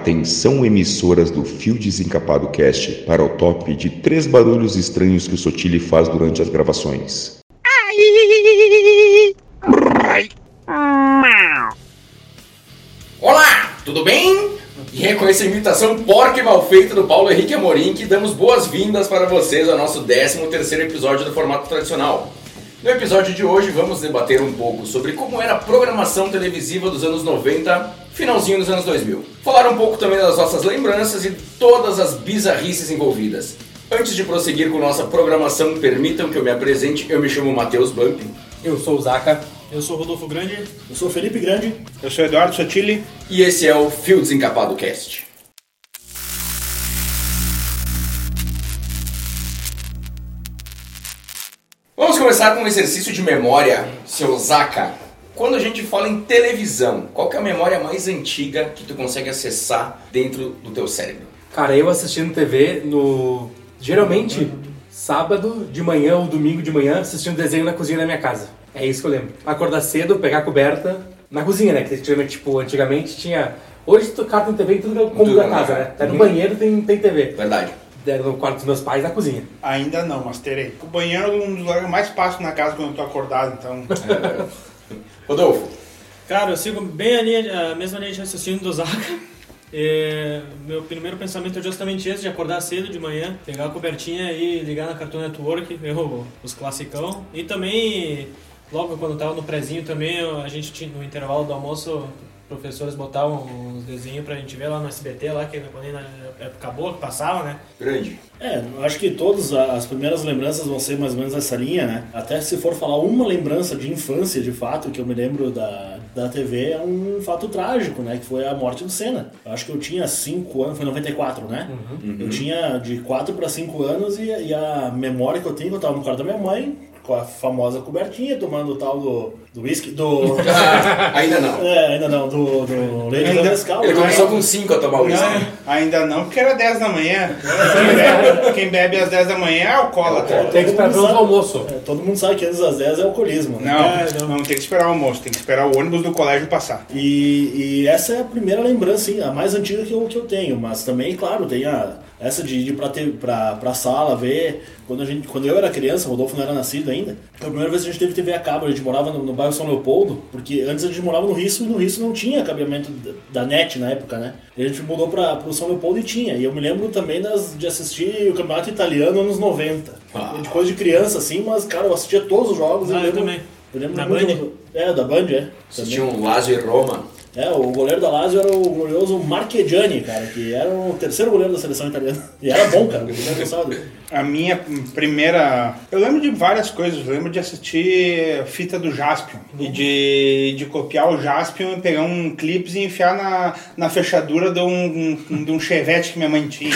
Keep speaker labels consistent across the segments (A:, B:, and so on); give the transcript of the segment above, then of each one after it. A: Atenção emissoras do Fio Desencapado Cast para o top de três barulhos estranhos que o Sotile faz durante as gravações.
B: Olá, tudo bem? E é com essa imitação porca e mal feita do Paulo Henrique Amorim que damos boas-vindas para vocês ao nosso 13º episódio do formato tradicional. No episódio de hoje vamos debater um pouco sobre como era a programação televisiva dos anos 90, finalzinho dos anos 2000. Falar um pouco também das nossas lembranças e todas as bizarrices envolvidas. Antes de prosseguir com nossa programação, permitam que eu me apresente. Eu me chamo Matheus Bump.
C: Eu sou o Zaka.
D: Eu sou Rodolfo Grande.
C: Eu sou o Felipe Grande.
E: Eu sou Eduardo Sotile.
B: E esse é o Fio Desencapado Cast. Vamos começar com um exercício de memória, seu Zaka. Quando a gente fala em televisão, qual que é a memória mais antiga que tu consegue acessar dentro do teu cérebro?
C: Cara, eu assistindo TV no. Geralmente, sábado de manhã ou domingo de manhã, assistindo desenho na cozinha da minha casa. É isso que eu lembro. Acordar cedo, pegar a coberta na cozinha, né? Que tinha, tipo, antigamente tinha. Hoje tu cara tem TV em tudo que é o cômodo
B: Tudo,
C: da casa,
B: né?
C: né? Até no banheiro tem, tem TV.
B: É Verdade.
C: Era no quarto dos meus pais, na cozinha.
E: Ainda não, mas terei. O banheiro é um dos lugares que eu mais passo na casa quando eu tô acordado, então.
B: Rodolfo,
D: Cara, eu sigo bem a, linha, a mesma linha de raciocínio do Zaca. É, meu primeiro pensamento é justamente esse, de acordar cedo de manhã, pegar a cobertinha e ligar na Cartoon Network, ver o- os classicão. E também, logo quando eu tava no prezinho também, eu- a gente tinha, no intervalo do almoço, professores botavam uns desenhos pra gente ver lá no SBT, lá que quando ainda é, acabou, que passava, né?
B: grande.
F: É, eu acho que todas as primeiras lembranças vão ser mais ou menos essa linha, né? Até se for falar uma lembrança de infância, de fato, que eu me lembro da, da TV, é um fato trágico, né? Que foi a morte do Senna. Eu acho que eu tinha 5 anos, foi em 94, né? Eu tinha de 4 para 5 anos e, e a memória que eu tenho, que eu tava no quarto da minha mãe, com a famosa cobertinha, tomando o tal do do whisky, do...
B: Ah, ainda não.
F: é, ainda não, do, do leite da
E: Ainda-
F: Nescau.
B: Ele
F: né?
B: começou com 5 a tomar o uísque.
E: Não, ainda não, porque era 10 da manhã. Quem bebe, quem bebe às 10 da manhã é alcoólatra.
C: Tem que esperar pelo
F: Sabe-
C: almoço.
F: É, todo mundo sabe que antes das 10 é alcoolismo, né?
E: Não,
D: É,
E: não,
D: não.
E: tem que esperar o almoço, tem que esperar o ônibus do colégio passar.
F: E, e essa é a primeira lembrança, hein, a mais antiga que eu, que eu tenho. Mas também, claro, tem a, essa de ir pra, te- pra, pra sala ver. Quando, a gente, quando eu era criança, o Rodolfo não era nascido ainda. Foi a primeira vez que a gente teve TV a cabo. A gente morava no, no bairro São Leopoldo, porque antes a gente morava no Risso e no Risso não tinha cabeamento da- da net na época, né? E a gente mudou pra, pro São Leopoldo e tinha. E eu me lembro também das, de assistir o campeonato italiano anos 90. De coisa de criança, assim, mas, cara, eu assistia todos os jogos. e
D: Ah, eu
F: lembro-
D: também.
F: Eu lembro
D: Da
F: muito-
D: Band?
F: É, da Band, é. Também.
B: Assistia um Lazio e Roma.
F: É, o goleiro da Lazio era o glorioso Marchegiani, cara, que era o terceiro goleiro da seleção italiana. E era bom, cara, o goleiro gostava dele.
E: A minha primeira. Eu lembro de várias coisas. Eu lembro de assistir fita do Jaspion. E de, de copiar o Jaspion e pegar um clipe e enfiar na, na fechadura de um, um- de um chevette que minha mãe tinha.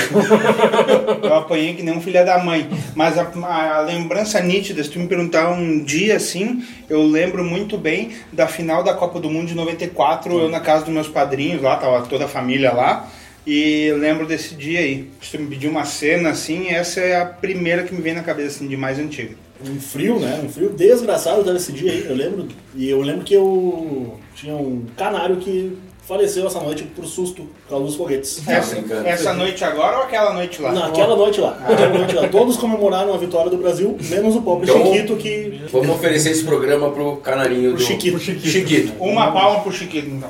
E: Eu apanhei que nem um filho da mãe. Mas a, a lembrança nítida, se tu me perguntar um dia assim, eu lembro muito bem da final da Copa do Mundo de 94, eu na casa dos meus padrinhos lá, tava toda a família lá. E eu lembro desse dia aí. Se tu me pedir uma cena assim, essa é a primeira que me vem na cabeça, assim, de mais antiga.
F: Um frio, né? Um frio desgraçado tava esse dia aí, eu lembro. E eu lembro que eu tinha um canário que faleceu essa noite por susto por causa dos foguetes.
B: Tá
E: Essa,
B: brincando.
F: É.
E: essa noite agora ou aquela noite lá?
F: Naquela noite lá, naquela noite lá, todos comemoraram a vitória do Brasil, menos o pobre
B: Então-
F: Chiquito que.
B: Vamos oferecer esse programa pro canarinho
F: Pro
B: do
F: Chiquito.
B: Chiquito.
E: Uma palma pro Chiquito, então.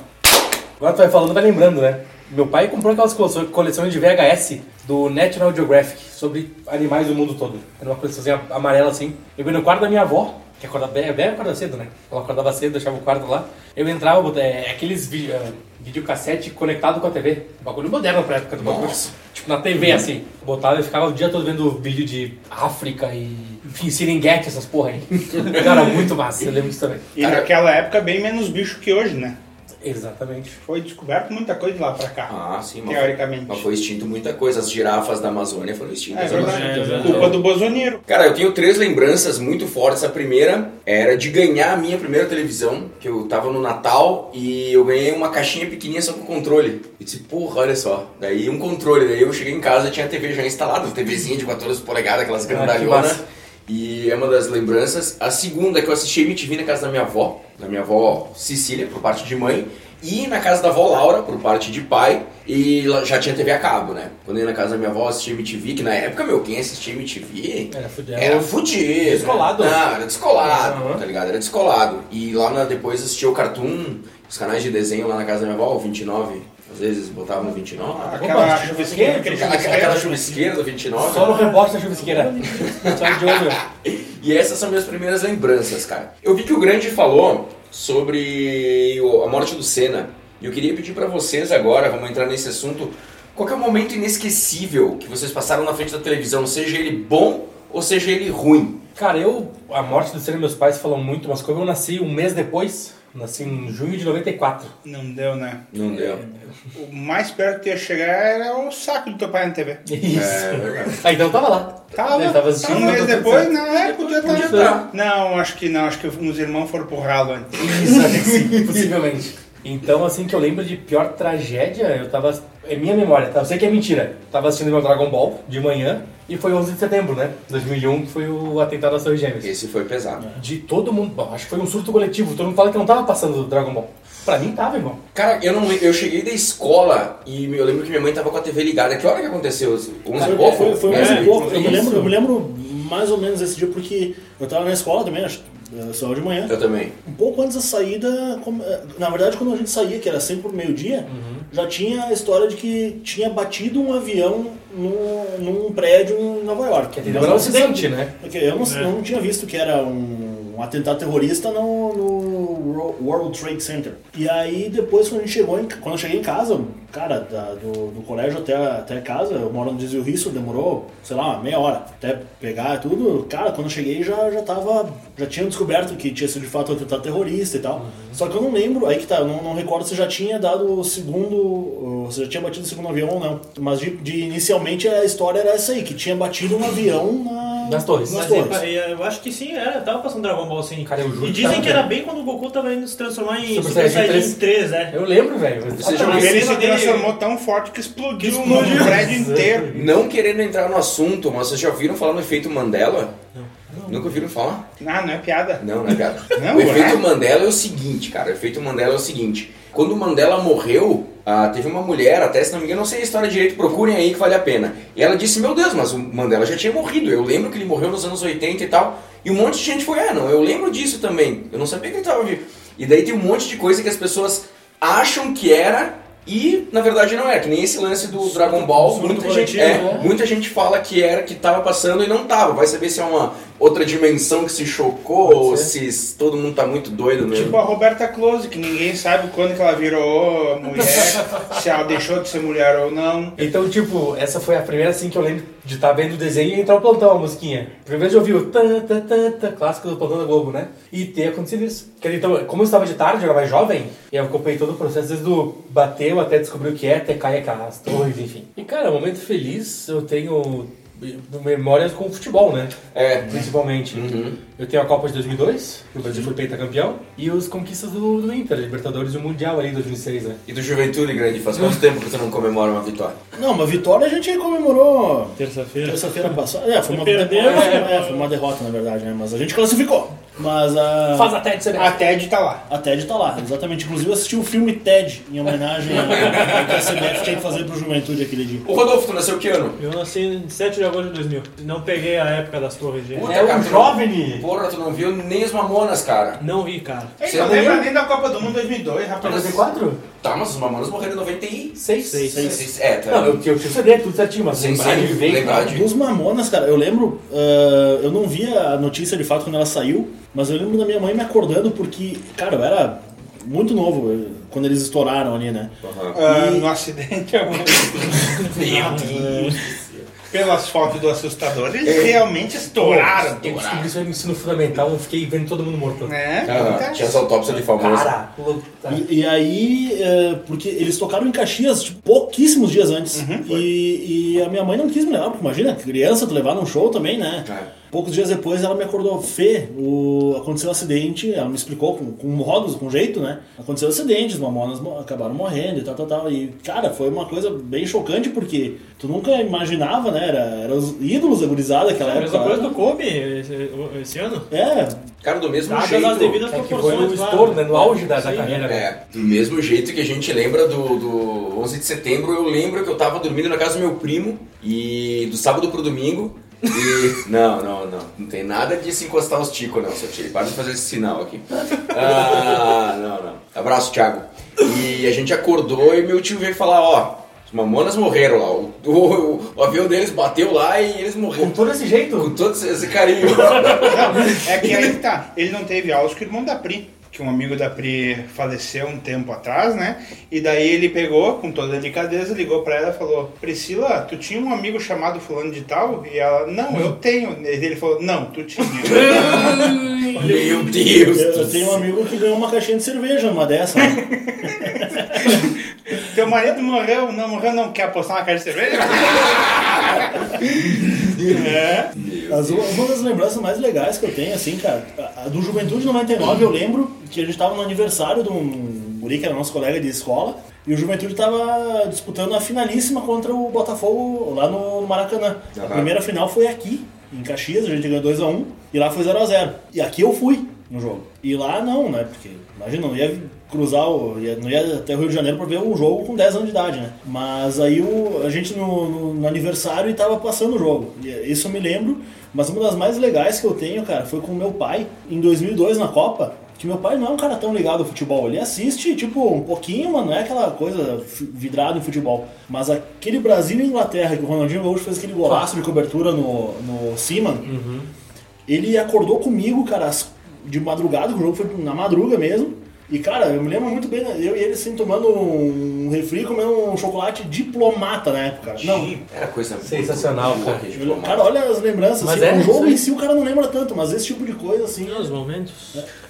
C: Agora tu vai falando, vai lembrando, né? Meu pai comprou aquelas cole- coleções de VHS do National Geographic sobre animais do mundo todo. Era uma coleçãozinha amarela assim. Eu ia no quarto da minha avó, que acordava bem, bem acordava cedo, né? Ela acordava cedo, deixava o quarto lá. Eu entrava, botava, é, aqueles vi- é, videocassete conectado com a TV. Bagulho moderno pra época do bagulho. Tipo, na TV, assim. Botava e ficava o dia todo vendo vídeo de África e... Enfim, Seringuete, essas porra aí. Cara, muito massa. Eu lembro disso também.
E: E
B: Cara-
E: naquela época, bem menos bicho que hoje, né?
C: Exatamente.
E: Foi descoberto muita coisa de lá pra cá.
B: Ah, sim, mas,
E: Teoricamente.
B: mas foi extinto muita coisa. As girafas da Amazônia foram
E: É
B: extintas.
E: verdade.
D: É verdade.
E: Culpa do Bozoneiro.
B: Cara, eu tenho três lembranças muito fortes. A primeira era de ganhar a minha primeira televisão, que eu tava no Natal e eu ganhei uma caixinha pequenininha só com controle. E disse, porra, olha só. Daí um controle. Daí eu cheguei em casa e tinha a TV já instalada, uma TVzinha de 14 polegadas, aquelas grandalhonas.
C: massa.
B: E é uma das lembranças. A segunda é que eu assisti MTV na casa da minha avó, da minha avó Cecília, por parte de mãe. e na casa da avó Laura, por parte de pai, e lá já tinha TV a cabo, né? Quando eu ia na casa da minha avó assistia MTV, que na época, meu, quem assistia MTV
C: Era fudido.
B: era fudido.
C: Descolado.
B: Não, era descolado,
C: Aham.
B: tá ligado? Era descolado. E lá na- depois assistia o Cartoon, os canais de desenho lá na casa da minha avó, o 29, às vezes botavam 29.
C: Ah,
E: Aquela
C: Opa,
E: chuvisqueira, aquele
B: Aquela, né? aquela chuvisqueira, 29.
C: Só no rebote da chuvisqueira. Só de olho.
B: E essas são minhas primeiras lembranças, cara. Eu vi que o Grande falou sobre o- a morte do Senna. E eu queria pedir pra vocês agora, vamos entrar nesse assunto, qual que é o momento inesquecível que vocês passaram na frente da televisão, seja ele bom ou seja ele ruim.
C: Cara, eu. A morte do Senna, meus pais falam muito, mas como eu nasci um mês depois, nasci em junho de 94.
E: Não deu, né?
B: Não deu.
E: O mais perto que ia chegar era o saco do teu pai na TV.
C: Isso.
B: É verdade.
C: Aí então eu tava lá.
E: Tava,
C: Ele tava assistindo.
E: um mês
C: tudo
E: depois,
C: certo.
E: na época podia
B: podia
E: estar.
B: tá.
E: Não, acho que não, acho que uns irmãos foram pro ralo antes.
C: Isso, acho que sim, possivelmente. Então, assim, que eu lembro de pior tragédia, eu tava. É minha memória, tá? Eu sei que é mentira. Tava assistindo meu Dragon Ball de manhã e foi 11 de setembro, né? 2001, que foi o atentado às Torres Gêmeas.
B: Esse foi pesado.
C: De todo mundo. Bom, acho que foi um surto coletivo. Todo mundo fala que não tava passando do Dragon Ball. Pra mim tava, irmão.
B: Cara, eu não eu cheguei da escola e eu lembro que minha mãe tava com a TV ligada. Que hora que aconteceu? 11
F: Cara,
B: e pouco?
F: Foi, foi um
B: Dez
F: pouco.
B: e
F: pouco. Eu me,
C: Isso.
F: lembro, eu me lembro mais ou menos esse dia porque eu tava na escola também, acho, eh, só de manhã.
B: Eu também.
F: Um pouco antes da saída, como- eh, na verdade, quando a gente saía, que era sempre por meio-dia, já tinha a história de que tinha batido um avião num, num prédio em Nova York. Então,
C: Ele
F: Mas
C: era um
F: não se
C: acidente,
F: sabe-
C: né?
F: Porque eu não, eu não tinha visto que era um, um atentado terrorista no, no Ro- World Trade Center. E aí depois quando a gente chegou, em, quando eu cheguei em casa, cara, da- do, do colégio até, até casa, eu moro no Desvio Risso, demorou, sei lá, meia hora até pegar tudo. Cara, quando eu cheguei já, já tava. Já tinha descoberto que tinha sido de fato um atentado terrorista e tal. Só que eu não lembro, aí que tá, eu não, não recordo se já tinha dado o segundo. Se já tinha batido o segundo avião ou não. Mas de, de- inicialmente a história era essa aí, que tinha batido um avião na,
C: Nas torres.
F: Nas
C: Mas,
F: torres.
D: Mas, eh, Eu acho que sim, era. Tava passando Dragon Ball sim.
C: Cara, eu juro
D: E
C: que
D: dizem
C: tava,
D: que era
C: cara.
D: bem quando o Goku tava indo se transformar em
C: Super
D: Super
C: Saiyajin
D: Saiyajin 3, é.
C: Eu lembro, velho.
B: seja,
E: Mas
D: Ele
E: ele se
D: dele-
E: transformou tão forte que explodiu,
D: Que
E: no
D: explodiu.
E: prédio inteiro.
B: Não querendo entrar no assunto, mas vocês já ouviram falar no efeito Mandela? Não. Nunca ouviram falar?
E: Ah, não é piada.
B: Não, né, cara?
E: Não,
B: o efeito
E: é?
B: Mandela é o seguinte, cara. O efeito Mandela é o seguinte. Quando o Mandela morreu, ah, teve uma mulher, até se não me engano, não sei a história direito, procurem aí que vale a pena. E ela disse, meu Deus, mas o Mandela já tinha morrido. Eu lembro que ele morreu nos anos 80 e tal. E um monte de gente foi, ah, não, eu lembro disso também. Eu não sabia que ele estava vivo. E daí tem um monte de coisa que as pessoas acham que era... E, na verdade, não é, que nem esse lance do Dragon Ball,
F: surto
B: muita gente,
F: coletivo,
B: é,
F: né?
B: Muita gente fala que era que tava passando e não tava. Vai saber se é uma outra dimensão que se chocou
C: Pode
B: ou
C: ser.
B: se todo mundo tá muito doido mesmo.
E: Tipo a Roberta Close, que ninguém sabe quando que ela virou mulher, se ela deixou de ser mulher ou não.
C: Então, tipo, essa foi a primeira assim que eu lembro de estar vendo o desenho e entrar o plantão, a musiquinha. Primeira vez eu ouvi o tan, tan, tan, tan, clássico do plantão da Globo, né? E ter acontecido isso. Quer dizer, então, como eu estava de tarde, eu era mais jovem, e eu acompanhei todo o processo desde o bateu até descobrir o que é, até cair as torres, enfim. E cara, um momento feliz eu tenho memórias com o futebol, né?
B: É.
C: Principalmente. Eu tenho a Copa de 2002, que o Brasil foi pentacampeão, e os conquistas do, do Inter, Libertadores e o Mundial ali em 2006, né?
B: E do Juventude Grande, faz quanto tempo que tu não comemora uma vitória?
F: Não, mas vitória a gente comemorou
D: Terça-feira.
F: terça-feira passada. É, foi uma
D: Perdeu,
F: derrota.
D: né?
F: É, foi uma derrota, na verdade, né? Mas a gente classificou. Mas a.
C: Faz a TED,
E: A Ted tá lá.
F: A TED tá lá, exatamente. Inclusive eu assisti o filme TED, em homenagem ao que a CBF tinha que fazer pro Juventude aquele dia.
B: Ô Rodolfo, tu nasceu que ano?
D: Eu nasci em 7 de agosto de 2000. Não peguei a época das torres, gente.
B: Puta,
C: É
B: cara,
C: um
B: tu não-
C: jovem!
B: Porra, tu não viu nem os Mamonas, cara.
D: Não ri, cara.
E: Ei,
B: Você
E: não
B: não
E: lembra
B: lembra?
E: nem da Copa do Mundo 2002, rapaz.
C: 94?
B: Tá, mas os Mamonas morreram em 96.
C: Seis?
B: É, tá.
C: Não, eu, eu tinha o CD, tudo certinho, mas
B: Sim,
C: lembrar
B: sim,
C: de ver,
B: lembrar
C: cara.
B: de-
F: Dos Mamonas, cara, eu lembro, ah, eu não via a notícia de fato quando ela saiu, mas eu lembro da minha mãe me acordando porque, cara, eu era muito novo eh, quando eles estouraram ali, né?
E: Ah, no acidente, pelas fotos do assustador, eles
F: É.
E: realmente estouraram.
C: Eu descobri isso aí no ensino fundamental, eu fiquei vendo todo mundo morto.
E: Né?
B: Aham,
E: Tá.
B: Tinha essa autópsia de famoso.
C: Cara, louca.
F: E, e aí, é, porque eles tocaram em Caxias tipo, pouquíssimos
B: Uhum,
F: dias antes. e, e a minha mãe não quis me levar, porque imagina, criança, tu levar num show também, né?
B: É.
F: Poucos dias depois ela me acordou, Fê, o... aconteceu um acidente, ela me explicou com, com modos, com jeito, né? Aconteceu um acidente, os mamonas mo- acabaram morrendo e tal, tal, tal. E, cara, foi uma coisa bem chocante porque tu nunca imaginava, né? Era, era os ídolos da gurizada
C: É,
F: naquela
D: A
F: época.
D: mesma
F: lá.
D: coisa do Kobe esse, esse ano.
F: É,
B: Cara, do mesmo
D: Dadas
B: jeito.
D: as devidas
C: É que foi o
D: proporções. claro.
C: estouro, né? No auge da, da
D: Sim.
C: carreira. né?
B: É, do mesmo jeito que a gente lembra do, do 11 de setembro, eu lembro que eu tava dormindo na casa do meu primo e do sábado pro domingo. E. Não, não, não. Não tem nada de se encostar os ticos, não, seu tio. Para de fazer esse sinal aqui. Ah, não, não. Abraço, Thiago. E a gente acordou e meu tio veio falar: ó, os mamonas morreram lá. O, o- o avião deles bateu lá e eles
C: Com
B: morreram.
C: todo esse jeito.
B: Com todo esse carinho.
E: É que aí que tá. Ele não teve aulas com o irmão da Pri, que um amigo da Pri faleceu um tempo atrás, né? E daí ele pegou, com toda delicadeza, ligou pra ela e falou: Priscila, tu tinha um amigo chamado Fulano de Tal? E ela: Não,
F: Hum.
E: eu tenho. E ele falou: Não, tu tinha.
B: meu Deus!
F: eu,
B: do
F: eu tenho um amigo que ganhou uma caixinha de cerveja numa dessa. né?
E: Teu marido morreu, não morreu, não quer apostar uma caixa de cerveja?
F: As, uma das lembranças mais legais que eu tenho, assim, cara, a, a do Juventude 99, eu lembro que a gente tava no aniversário de um guri que era nosso colega de escola, e o Juventude tava disputando a finalíssima contra o Botafogo lá no, Maracanã. A
B: Aham.
F: primeira final foi aqui, em Caxias, a gente ganhou 2x1, e lá foi 0x0. E aqui eu fui no jogo. E lá não, né? Porque, imagina, não ia cruzar, o, ia- não ia até o Rio de Janeiro pra ver um jogo com 10 anos de idade, né? Mas aí o, a gente no, no- no aniversário e tava passando o jogo. E isso eu me lembro, mas uma das mais legais que eu tenho, cara, foi com meu pai, em 2002 na Copa. Que meu pai não é um cara tão ligado ao futebol. Ele assiste, tipo, um pouquinho, mas não é aquela coisa fi- vidrado em futebol. Mas aquele Brasil e Inglaterra que o Ronaldinho Gaúcho fez aquele golaço de cobertura no, no Seaman,
C: Uhum.
F: ele acordou comigo, cara, às- de madrugada, o jogo foi na madruga mesmo. E, cara, eu me lembro muito bem, né, eu e ele assim, tomando um refri, comendo um chocolate diplomata na época. Não,
B: Era coisa muito
C: Sensacional,
B: boa,
C: cara.
B: gente,
F: eu- cara, olha as lembranças.
C: Mas
F: assim,
C: é,
F: o jogo
C: sim.
F: em si o cara não lembra tanto, mas esse tipo de coisa, assim.
D: Os momentos.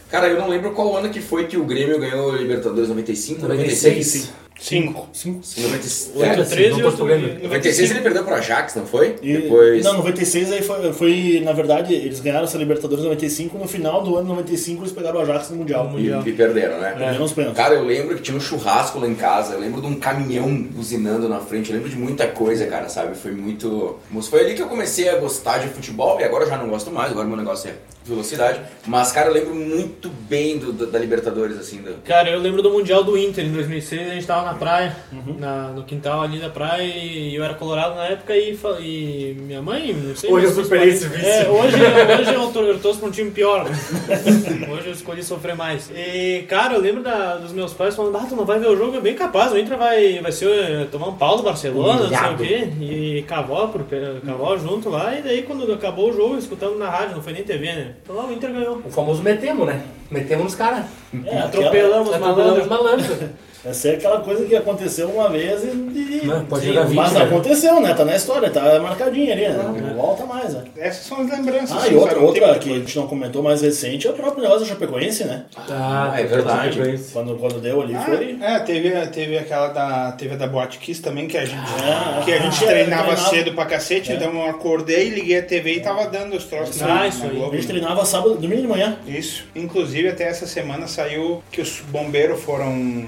B: Cara, eu não lembro qual ano que foi que o Grêmio ganhou o Libertadores 95, 96.
C: 96.
E: Cinco.
F: Cinco.
B: 96,
C: Oito.
D: 13
C: assim, não
D: e
C: posso problema.
B: É, 96 ele perdeu pro Ajax, não foi?
F: E,
B: Depois.
F: Não, 96 aí foi, foi, na verdade, eles ganharam essa Libertadores em 95, no final do ano 95 eles pegaram o Ajax no Mundial.
B: e, e perderam, né?
F: Perderam os É, pênaltis.
B: Cara, eu lembro que tinha um churrasco lá em casa, eu lembro de um caminhão buzinando na frente, eu lembro de muita coisa, cara, sabe? Foi muito. Mas Foi ali que eu comecei a gostar de futebol e agora eu já não gosto mais, agora meu negócio é velocidade. Mas, cara, eu lembro muito bem do- do- da Libertadores, assim. Do...
D: Cara, eu lembro do Mundial do Inter em 2006, a gente tava na praia,
C: Uhum.
D: na- no quintal ali da praia, e eu era colorado na época e, fa- e minha mãe, não sei...
C: Hoje eu
D: mas meus
C: superei
D: parentes-
C: esse vício.
D: É, hoje, hoje eu, tô, eu torço pra um time pior. hoje eu escolhi sofrer mais. E, cara, eu lembro da- dos meus pais falando, ah, tu não vai ver o jogo, é bem capaz, o Inter vai, vai ser, eh, tomar um pau do Barcelona, não sei
C: Humilhado.
D: o quê, e cavó, pro, pe- cavó junto lá, e daí quando acabou o jogo, escutando na rádio, não foi nem TV, né? Então lá o Inter ganhou.
C: O famoso metemos, né? Metemos nos caras. Tá
F: É, aquela,
D: Atropelamos,
C: Atropelamos
D: malandro.
C: malandro.
F: essa é aquela coisa que aconteceu uma vez e. e-
C: Mano, pode
D: Sim,
C: jogar 20,
F: Mas
C: né?
F: aconteceu, né? Tá na história, tá marcadinha ali, né? Não volta mais, né?
E: Essas são as lembranças.
F: Ah,
E: assim,
F: e outra,
E: sabe? Não
F: outra
E: tem muita
F: que a
E: coisa.
F: gente não comentou mais recente é o próprio negócio da Chapecoense, né?
C: Tá,
B: é verdade.
F: Quando, quando deu ali foi.
E: Ah, é, teve, teve aquela da, teve a da Boate Kiss também, que a gente,
F: Ah,
E: que a gente
F: ah,
E: treinava,
F: treinava.
E: cedo pra cacete, então eu acordei, liguei a TV e tava dando os troços
D: Ah,
E: na,
D: isso
E: na
D: aí.
E: Globo.
F: A gente treinava sábado, domingo de manhã.
E: Isso. Inclusive, até essa semana saiu que os bombeiros foram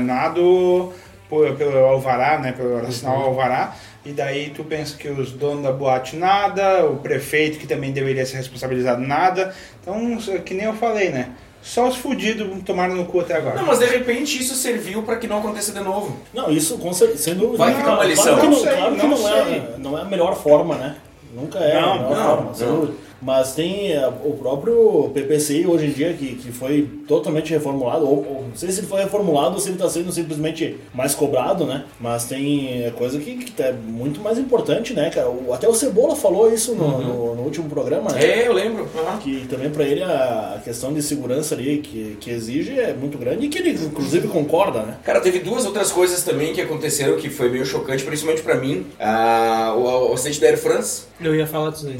E: condenados por- pelo Alvará, né? Pelo sinal Alvará. E daí tu pensa que os donos da boate nada, o prefeito que também deveria ser responsabilizado nada. Então, que nem eu falei, né? Só os fudidos tomaram no cu até agora.
B: Não, mas de repente isso serviu pra que não aconteça de novo.
F: Não, isso com cer- sem dúvida.
B: Vai
F: Não,
B: ficar uma
F: claro
B: lição.
F: que não-
E: Não sei,
F: Claro que
E: não
F: não é,
E: sei.
F: não é a melhor forma, né? Nunca é a
E: Não,
F: melhor
B: não,
F: forma, sem
B: não.
F: dúvida. Mas tem é, o próprio PPCI hoje em dia, que, que foi totalmente reformulado, ou, ou não sei se ele foi reformulado ou se ele está sendo simplesmente mais cobrado, né? Mas tem é, coisa que, que é muito mais importante, né, cara? O- até o Cebola falou isso no,
B: Uhum.
F: no- no último programa, né?
B: É, eu lembro. Ah.
F: que também para ele a a questão de segurança ali que, que exige é muito grande e que ele inclusive concorda, né?
B: Cara, teve duas outras coisas também que aconteceram que foi meio chocante, principalmente pra mim. Ah, o, o acidente da Air France
D: Eu ia falar disso aí.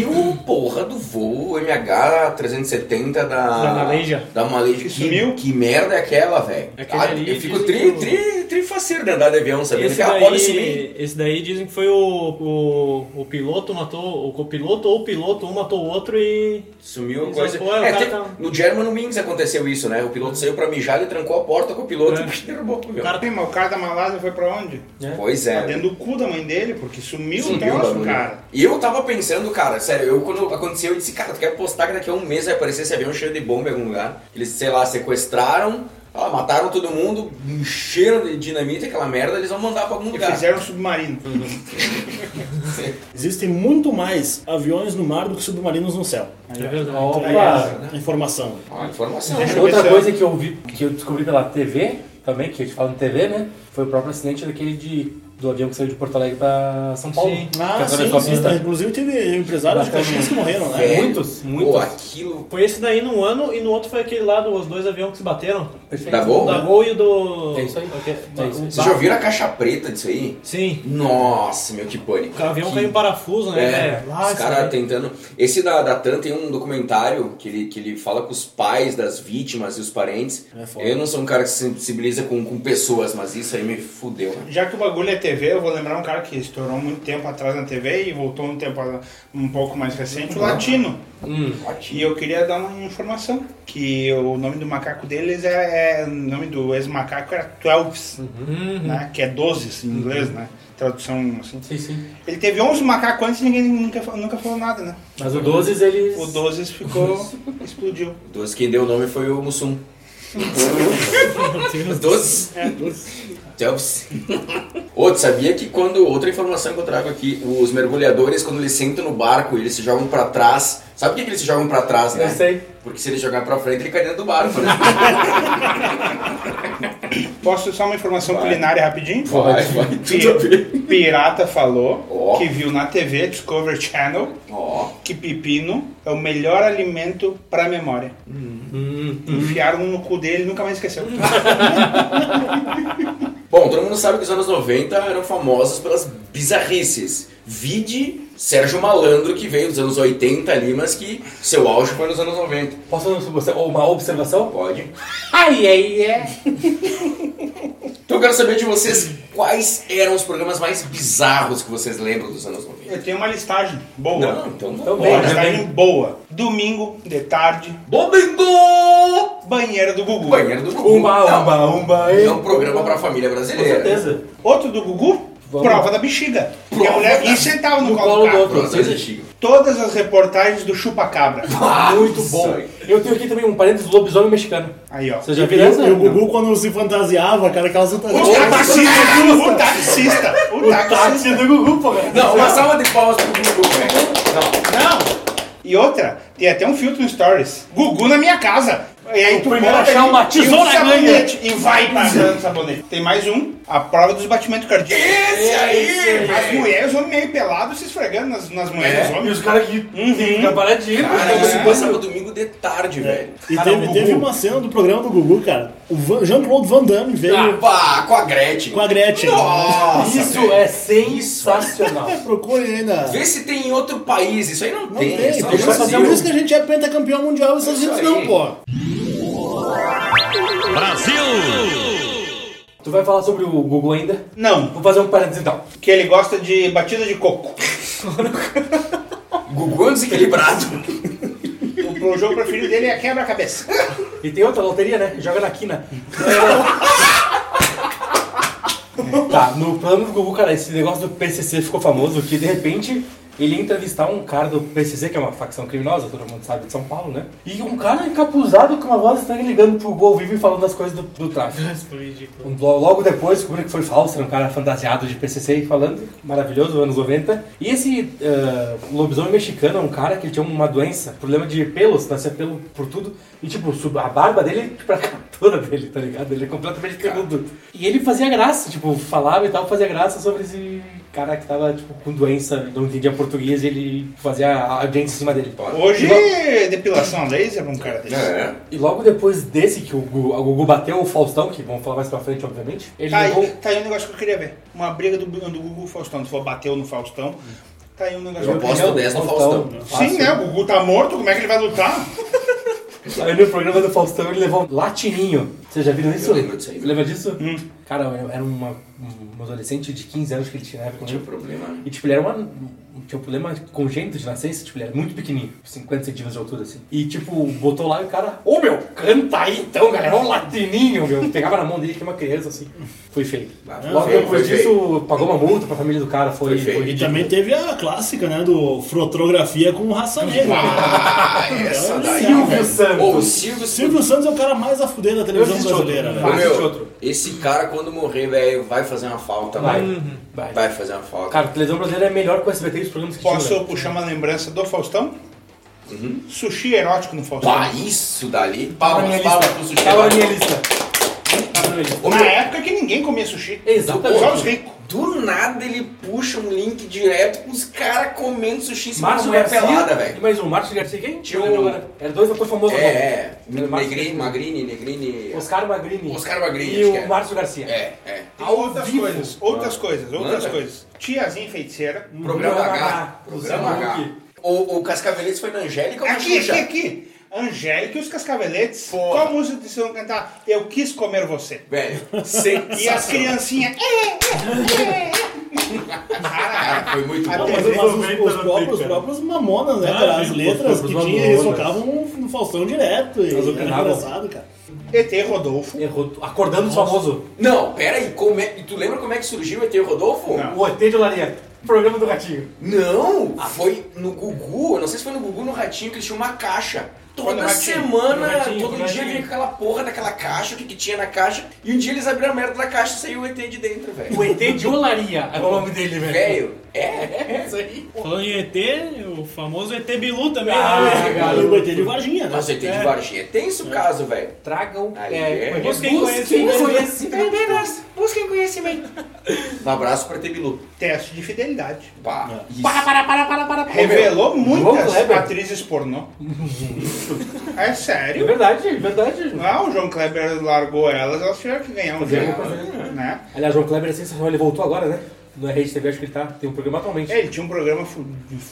B: e o porra do voo MH370 da...
D: Da Malaysia.
B: Da Malaysia.
E: Que sumiu?
B: Que merda é aquela, velho?
D: Aquele
B: Ah,
D: ali
B: eu fico tri,
D: dizem que o-
B: tri, trifaceiro de andar de avião, sabendo
D: Esse
B: que ah, pode subir.
D: daí, esse daí dizem que foi o, o, o piloto matou o copiloto ou o piloto, um matou o outro e.
B: Sumiu a
D: Mas,
B: coisa.
D: pô, é, o
B: É,
D: cara
B: teve-
D: tá- É.
B: No German Wings aconteceu isso, né? O piloto saiu pra mijar, ele trancou a porta com o piloto e derrubou o avião.
D: O cara
E: Bem, mas o cara da Malásia foi pra onde?
B: Pois
E: Tá
B: é.
E: dentro do cu da mãe dele, porque sumiu,
B: Sumiu
E: o
B: o
E: troço,
B: bagulho.
E: cara.
B: E eu tava pensando, cara, sério, eu quando aconteceu, eu disse, cara, tu quer postar que daqui a um mês vai aparecer esse avião cheio de bomba em algum lugar? Eles, sei lá, sequestraram, ah, mataram todo mundo, encheram de dinamite aquela merda, eles vão mandar pra algum
E: E
B: lugar.
E: fizeram um submarino.
B: Uhum.
F: Existem muito mais aviões no mar do que submarinos no céu.
D: É verdade.
C: Opa!
F: Informação.
B: Ó, informação.
E: Deixa eu ver se
C: é Outra
E: eu-
C: coisa que eu vi, que eu descobri pela TV também, que a gente fala em TV, né? Foi o próprio acidente daquele de, do avião que saiu de Porto Alegre pra São Paulo.
D: Sim.
C: Que
F: Ah,
B: é
C: atravessou
F: sim,
C: a
F: sim,
C: pista.
F: tá. Inclusive teve empresários de caixinhas que morreram, né?
B: Velho,
C: Muitos,
B: É, Pô,
C: muitos.
B: aquilo...
D: Foi esse daí num ano e no outro foi aquele lá dos dois aviões que se bateram.
C: Perfeito.
B: Da
D: O
B: Gol? né?
D: da Gol e o do.
C: É isso aí.
D: Aquele-
C: É isso aí.
D: o
B: Vocês já ouviram a caixa preta disso aí?
D: Sim.
B: Nossa, meu, que pânico.
D: O avião caiu em parafuso, né?
B: É,
D: lá,
B: os
D: isso
B: caras
D: aí.
B: tentando. Esse da, da TAN tem um documentário que ele, que ele fala com os pais das vítimas e os parentes.
F: É foda.
B: eu não sou um cara que se sensibiliza com, com pessoas, mas isso aí me fudeu. né?
E: Já que o bagulho é TV, eu vou lembrar um cara que estourou muito tempo atrás na TV e voltou um tempo a- um pouco mais recente,
B: Uhum.
E: o Latino. E eu queria dar uma informação, que o nome do macaco deles é, é- o nome do ex-macaco era Twelves, né? Que é 12 em inglês, né? Tradução assim.
C: Uhum. Sim, sim.
E: Ele teve 11 macacos antes e ninguém nunca, fa- nunca falou nada, né?
C: Mas o 12 eles.
E: O 12 ficou. explodiu.
B: Doze, quem deu o nome foi o Mussum. Doze.
C: É,
B: Doze. Outro, sabia que quando. Outra informação que eu trago aqui: os mergulhadores, quando eles sentam no barco, eles se jogam pra trás. Sabe por que que eles se jogam pra trás, né?
C: Eu sei.
B: Porque se ele jogar pra frente, ele cai dentro do barco, né?
E: Posso só uma informação
B: Vai.
E: culinária rapidinho?
B: Vai, vai,
E: Pi-
B: tudo a ver.
E: Pirata falou
B: Ó.
E: que viu na TV, Discovery Channel,
B: Ó,
E: que pepino é o melhor alimento pra memória.
C: Hum,
E: Enfiaram um no cu dele e nunca mais esqueceu.
B: Bom, todo mundo sabe que os anos 90 eram famosos pelas bizarrices. Vide Sérgio Malandro, que veio dos anos 80 ali, mas que seu auge foi nos anos 90.
C: Posso você- ou uma observação?
B: Pode.
C: Ai, ai, é.
B: Então eu quero saber de vocês quais eram os programas mais bizarros que vocês lembram dos anos 90.
E: Eu tenho uma listagem boa.
B: Não, então não.
C: Então bem.
E: uma
C: né?
E: listagem boa. Domingo, de tarde,
B: Domingo!
E: banheira do Gugu.
B: Banheiro do Gugu.
C: Umba, Ah, umba, umba.
B: Não,
C: e-
B: é um programa pra família
C: Com
B: brasileira.
C: certeza.
E: Outro do Gugu,
C: Vamos.
E: prova da bexiga. Porque a
B: Prova
E: mulher
B: da-
E: e sentava no,
C: no
E: colo
C: colo
E: do
C: do
E: carro.
C: outro.
B: Vocês antigos.
E: Todas as reportagens do chupa-cabra.
C: Muito bom. Eu tenho aqui também um parênteses do lobisomem mexicano.
E: Aí, ó.
C: Você já
F: E,
C: viu essa?
F: o- e o Gugu, quando se fantasiava, cara, aquelas
E: O
F: fantasias.
E: taxista, o taxista, o taxista.
C: do Gugu, pô.
B: Não, uma salva de palmas pro né? Gugu, velho. Não.
E: Não! E outra, tem até um filtro no Stories. Gugu na minha casa. E aí tu
C: primeiro
E: bota
C: achar
E: ali
C: uma
E: e
C: tesoura
E: um sabonete. E vai passando sabonete. Tem mais um, a prova dos batimentos cardíacos.
B: Esse É aí,
E: As
B: velho.
E: mulheres, os homens meio pelados se esfregando nas, nas mulheres.
B: É.
E: dos
C: E
E: homens.
C: os caras que ficam paradinhos.
B: Cara, isso passava domingo de
C: É.
B: tarde, velho.
F: E
C: Cara, o
F: teve,
C: Gugu.
F: teve uma cena do programa do Gugu, cara. O Van- Jean-Claude Van Damme veio
B: Pá, com a Gretchen.
F: com a Gretchen.
B: Ah, Nossa,
C: Isso
B: velho.
C: é sensacional.
F: Procure ainda.
B: Vê se tem em outro país, isso aí não,
F: Não
B: tem.
F: tem,
B: é só
F: tem
B: no
F: só fazer
B: Brasil.
F: por isso que a gente é pentacampeão mundial nos Estados
B: Isso
F: Unidos,
B: aí.
F: não, pô.
C: Tu vai falar sobre o Gugu ainda?
E: Não,
C: Vou fazer um parênteses então.
E: que ele gosta de batida de coco.
B: Gugu é um desequilibrado.
E: O, o jogo preferido dele é quebra-cabeça.
C: E tem outra loteria, né? Joga na quina. tá, no plano do Gugu, cara, esse negócio do PCC ficou famoso que de repente ele ia entrevistar um cara do PCC, que é uma facção criminosa, todo mundo sabe, de São Paulo, né? E um cara encapuzado com uma voz estranha ligando pro Gol Vivo e falando das coisas do, do tráfico.
D: Isso foi ridículo.
C: Um- lo- Logo depois descobri que foi falso, era um cara fantasiado de PCC e falando, maravilhoso, anos 90. E esse eh, lobisomem mexicano é um cara que tinha uma doença, problema de pelos, nascia pelo por tudo. E tipo, sub- a barba dele pra cá toda dele, tá ligado? Ele é completamente canudo. E ele fazia graça, tipo, falava e tal, fazia graça sobre esse cara que tava tipo, com doença, não entendia português e ele fazia a audiência em cima dele.
E: Hoje,
C: E lo-
E: depilação a laser pra um cara desse.
B: É.
C: E logo depois desse que o Gugu, o Gugu bateu o Faustão, que vamos falar mais pra frente, obviamente, ele
E: Tá
C: levou...
E: aí, tá aí um negócio que eu queria ver. Uma briga do, do Gugu e Faustão. Se for bateu no Faustão, tá aí um negócio
B: Eu
E: que eu
B: aposto 10 no Faustão.
E: Sim, né? O Gugu tá morto, como é que ele vai lutar?
C: Aí no programa do Faustão ele levou um latininho. Vocês já viram isso?
B: Eu lembro disso aí. Hum.
C: Lembra disso? Cara, era uma, um adolescente de 15 anos que ele tinha na época. né?
B: Tinha um problema, né?
C: E, tipo, ele era uma, tinha um problema congênito de nascença, tipo, ele era muito pequenininho, 50 centímetros de altura, assim. E, tipo, botou lá e o cara, ô meu, canta aí então, galera, um latininho, meu. Pegava na mão dele que uma criança, assim. Foi feio.
B: Ah,
C: Logo
B: foi feio,
C: depois
B: foi
C: disso, pagou uma multa pra família do cara, foi,
B: Foi feio.
C: foi
F: E
C: ridículo.
F: também teve a clássica, né? Do frotografia com raça negra.
B: Ah, essa daí. é
F: Silvio
B: velho.
C: Santos.
B: Ô, o Silvio Santos.
F: Silvio Santos é o cara mais a fuder da
C: Eu
F: televisão
C: assisti outro.
F: brasileira, velho.
B: Ô,
C: Vai, assiste
B: meu,
C: outro.
B: esse cara quando morrer, velho, vai fazer uma falta,
C: Vai. Uhum.
B: vai.
C: Vai.
B: Vai fazer uma falta.
C: Cara, a televisão brasileira é melhor que o SBT e os programas que
E: Posso
C: tinha.
E: puxar uma lembrança do Faustão?
B: Uhum.
E: Sushi erótico no Faustão.
B: Pá, isso dali.
C: Tava na minha
B: Palmas, palmas pro
C: lista.
B: sushi.
C: Tava na minha lista. Tava na minha lista.
B: Ô,
E: Na
B: meu,
E: época que ninguém comia sushi. Só os
C: Exatamente.
E: ricos.
B: Do nada ele puxa um link direto com os caras comendo sushi sem
C: Márcio
B: mulher
C: Garcia.
B: pelada, velho.
C: Mas o Márcio Garcia quem?
B: Tinha
C: Eu lembro
B: um-
C: agora. Era dois atores famosos.
B: É, é.
C: Era o Márcio
B: Negrini, Magrini, Negrini.
C: Oscar Magrini.
B: Oscar Magrini,
C: E
B: acho que é.
C: o Márcio Garcia.
B: É, é.
E: Tem
C: Ao
E: outras
C: vivo.
E: coisas, outras coisas, outras
B: Manda.
E: coisas. Tiazinha feiticeira.
B: Programa
C: Programa
B: H.
C: H.
B: Programa
C: Zé
B: H.
C: Hulk.
B: O, o Cascaveletes foi na Angélica ou na
E: Aqui, aqui,
B: Xuxa?
E: aqui. Angélica e os Cascaveletes.
B: Porra.
E: Qual música que vocês vão cantar? Eu quis comer você.
B: Velho,
E: E as
B: sensacional.
E: criancinhas. "É, é, é".
B: Cara, foi muito
E: Até
B: bom.
F: Mas, mas
E: Teve
F: os,
E: noventa
F: os
E: na
F: próprios,
E: pica.
F: próprios mamonas, né,
C: Ah,
F: cara?
C: sim,
F: As
C: os
F: letras que
C: próprios
F: tinha, eles
C: Mamonas.
F: tocavam no Faustão direto. E
C: Mas o
F: era
C: Penal-
F: engraçado, cara.
E: ET é Rodolfo.
C: Errou. tu- Acordando os famoso.
B: Não, pera aí, como é- e tu lembra como é que surgiu o ET Rodolfo?
E: Não.
C: O ET de Olaria. Programa do Ratinho.
B: Não, foi no Gugu, eu não sei se foi no Gugu ou no Ratinho, que eles tinham uma caixa.
E: Foi no
B: Toda
E: Ratinho,
B: semana,
D: no Ratinho,
B: todo
D: no
B: dia
D: Ratinho.
B: vinha aquela porra daquela caixa, o que, que tinha na caixa, e um dia eles abriram a merda da caixa e saiu o ET de dentro,
C: O
B: velho.
C: ET de Olaria. É o nome dele, velho.
B: Velho, é, é isso aí.
D: Falando em ET, o famoso ET Bilu também.
C: Ah,
D: né?
C: cara.
F: E o ET de Varginha, né?
B: Nossa, ET de Varginha, é tenso o caso, velho.
C: Tragam.
B: Aí é.
C: é, como que
D: Busquem conhecimento.
C: conhecimento.
B: Busquem conhecimento. Um abraço pra ET Bilu.
E: Teste de fidelidade.
B: Pá, isso.
E: Revelou muitas
C: João Kleber.
E: atrizes pornô. É
C: É
E: sério.
C: verdade, é verdade.
E: Lá o João Kleber largou elas, elas tiveram que ganhar um
C: Fazer
E: jogo. Né?
C: Aliás, João Kleber é sensacional, ele voltou agora, né? No RedeTV, acho que ele tá, tem um programa atualmente.
E: É, Ele tinha um programa fo-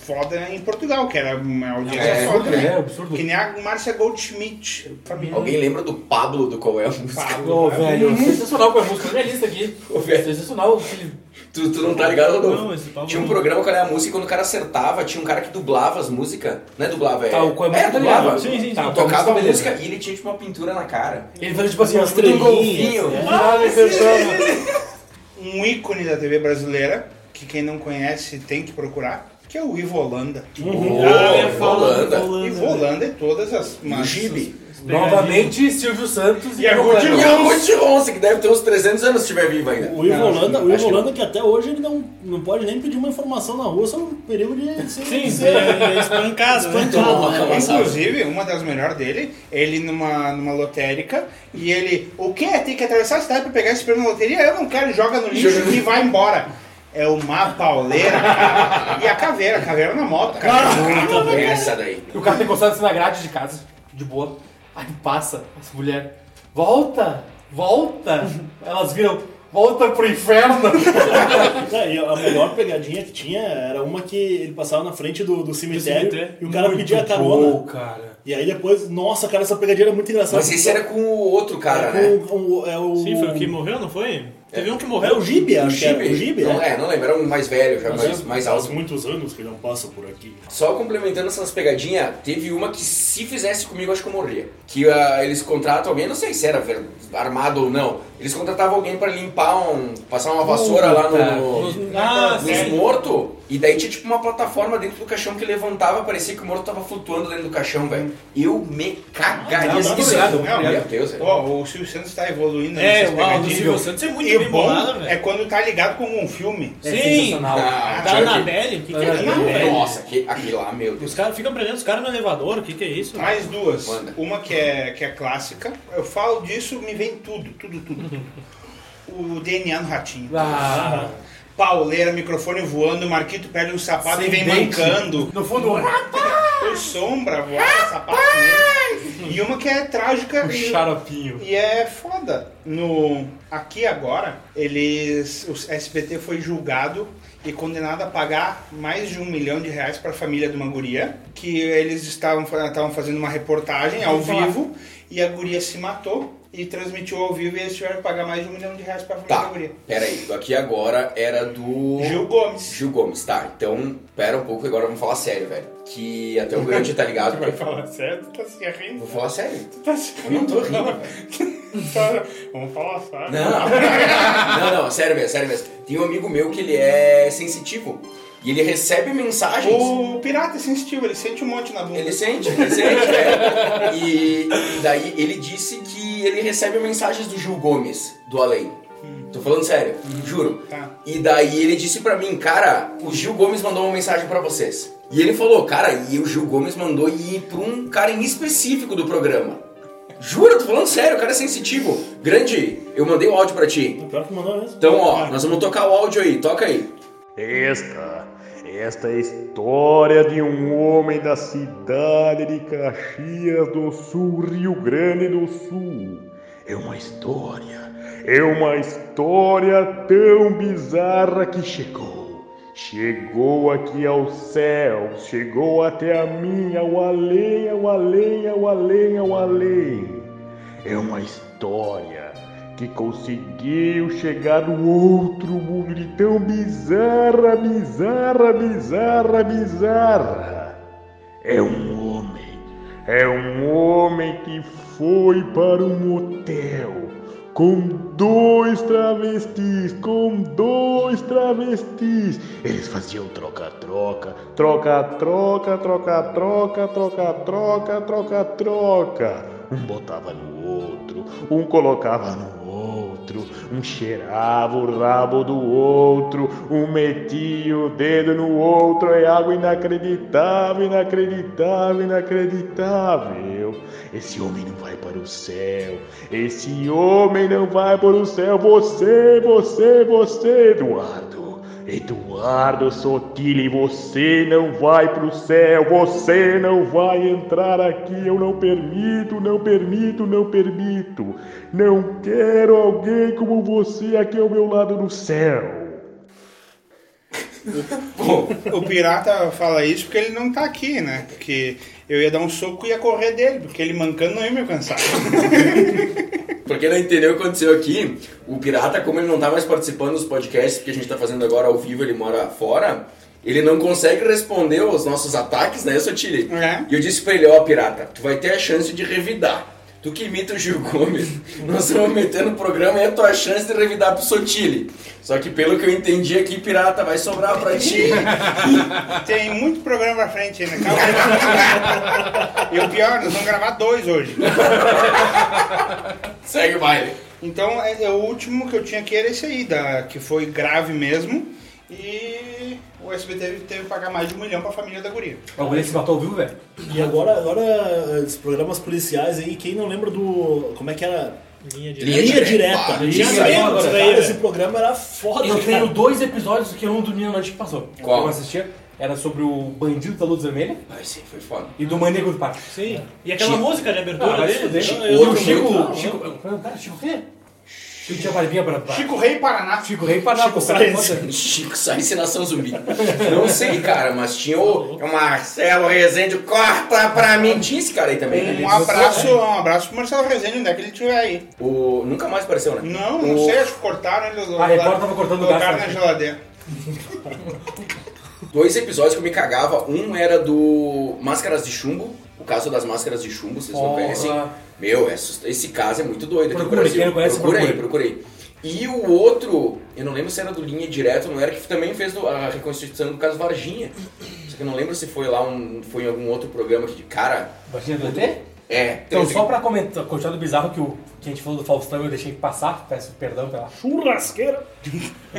E: foda em Portugal, que era uma audiência
B: É,
E: foda,
C: é,
E: né?
C: absurdo.
E: Que nem a Márcia Goldschmidt.
B: Alguém lembra do Pablo do Qual é a Música?
E: Pablo.
C: Ô, velho, sensacional com a música, minha lista aqui.
B: Uhum. Ô, velho.
C: Sensacional. Ele...
B: Tu, tu não tá ligado, Rodolfo?
D: Não, esse Pablo
B: Tinha um
D: não.
B: programa que era a música e quando o cara acertava, tinha um cara que dublava as músicas. Não é dublava, é.
C: Tá, o Coelho
B: é,
C: tá
B: dublava.
C: ligado. Sim, sim, sim.
B: Tá,
C: Tá, o Coelho
B: tocava a
C: tá beleza.
B: música e ele tinha tipo uma pintura na cara.
C: ele fazia tipo assim, ó,
B: Um
F: estrelinhas,
B: golfinho.
C: Ah, esse
E: Um ícone da TV brasileira, que quem não conhece tem que procurar, que é o Ivo Holanda.
B: Ô,
D: Ah, eu ia falar,
B: Holanda.
D: Holanda.
E: Ivo Holanda e todas as...
B: No
E: mas-
B: Gibi.
C: Novamente, Silvio Santos
E: E a
C: João Kleber.
B: E o Monte Onça, que deve ter uns 300 anos se estiver vivo ainda.
F: O Ivo
E: Não,
F: Holanda, o
B: acho
F: Ivo
B: que-
F: Holanda que até hoje ele não, não pode nem pedir uma informação na rua sobre o perigo de ser,
D: Sim,
F: de
D: sim,
F: ser
D: é espancado.
B: Tomou uma
F: espancado. né?
B: calmaçada.
E: Inclusive, uma das melhores dele, ele numa, numa lotérica, e ele, o quê? Tem que atravessar a cidade pra pegar esse prêmio na loteria? Eu não quero, joga no lixo e vai embora. É uma pauleira, cara. E a caveira, a caveira na moto, cara.
B: Essa daí.
C: E o cara tem encostado assim na grade de casa, de boa. Aí passa as mulheres. Volta! Volta! Elas viram, volta pro inferno!
F: É, e a melhor pegadinha que tinha era uma que ele passava na frente do, do cemitério,
D: Do cemitério.
F: e o cara
C: Muito
F: pedia carona.
C: tá bom, né? cara.
F: E aí depois, nossa, cara, essa pegadinha era muito engraçada.
B: Mas esse era com o outro cara,
F: É
B: né?
F: com o- é o-
D: Sim, foi o que morreu, não foi? Teve um que
F: É
D: morreu.
F: o Gibi, acho que era. O Gibi,
B: Não,
F: é.
B: é, não lembro, era um mais velho, já mais, mais alto.
F: muitos anos que não passa por aqui.
B: Só complementando essas pegadinhas, teve uma que se fizesse comigo, acho que eu morria. Que ah, eles contratam alguém, não sei se era ver- armado ou não. Eles contratavam alguém pra limpar um. passar uma vassoura lá
C: Puta.
B: no. no-
D: Ah,
B: nos
D: sim.
B: mortos, e daí tinha tipo uma plataforma dentro do caixão que levantava, parecia que o morto tava flutuando dentro do caixão, velho. Eu me cagaria
C: Ah,
B: se
C: não,
B: isso-
C: obrigado,
B: Meu
C: obrigado.
B: Deus, velho.
E: Ó, o Silvio Santos tá evoluindo.
D: É,
E: nessas
D: uau, do
E: pegadinhas.
D: Silvio Santos é muito
E: E
D: bem
E: bom
D: bolado,
E: é
D: velho.
E: quando tá ligado com um filme.
C: É
D: Sim.
C: sensacional.
B: Ah,
D: Tá
B: tinha
D: na
B: aquele-
D: Belle, o que que é
C: Anabelle.
D: aquilo, velho?
B: Nossa, aquele, aquele lá, meu Deus.
D: Os caras ficam prendendo os caras no elevador, o que que é isso?
E: Mais duas.
B: Manda.
E: Uma que é, que é clássica. Eu falo disso, me vem tudo, tudo, tudo. tudo. o DNA no ratinho.
C: Ah,
E: Pauleira, microfone voando, o Marquito perde um sapato
C: sem
E: e vem
C: dente.
E: mancando.
C: No fundo,
F: é?
E: O sombra voa o sapato nele. né? E uma que é trágica
C: o
E: e,
C: xaropinho.
E: e é foda. No Aqui Agora, eles. O SBT foi julgado e condenado a pagar mais de um milhão de reais para a família de uma guria. Que eles estavam, fa- estavam fazendo uma reportagem ao vivo e a guria se matou. e transmitiu ao vivo e eles tiveram que pagar mais de um milhão de reais pra fazer a
B: Tá,
E: categoria.
B: peraí. do Aqui agora era do.
E: Gil Gomes.
B: Gil Gomes, tá. Então, pera um pouco e agora vamos falar sério, velho. Que até o grande tá ligado.
E: Vai falar sério? Tu tá se rindo?
B: Vou falar sério.
E: Tu tá se
B: Eu não tô rindo,
E: Não.
B: velho.
E: Tá, Vamos falar sério.
B: Não, não, não, sério mesmo, sério mesmo. Tem um amigo meu que ele é sensitivo e ele recebe mensagens.
E: O pirata é sensitivo, ele sente um monte na bunda.
B: Ele sente, ele sente, velho. E, e daí ele disse que ele recebe mensagens do Gil Gomes, do além. Tô falando sério, juro.
E: Tá.
B: E daí ele disse pra mim, cara, o Gil Gomes mandou uma mensagem pra vocês. E ele falou, cara, e o Gil Gomes mandou ir pra um cara em específico do programa. Juro, tô falando sério, o cara é sensitivo. Grande, eu mandei o áudio pra ti.
F: O pior é que mandou mesmo.
B: Então, ó, nós vamos tocar o áudio aí, toca aí.
G: Esta, esta é a história de um homem da cidade de Caxias do Sul, Rio Grande do Sul. É uma história, é uma história tão bizarra que chegou. Chegou aqui ao céu, chegou até a mim, ao além, ao além, ao além, ao além. É uma história que conseguiu chegar no outro mundo de tão bizarra, bizarra, bizarra, bizarra. É um homem, é um homem que foi para um motel com dois travestis, com dois travestis. Eles faziam troca-troca, troca-troca, troca-troca, troca-troca, troca-troca. Um botava no outro, um colocava no outro, um cheirava o rabo do outro, um metia o dedo no outro, é algo inacreditável, inacreditável, inacreditável. Esse homem não vai para o céu, esse homem não vai para o céu, você, você, você, Eduardo. Eduardo Sotile, você não vai pro céu, você não vai entrar aqui, eu não permito, não permito, não permito. Não quero alguém como você aqui ao meu lado no céu.
E: O pirata fala isso porque ele não tá aqui, né? Porque eu ia dar um soco e ia correr dele, porque ele mancando não ia me alcançar.
B: Pra quem não entendeu o que aconteceu aqui, o Pirata, como ele não tá mais participando dos podcasts que a gente tá fazendo agora ao vivo, ele mora fora, ele não consegue responder aos nossos ataques, né, Sotile?
E: É.
B: E eu disse pra ele, ó, Pirata, tu vai ter a chance de revidar. Tu que imita o Gil Gomes, nós vamos meter no programa e é a tua chance de revidar pro Sotile. Só que pelo que eu entendi aqui, Pirata, vai sobrar pra ti.
E: Tem muito programa pra frente ainda, calma aí. E o pior, nós vamos gravar dois hoje.
B: Segue o baile.
E: Então, é, é o último que eu tinha aqui era esse aí, da, que foi grave mesmo. E o SBT teve, teve que pagar mais de um milhão pra família da guria.
C: O bagulho se matou ao vivo, velho.
F: E agora, agora, os programas policiais aí, quem não lembra do. Como é que era?
D: Linha de...
B: Linha
F: Linha
B: direta.
F: direta.
B: Bah,
F: Linha
C: isso
F: direta.
C: aí, isso aí,
F: Cara,
C: velho.
F: Esse programa era foda.
C: Eu
F: cara.
C: tenho dois episódios que eu não dormi na noite que passou.
B: Qual?
C: Que eu assistia. Era sobre o bandido da luz vermelha
B: Ai, sim, foi foda.
C: e do maníaco do parque.
D: Sim. E aquela
B: Chico.
D: música de abertura
C: Ah, vai se
D: dele?
C: fuder.
D: Eu-
C: E
D: eu-
C: o
B: Outro
C: Chico.
B: muito.
C: Chico. eu- Cara, Chico o quê? Chico tinha barbinha pra. pra-
E: Chico Rei Paraná.
C: Chico Rei pra Chico,
F: Sainz.
B: Chico Sainz e Nação Zumbi. Não sei, cara, mas tinha o, o Marcelo Rezende, corta pra mim. Tinha esse cara aí também, né?
E: Um abraço, um abraço pro Marcelo Rezende, onde é que ele estiver aí.
B: O, nunca mais apareceu, né?
E: Não, não
B: o,
E: sei, acho que cortaram ele.
C: A Record tava cortando o
E: colocaram na
C: braço, né?
E: geladeira.
B: Dois episódios que eu me cagava. Um era do Máscaras de Chumbo, o caso das Máscaras de Chumbo, vocês não
C: Porra.
B: conhecem. Meu, é sus- esse caso é muito doido aqui no
C: Procura,
B: Brasil.
C: quem não conhece,
B: procurei,
C: procura.
B: procurei. E o outro, eu não lembro se era do Linha Direto, não era, que também fez do- a reconstituição do caso Varginha. Só que eu não lembro se foi lá, um, foi em algum outro programa que, cara,
C: Baixinha do ET?
B: é...
C: Então,
B: teve-
C: só pra comentar, continuar do bizarro que, o, que a gente falou do Faustão, eu deixei passar, peço perdão pela
F: Churrasqueira.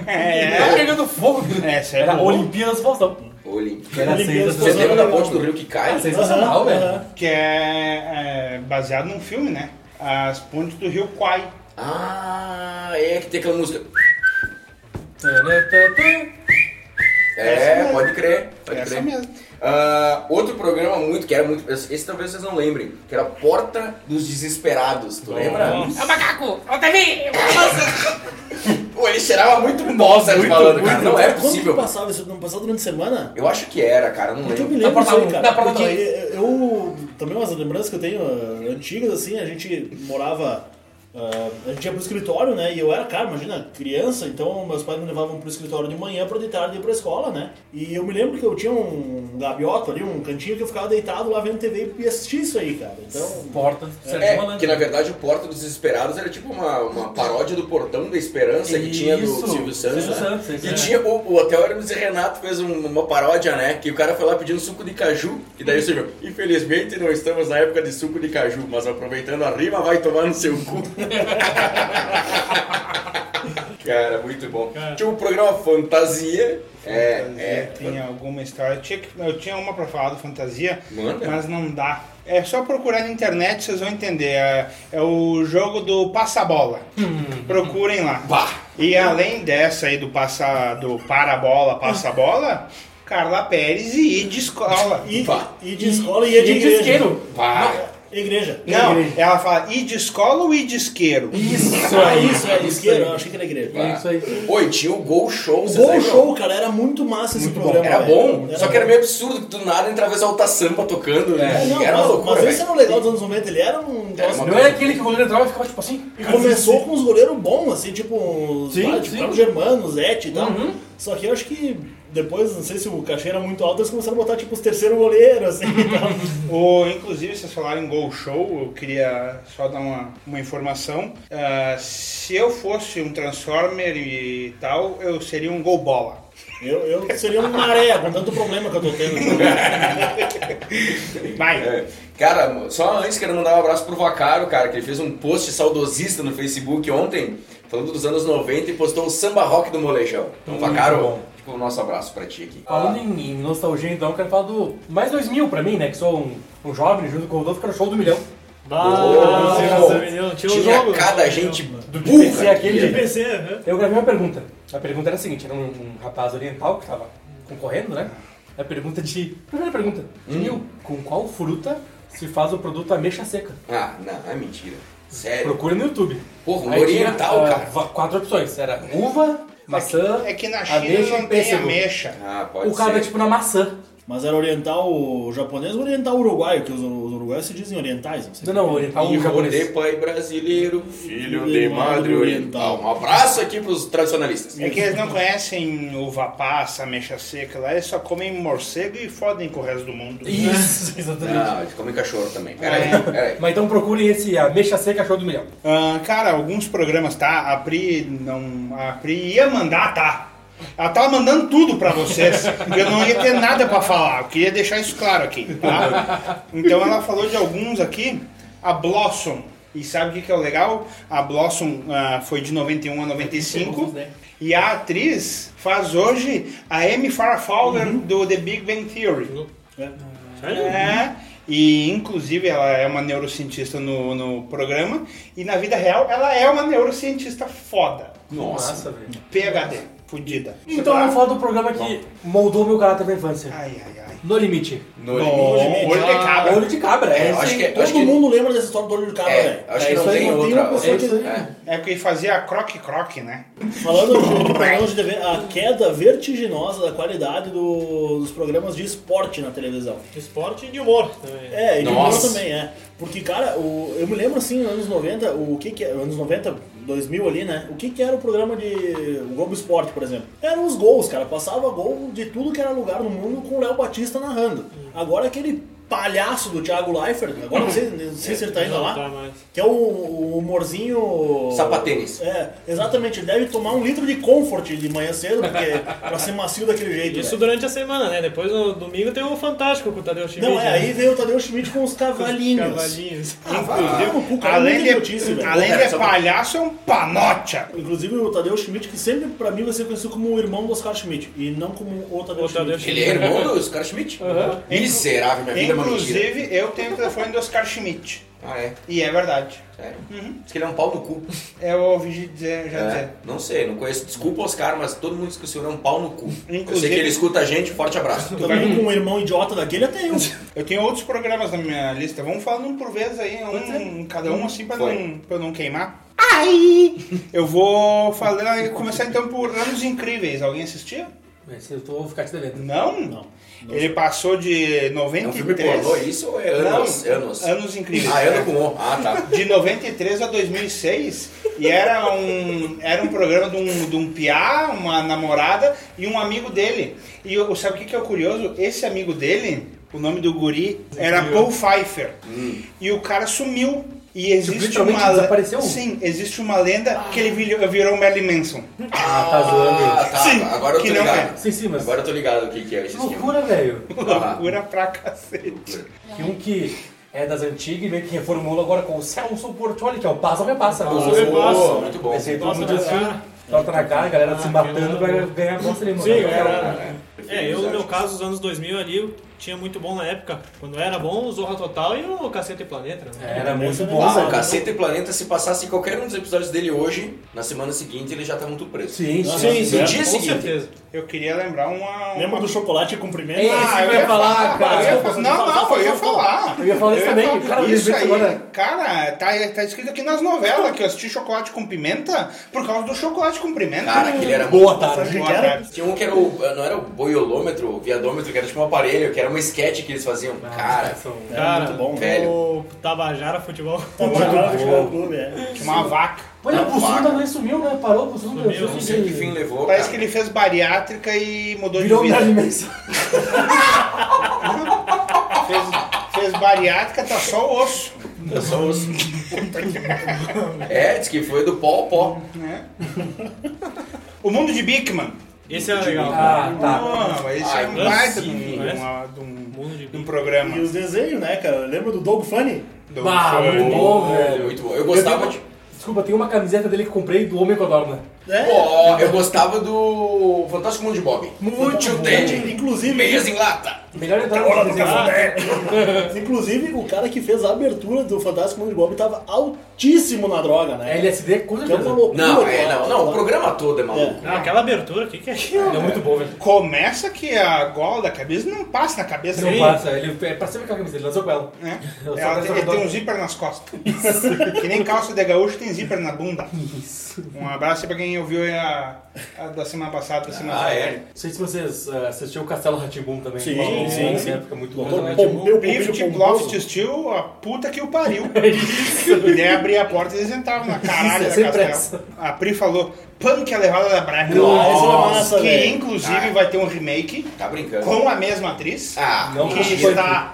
E: É,
C: Tá pegando fogo, viu?
E: É, sério.
C: Era Olimpíadas do Faustão.
B: Olímpico.
C: Era Ah,
F: Olimpíadas
B: Vocês
C: sensacional.
B: lembram da ponte do rio que cai?
C: Era sensacional,
F: Aham,
C: velho.
F: aham.
E: que é, é, baseado num filme, né? As pontes do Rio Kwai.
B: Ah, é que tem aquela música.
C: Tanatã.
B: É, pode crer, pode
E: Essa
B: crer.
E: mesmo.
B: Ah, outro programa muito, que era muito. Esse esse talvez vocês não lembrem, que era Porta dos Desesperados, tu lembra?
H: É o macaco! Volta a mim! Nossa!
B: Pô, ele cheirava muito mal, Sérgio falando, cara. Não é possível.
F: Como que passava isso? Não passava durante a semana?
B: Eu acho que era, cara, não
F: Porque É eu me
B: lembro.
F: lembro
C: Na
F: disso aí,
C: porta- na
F: cara.
C: porta
F: Porque
C: do-
F: eh, eu... Também umas lembranças que eu tenho ah, antigas, assim, a gente morava ah, a gente ia pro escritório, né? E eu era, cara, imagina, criança, então meus pais me levavam pro escritório de manhã pra de tarde ir pra escola, né? E eu me lembro que eu tinha um gabioto ali, um cantinho que eu ficava deitado lá vendo TV e assistir isso aí, cara. Então,
C: Porta do Sérgio
B: É,
C: Malandro.
B: que na verdade o Porta dos Desesperados era tipo uma, uma paródia do Portão da Esperança que tinha do
C: Isso,
B: Silvio Santos.
C: Silvio
B: né?
C: Santos, isso,
B: e
C: é.
B: tinha o, o Hotel Hermes e Renato fez um- uma paródia, né? Que o cara foi lá pedindo suco de caju. E daí o Silvio, infelizmente não estamos na época de suco de caju, mas aproveitando a rima, vai tomar no seu cu. cara, muito bom.
D: Cara.
B: Tinha um programa Fantasia. É, é.
E: Tem alguma história. Eu tinha, que- eu tinha uma pra falar do fantasia,
B: Manda.
E: mas não dá. É só procurar na internet, vocês vão entender. É, é o jogo do passa-bola. Procurem lá. E além dessa aí do passa do para-bola, passa-bola, Carla Pérez e de escola.
F: e,
B: Pá.
F: e de escola e ia É de
C: E
F: igreja.
C: disqueiro.
B: Pá.
F: Igreja.
E: Não, ela fala e de escola ou e de isqueiro?
C: Isso
F: Ah,
C: aí.
F: isso, é isqueiro? Eu achei que era igreja.
B: Pá.
C: Isso aí.
B: Oi, tinha o Gol Show.
F: O
B: vocês
F: Bom
B: lembram?
F: Show, cara, era muito massa esse programa.
B: Era
F: velho.
B: bom, só que era
F: bom.
B: meio absurdo que do nada entrava essa alta samba tocando, né?
F: É, não,
B: era
F: mas,
B: uma loucura,
F: mas esse
B: velho.
F: era o legal dos anos 90, ele era um
B: Era
F: negócio-
B: uma
C: Não era aquele que o goleiro entrava e ficava tipo assim?
F: E começou com uns goleiros bons, assim, tipo os
C: Sim,
F: vários, tipo,
C: sim.
F: próprio Germano, Zete e tal.
C: Uhum.
F: Só que eu acho que depois, não sei se o cachê era muito alto, eles começaram a botar tipo os terceiros goleiros, assim e tal.
E: O, inclusive, vocês falaram em Gol Show, eu queria só dar uma, uma informação. Ah, se eu fosse um Transformer e tal, eu seria um Gol Bola.
F: Eu, eu seria um maré com tanto problema que eu tô tendo. tipo.
E: Vai!
B: É. Cara, só antes quero mandar um abraço pro Vacaro, cara, que ele fez um post saudosista no Facebook ontem, falando dos anos 90 e postou o samba rock do molejão. Então, Vacaro,
C: bom. Ah,
B: fica o nosso abraço pra ti aqui.
C: Falando em, em nostalgia, então, eu quero falar do mais 2000 pra mim, né? Que sou um, um jovem, junto com o Rodolfo, que era o show do milhão.
D: Bah,
B: Ô,
D: nossa, menino, tinha um
B: tinha
D: jogo.
B: cada gente
C: Do que
B: burra.
C: PC é aquele
D: De
C: de
D: PC, né?
C: Eu gravei uma pergunta. A pergunta era a seguinte: era um, um rapaz oriental que tava concorrendo, né? A pergunta de. Primeira pergunta:
B: Hum.
C: Nil, com qual fruta se faz o produto ameixa seca?
B: Ah, não, é mentira. Sério.
C: Procure no YouTube.
B: É. Porra, um
C: Aí tinha,
B: oriental,
C: ah,
B: cara.
C: va- Quatro opções: era uva, maçã.
E: É que na China
C: ameixa e
E: não tem
C: pêssego.
E: ameixa.
B: Ah, pode
C: O cara é
B: ser.
C: tipo na maçã.
F: Mas era oriental japonês ou oriental uruguaio, que os, os uruguaios se dizem orientais, não sei.
C: Não, não, oriental um
B: Filho de
C: japonês.
B: pai brasileiro, filho de madre oriental. Um abraço aqui pros tradicionalistas.
E: É que eles não conhecem uva passa, mexa seca lá, eles só comem morcego e fodem com o resto do mundo.
C: Isso, exatamente.
B: Não, eles comem Ah, cachorro também. Peraí, peraí.
C: Mas então procurem esse ameixa seca show do milhão.
E: Ah, cara, alguns programas, tá? A Pri não. A Pri ia mandar, tá? Ela tava mandando tudo pra vocês. eu não ia ter nada pra falar. Eu queria deixar isso claro aqui, tá? Então ela falou de alguns aqui. A Blossom. E sabe o que, que é o legal? A Blossom ah, foi de 91 a 95. E a atriz faz hoje a Amy Farrah Fowler do The Big Bang Theory.
D: Sério?
E: É, e inclusive ela é uma neurocientista no, no programa, e na vida real ela é uma neurocientista foda.
B: Nossa.
C: Nossa, velho.
E: PHD, fodida.
C: Então vamos falar do programa que moldou meu caráter da infância.
E: Ai, ai, ai.
C: No limite.
B: No
E: Bom, olho de cabra.
C: Olho de cabra, é.
B: É, eu acho que, eu
F: Todo
B: acho que,
F: mundo lembra dessa história do olho de cabra,
B: é,
F: velho.
B: eu acho
C: É
B: que não
C: isso aí,
B: tem
C: não
F: tem
B: outra.
F: uma pessoa
B: é
F: que-
B: isso, é.
E: É porque fazia croque-croque, né?
F: Falando de, falando de TV, a queda vertiginosa da qualidade do- dos programas de esporte na televisão.
D: Esporte e de humor também.
F: É, e de
B: Nossa.
F: humor também, é. Porque, cara, o- eu me lembro assim, nos anos 90, o que que era, anos 90, 2000 ali, né? O que que era o programa de o Globo Esporte, por exemplo? Eram os gols, cara. Passava gol de tudo que era lugar no mundo com o Léo Batista narrando. Agora aquele palhaço do Thiago Leifert, agora não sei, não sei se ele tá ainda
D: Não
F: lá,
D: tá mais.
F: que é o, o humorzinho...
B: Sapatênis.
F: É, exatamente. Ele deve tomar um litro de comfort de manhã cedo, porque pra ser macio daquele jeito.
D: Isso
F: velho.
D: durante a semana, né? Depois no domingo tem o Fantástico com o Tadeu Schmidt.
F: Não, é,
D: né?
F: aí veio o Tadeu Schmidt com os cavalinhos.
D: Cavalinhos.
F: Ah, vai tomar no cu, cara,
E: Além
F: muito
E: de,
F: idiotice, velho.
E: além
B: Pera,
E: de
B: só-
E: palhaço, é um panocha.
F: Inclusive o Tadeu Schmidt, que sempre pra mim vai ser conhecido como o irmão do Oscar Schmidt, e não como o Tadeu,
D: O Tadeu
F: Schmidt.
B: Ele é irmão do Oscar Schmidt?
C: Uhum.
D: Aham.
B: Miserável, minha vida é uma mentira.
E: Inclusive, eu tenho o telefone do Oscar Schmidt.
B: Ah, é?
E: E é verdade.
B: Sério? Diz que ele é um pau no cu.
E: Eu ouvi dizer, já dizer.
B: É, não sei, não conheço. Desculpa, Oscar, mas todo mundo diz que o senhor é um pau no cu. Eu sei
E: Inclusive-
B: que ele escuta a gente, forte abraço.
F: Também com um irmão idiota daquele até eu.
E: Eu tenho outros programas na minha lista. Vamos falando um por vez aí, um, cada um assim pra
B: Foi.
E: não, pra eu não queimar. Ai! Eu vou falar, começar então por Anos Incríveis. Alguém assistia?
C: Mas eu tô, vou ficar te devendo.
E: Não? Não. Ele passou de
B: É um filme pornô
E: 93.
B: isso ou é anos?
E: Não,
B: anos.
E: anos incríveis.
B: Ah, ano com O. Ah, tá.
E: de 93 a 2006 e era um era um programa de um, de um piá, uma namorada e um amigo dele. E eu, sabe o que que é o curioso? Esse amigo dele, o nome do guri era Paul Pfeiffer. E o cara sumiu. E existe
C: Simplesmente
E: uma le-
C: desapareceu?
E: Sim, existe uma lenda que ele virou, virou Merlin Manson.
C: Ah, tá zoando.
B: Ah, tá.
E: Sim,
B: Agora eu tô
E: que não
B: ligado.
C: Sim, sim, mas.
B: Agora eu tô ligado o que, que é esse
C: Que
B: filme.
C: loucura, velho.
B: Ah,
E: Loucura pra cacete.
C: Que um que é das antigas e meio que reformula agora com o Celso Portioli, que é o Passa Repassa. né?
B: Passa,
C: Esse
B: Repassa. Muito bom.
C: Esse aí todo
D: Nossa,
C: mundo
D: mas-
C: assim, Trota na cara, a galera se matando pra ganhar a bolsa ali, mano.
D: Sim,
C: Cara,
D: era.
B: prefiro
D: É, eu no
B: amizade.
D: meu caso, os anos 2000 ali, eu tinha muito bom na época. Quando era bom, o Zorra Total e o Cacete e Planeta. Né?
C: Era muito bom,
B: Ah, o
C: velho.
B: Caceta e Planeta, se passasse qualquer um dos episódios dele hoje, na semana seguinte eles já tá estavam tudo presos.
C: Sim, sim.
F: Sim,
B: No dia
D: Com
B: seguinte.
D: certeza.
E: Eu queria lembrar uma. uma...
F: Lembra do chocolate e cumprimento? Ah,
D: É,
C: Ei,
E: eu
C: esse É que Ah, eu ia falar, cara.
E: eu ia não,
C: Desculpa, desculpa,
E: não, eu ia
C: desculpa.
E: falar.
C: Eu ia falar isso também, que o cara
E: isso
C: lembrou
E: aí,
C: agora.
E: cara, tá, tá escrito aqui nas novelas que eu assisti chocolate com pimenta por causa do chocolate com pimenta.
B: Cara, aquele era
C: Boa
B: muito-
C: tarde.
E: Boa
F: era-
E: tarde.
B: Tinha um que era o. Não era o boiolômetro, o viadômetro, que era tipo um aparelho, que era uma sketch que eles faziam.
C: Ah,
B: Cara, um
D: Cara,
F: é
D: É
F: muito bom.
B: velho.
D: o Tabajara Futebol.
F: Tabajara Futebol Clube, é.
E: Tinha uma vaca.
C: Olha, o Bussunda também sumiu, né? Parou, o Bussunda
D: Sumiu,
C: sumiu.
B: não sei que fim levou.
E: Parece que
B: cara.
E: ele fez bariátrica e mudou
C: Virou
E: de
C: um
E: vida.
C: imenso.
E: Fez, fez bariátrica, tá só o osso.
B: Eu só ouço. É, diz que foi do pó ao pó.
E: Né? O mundo de Bigman.
D: Esse era legal.
C: Ah, tá.
E: Ah, mas esse
B: Ah,
E: é um
B: é
E: baita de
D: possível,
E: um,
D: né?
E: uma- de um-
D: Mundo de
E: de um
D: Bico.
E: programa.
F: E os desenhos, né, cara? Lembra do Dog Funny?
E: Do-
C: Bah,
E: foi-
C: Ah, muito bom, velho.
B: Muito bom. Eu gostava
C: Eu
B: de.
C: tenho- Desculpa, tem uma camiseta dele que comprei do Homem com a Dorna.
F: É.
B: Pô, eu gostava do Fantástico Mundo de Bob.
C: Muito
B: Tio
C: bom.
B: Ted.
F: Inclusive,
B: Meias em lata.
C: Melhor entrada
F: Hora do
C: desse desenho. É
F: café. Inclusive, o cara que fez a abertura do Fantástico Mundo de Bob tava altíssimo na droga,
C: É
F: né?
C: LSD, com
F: Que é uma
C: certeza.
F: loucura.
B: Não,
F: cara.
B: é, não, não, o programa todo é maluco.
D: Ah, aquela abertura, o que, que é aquilo?
C: Ele é muito bom, velho.
E: Começa que a gola da cabeça não passa na cabeça
C: Não
E: dele.
C: passa, ele é pra cima com a camiseta, ele lançou com ela.
B: É,
E: né?
C: Eu sou
E: Ela tem,
C: pensador.
E: tem um zíper nas costas. que nem calça de gaúcho tem zíper na bunda. Um abraço aí pra quem ouviu aí a, a da semana passada, da semana
B: Ah,
E: passada.
B: é.
C: Não sei se vocês ah, assistiam o Castelo Ratimbum também.
F: Sim,
C: Uma-
F: sim,
C: uma
F: sim.
C: época muito
F: Doutor
C: boa.
F: Pompeu,
E: Lift
F: Pompeu,
E: Loft
F: Pompeu.
E: Steel, a puta que o pariu. E daí abria a porta e eles entravam na caralho
F: é
C: Isso,
E: da
C: sem
E: castela.
C: pressa.
E: A Pri falou, punk a levada da Braca.
F: Nossa, essa é massa,
E: que
F: velho.
E: inclusive vai ter um remake
B: Tá brincando.
E: com a mesma atriz.
B: Ah,
C: É. Não,
E: que
C: mentira.
E: está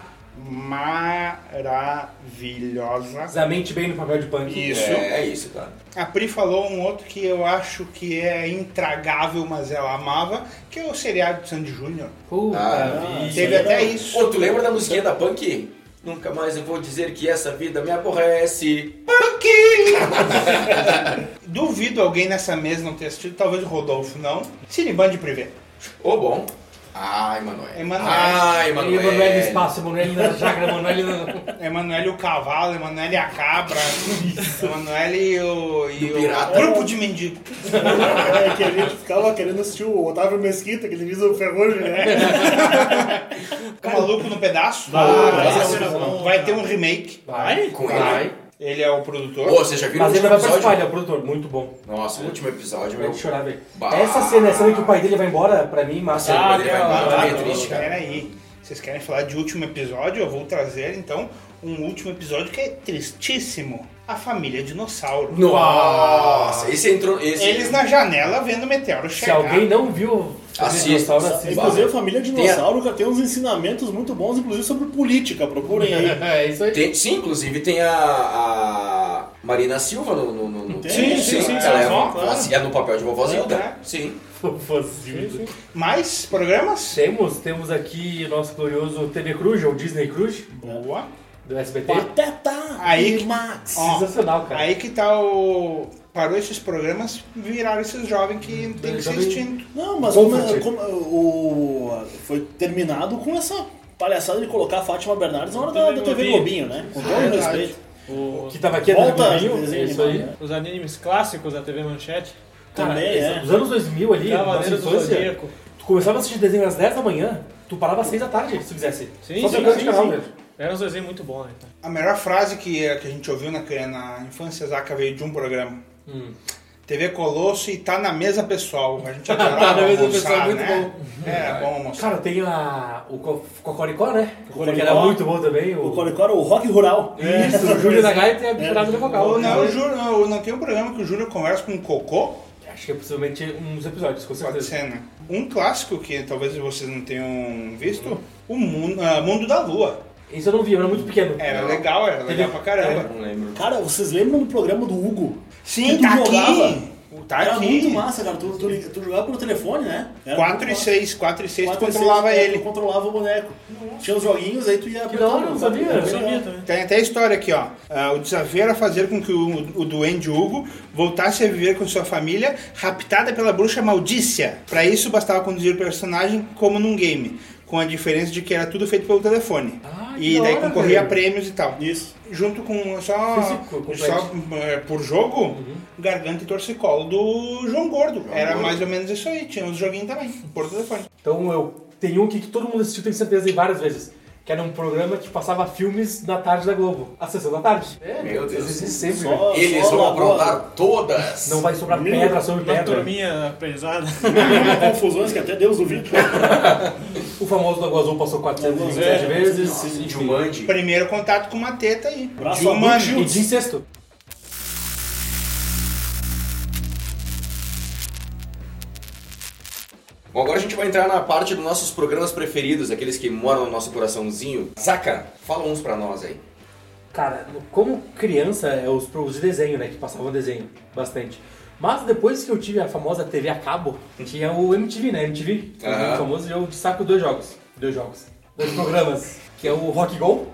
E: maravilhosa.
C: Exatamente bem no papel de punk.
E: Isso.
B: É, é isso, cara.
E: A Pri falou um outro que eu acho que é intragável, mas ela amava, que é o seriado de Sandy Júnior.
C: Puta
B: Ah,
C: vida.
E: Teve até isso. é
B: Pô, tu lembra da musiquinha da Punk? Nunca mais eu vou dizer que essa vida me aborrece.
E: Duvido alguém nessa mesa não ter assistido, talvez o Rodolfo não. Cineband Privé.
B: Ô, bom. Ai, Manoel.
E: Emanuel.
B: Ai, Manoel.
C: Emanuel no espaço, Emanuel na chácara, Emanuel na...
E: Emanuele o Cavalo, Emanuele a Cabra, Emanuele o, e
B: Do
E: o
B: Pirata.
E: Grupo de Mendigo.
F: É, que a gente ficava querendo assistir o Otávio Mesquita, que ele diz o Ferrugem, né?
E: O Maluco no Pedaço.
D: Ah,
E: Vai
D: esse
E: ter
D: era
E: um-
D: bom.
E: vai ter um remake.
C: Vai?
B: Com
C: Vai.
B: ele.
E: Ele é o
B: Pô,
E: produtor.
B: vocês já viram o
C: Mas ele
B: último
C: vai participar, ele
B: um episódio?
C: é o produtor, muito bom.
B: Nossa, o último episódio,
C: Eu
B: meu.
C: vou chorar, velho.
B: Bah.
C: Essa cena, a cena que o pai dele vai embora, pra mim, massa.
B: Ah, ele vai
C: aquela-
B: embora,
E: Ah,
B: é
E: não,
B: triste, cara.
E: Peraí. Vocês querem falar de último episódio? Eu vou trazer então um último episódio que é tristíssimo. A família dinossauro.
B: Nossa, esse entrou. Esse...
E: Eles na janela vendo o meteoro
C: Se
E: chegar.
C: alguém não viu
B: Assista.
C: Dinossauro,
F: Inclusive, a família dinossauro cara, tem uns ensinamentos muito bons, inclusive sobre política. Procurem aí.
C: É isso aí.
B: Tem, sim, inclusive tem a, a Marina Silva no. no, no- no-
F: Sim, sim, sim,
B: Ela é,
E: vovó, claro.
B: vovó- é no papel de vovozinha.
E: Aham.
B: Sim.
C: Fofozinho.
E: Mais programas?
C: Temos, temos aqui nosso glorioso TV Cruz, ou Disney Cruz,
E: Boa.
C: do SBT.
F: Pateta
E: Aí
F: tá, e
E: que-
F: Max.
E: Ó,
C: Sensacional, cara.
E: Aí que tá o. Parou esses programas, viraram esses jovens que tem que ser
C: Jovem-
E: extinto.
F: Não, mas como, é,
C: Comfort.
F: como o, foi terminado com essa palhaçada de colocar a Fátima Bernardes na hora da, da TV Globinho, né? Com todo o
E: Verdade.
F: respeito.
D: O-
C: que tava aqui é
F: Volta,
C: TV Globinho,
F: desenho
C: é isso
F: animado,
C: aí.
F: né?
D: os animes clássicos da TV Manchete.
C: Cara,
F: Também, é.
C: Os anos 2000 ali, nossa
D: Cavaleiros do
C: infância,
D: Zodíaco.
C: tu começava a assistir desenho às 10 da manhã, tu parava às 6 da tarde, se quisesse.
D: Sim,
C: Só
D: sim,
C: trocando de
D: sim,
C: canal,
D: sim.
C: velho.
D: Era um desenho muito bom, né? cara?
E: eh,
F: Hum.
E: A melhor frase que, que a gente ouviu na, na infância, Zaca, veio de um programa. TV Colosso e tá na mesa pessoal. A gente adorava
D: Tá na mesa
E: almoçar,
D: pessoal, muito
E: né? É, bom almoçar.
C: Cara, tem a, o co- Cocoricó, né?
F: Cocoricó.
C: Que era muito bom também.
F: O Corecora, o rock rural.
C: Isso, o Júlio da Gaia tem a misturada no vocal.
E: Ou não, o Júlio, não, não tem um programa que o Júlio conversa com o Cocô?
C: Acho que é possivelmente uns episódios, com
E: Pode
C: certeza.
E: ser, né? Um clássico que talvez vocês não tenham
F: Uhum.
E: visto, o Mundo, ah, Mundo da Lua.
C: Isso eu não vi, eu era muito pequeno.
E: Era legal, era legal pra caramba.
B: Não lembro.
F: Cara, vocês lembram do programa do Hugo?
E: Sim,
F: Que tu
E: tá
F: jogava?
E: aqui. Tá
F: Era
E: aqui.
F: muito massa, cara. Tu, tu, tu jogava pelo telefone, né? Era
E: 4
F: muito
E: e
F: massa.
E: 6, 4 e 6 tu
F: Quatro e seis,
E: controlava
F: é,
E: ele.
F: tu controlava o boneco. Tinha os joguinhos, aí tu ia
C: Que da hora,
F: o
C: eu não
F: botão.
C: sabia,
F: Era
C: eu
F: bem
C: sabia
F: legal.
C: também.
E: Tem até a história aqui, ó. Ah, o desafio era fazer com que o, o duende Hugo voltasse a viver com sua família, raptada pela bruxa maldícia. Para isso, bastava conduzir o personagem como num game, com a diferença de que era tudo feito pelo telefone.
C: Ah, que
E: e
C: da
E: daí
C: hora,
E: concorria a
C: velho.
E: prêmios e tal.
F: Isso.
E: Junto com só,
C: Físico, Uhum. complexo.
E: só eh, por jogo, garganta e torcicolo do João Gordo. era mais ou menos isso aí. Tinha uns joguinhos também, por telefone.
C: Então eu tenho um aqui que todo mundo assistiu, tenho certeza, e várias vezes. Que era um programa que passava filmes na tarde da Globo. A sessão da tarde. É,
B: meu Deus.
C: Existe sempre. velho.
F: Só-
B: Eles
F: só
B: vão
F: lagoa.
B: aprontar todas.
C: Não vai sobrar pedra sobre
D: Uma
C: pedra.
D: turminha pesada.
F: Confusões que até Deus ouviu.
C: O famoso Lagoa Azul passou 427 vezes. enfim.
B: Jumanji.
E: Primeiro contato com uma teta aí.
F: Braço
E: de humano.
F: adulto,
C: E de incesto.
B: Bom, agora a gente vai entrar na parte dos nossos programas preferidos, aqueles que moram no nosso coraçãozinho. Zaca, fala uns pra nós aí.
C: Cara, como criança, é os programas de desenho, né? Que passavam desenho bastante. Mas depois que eu tive a famosa TV a cabo, tinha o MTV, né? MTV, que era
B: Aham.
C: o famoso, e eu destaco dois jogos. Dois jogos. Dois programas. Que é o Rock Go.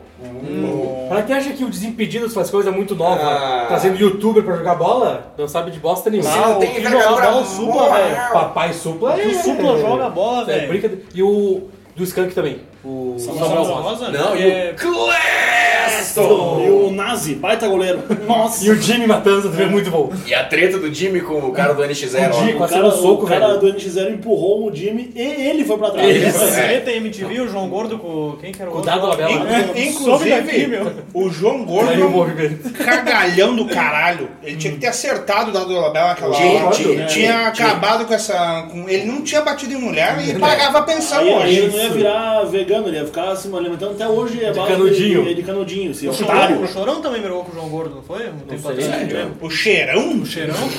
C: Pra quem acha que o Desimpedidos faz coisa muito nova,
B: Hum. Ah.
C: trazendo youtuber pra jogar bola, não sabe de bosta nenhuma.
B: Você não
C: O
B: tem
C: que
B: envergadura
C: jogava bola,
B: alguma,
C: supla, velho.
B: velho.
C: Papai supla
D: Que o Supla joga bola,
C: É,
D: velho.
C: brincadeira. E o do Skunk também. O
F: Samuel
C: Samuel
D: Rosa.
C: Rosa.
B: Não, e
D: é...
B: o Cleston!
F: E o Nazi, baita goleiro. Nossa.
C: E o Jimmy Matanza também é muito bom.
B: E a treta do Jimmy com o cara do NX0.
C: O Jimmy
B: ó.
C: quase deu um soco,
F: o cara
C: velho.
F: do NX0 empurrou o Jimmy e ele foi pra trás.
B: Isso.
D: Essa
B: É.
D: treta aí, MTV, o João Gordo com... Quem que era o outro?
C: Cuidado, Labela.
E: Inclu-
D: Sobe daqui,
E: Inclusive,
D: meu.
E: o João Gordo
C: Aí
E: é
C: o
E: um
C: movimento.
E: cagalhão do caralho. Ele tinha que ter acertado o Dado Labela naquela
B: Tinha, um
E: hora.
B: tinha,
E: Tinha
B: tinha.
E: acabado com essa. com- Ele não tinha batido em mulher e pagava a pensão
F: Aí, aí
E: hoje.
F: ele não ia virar vegano, ele ia ficar se alimentando até hoje. É
C: De
F: base
C: canudinho.
F: De, de canudinho, esse
D: O Chorão,
F: otário.
D: o Chorão também brigou com o João Gordo, não foi? Um tempo
C: sei.
D: atrás, não
C: Sério?
D: lembro.
E: O cheirão
D: O Cheirão?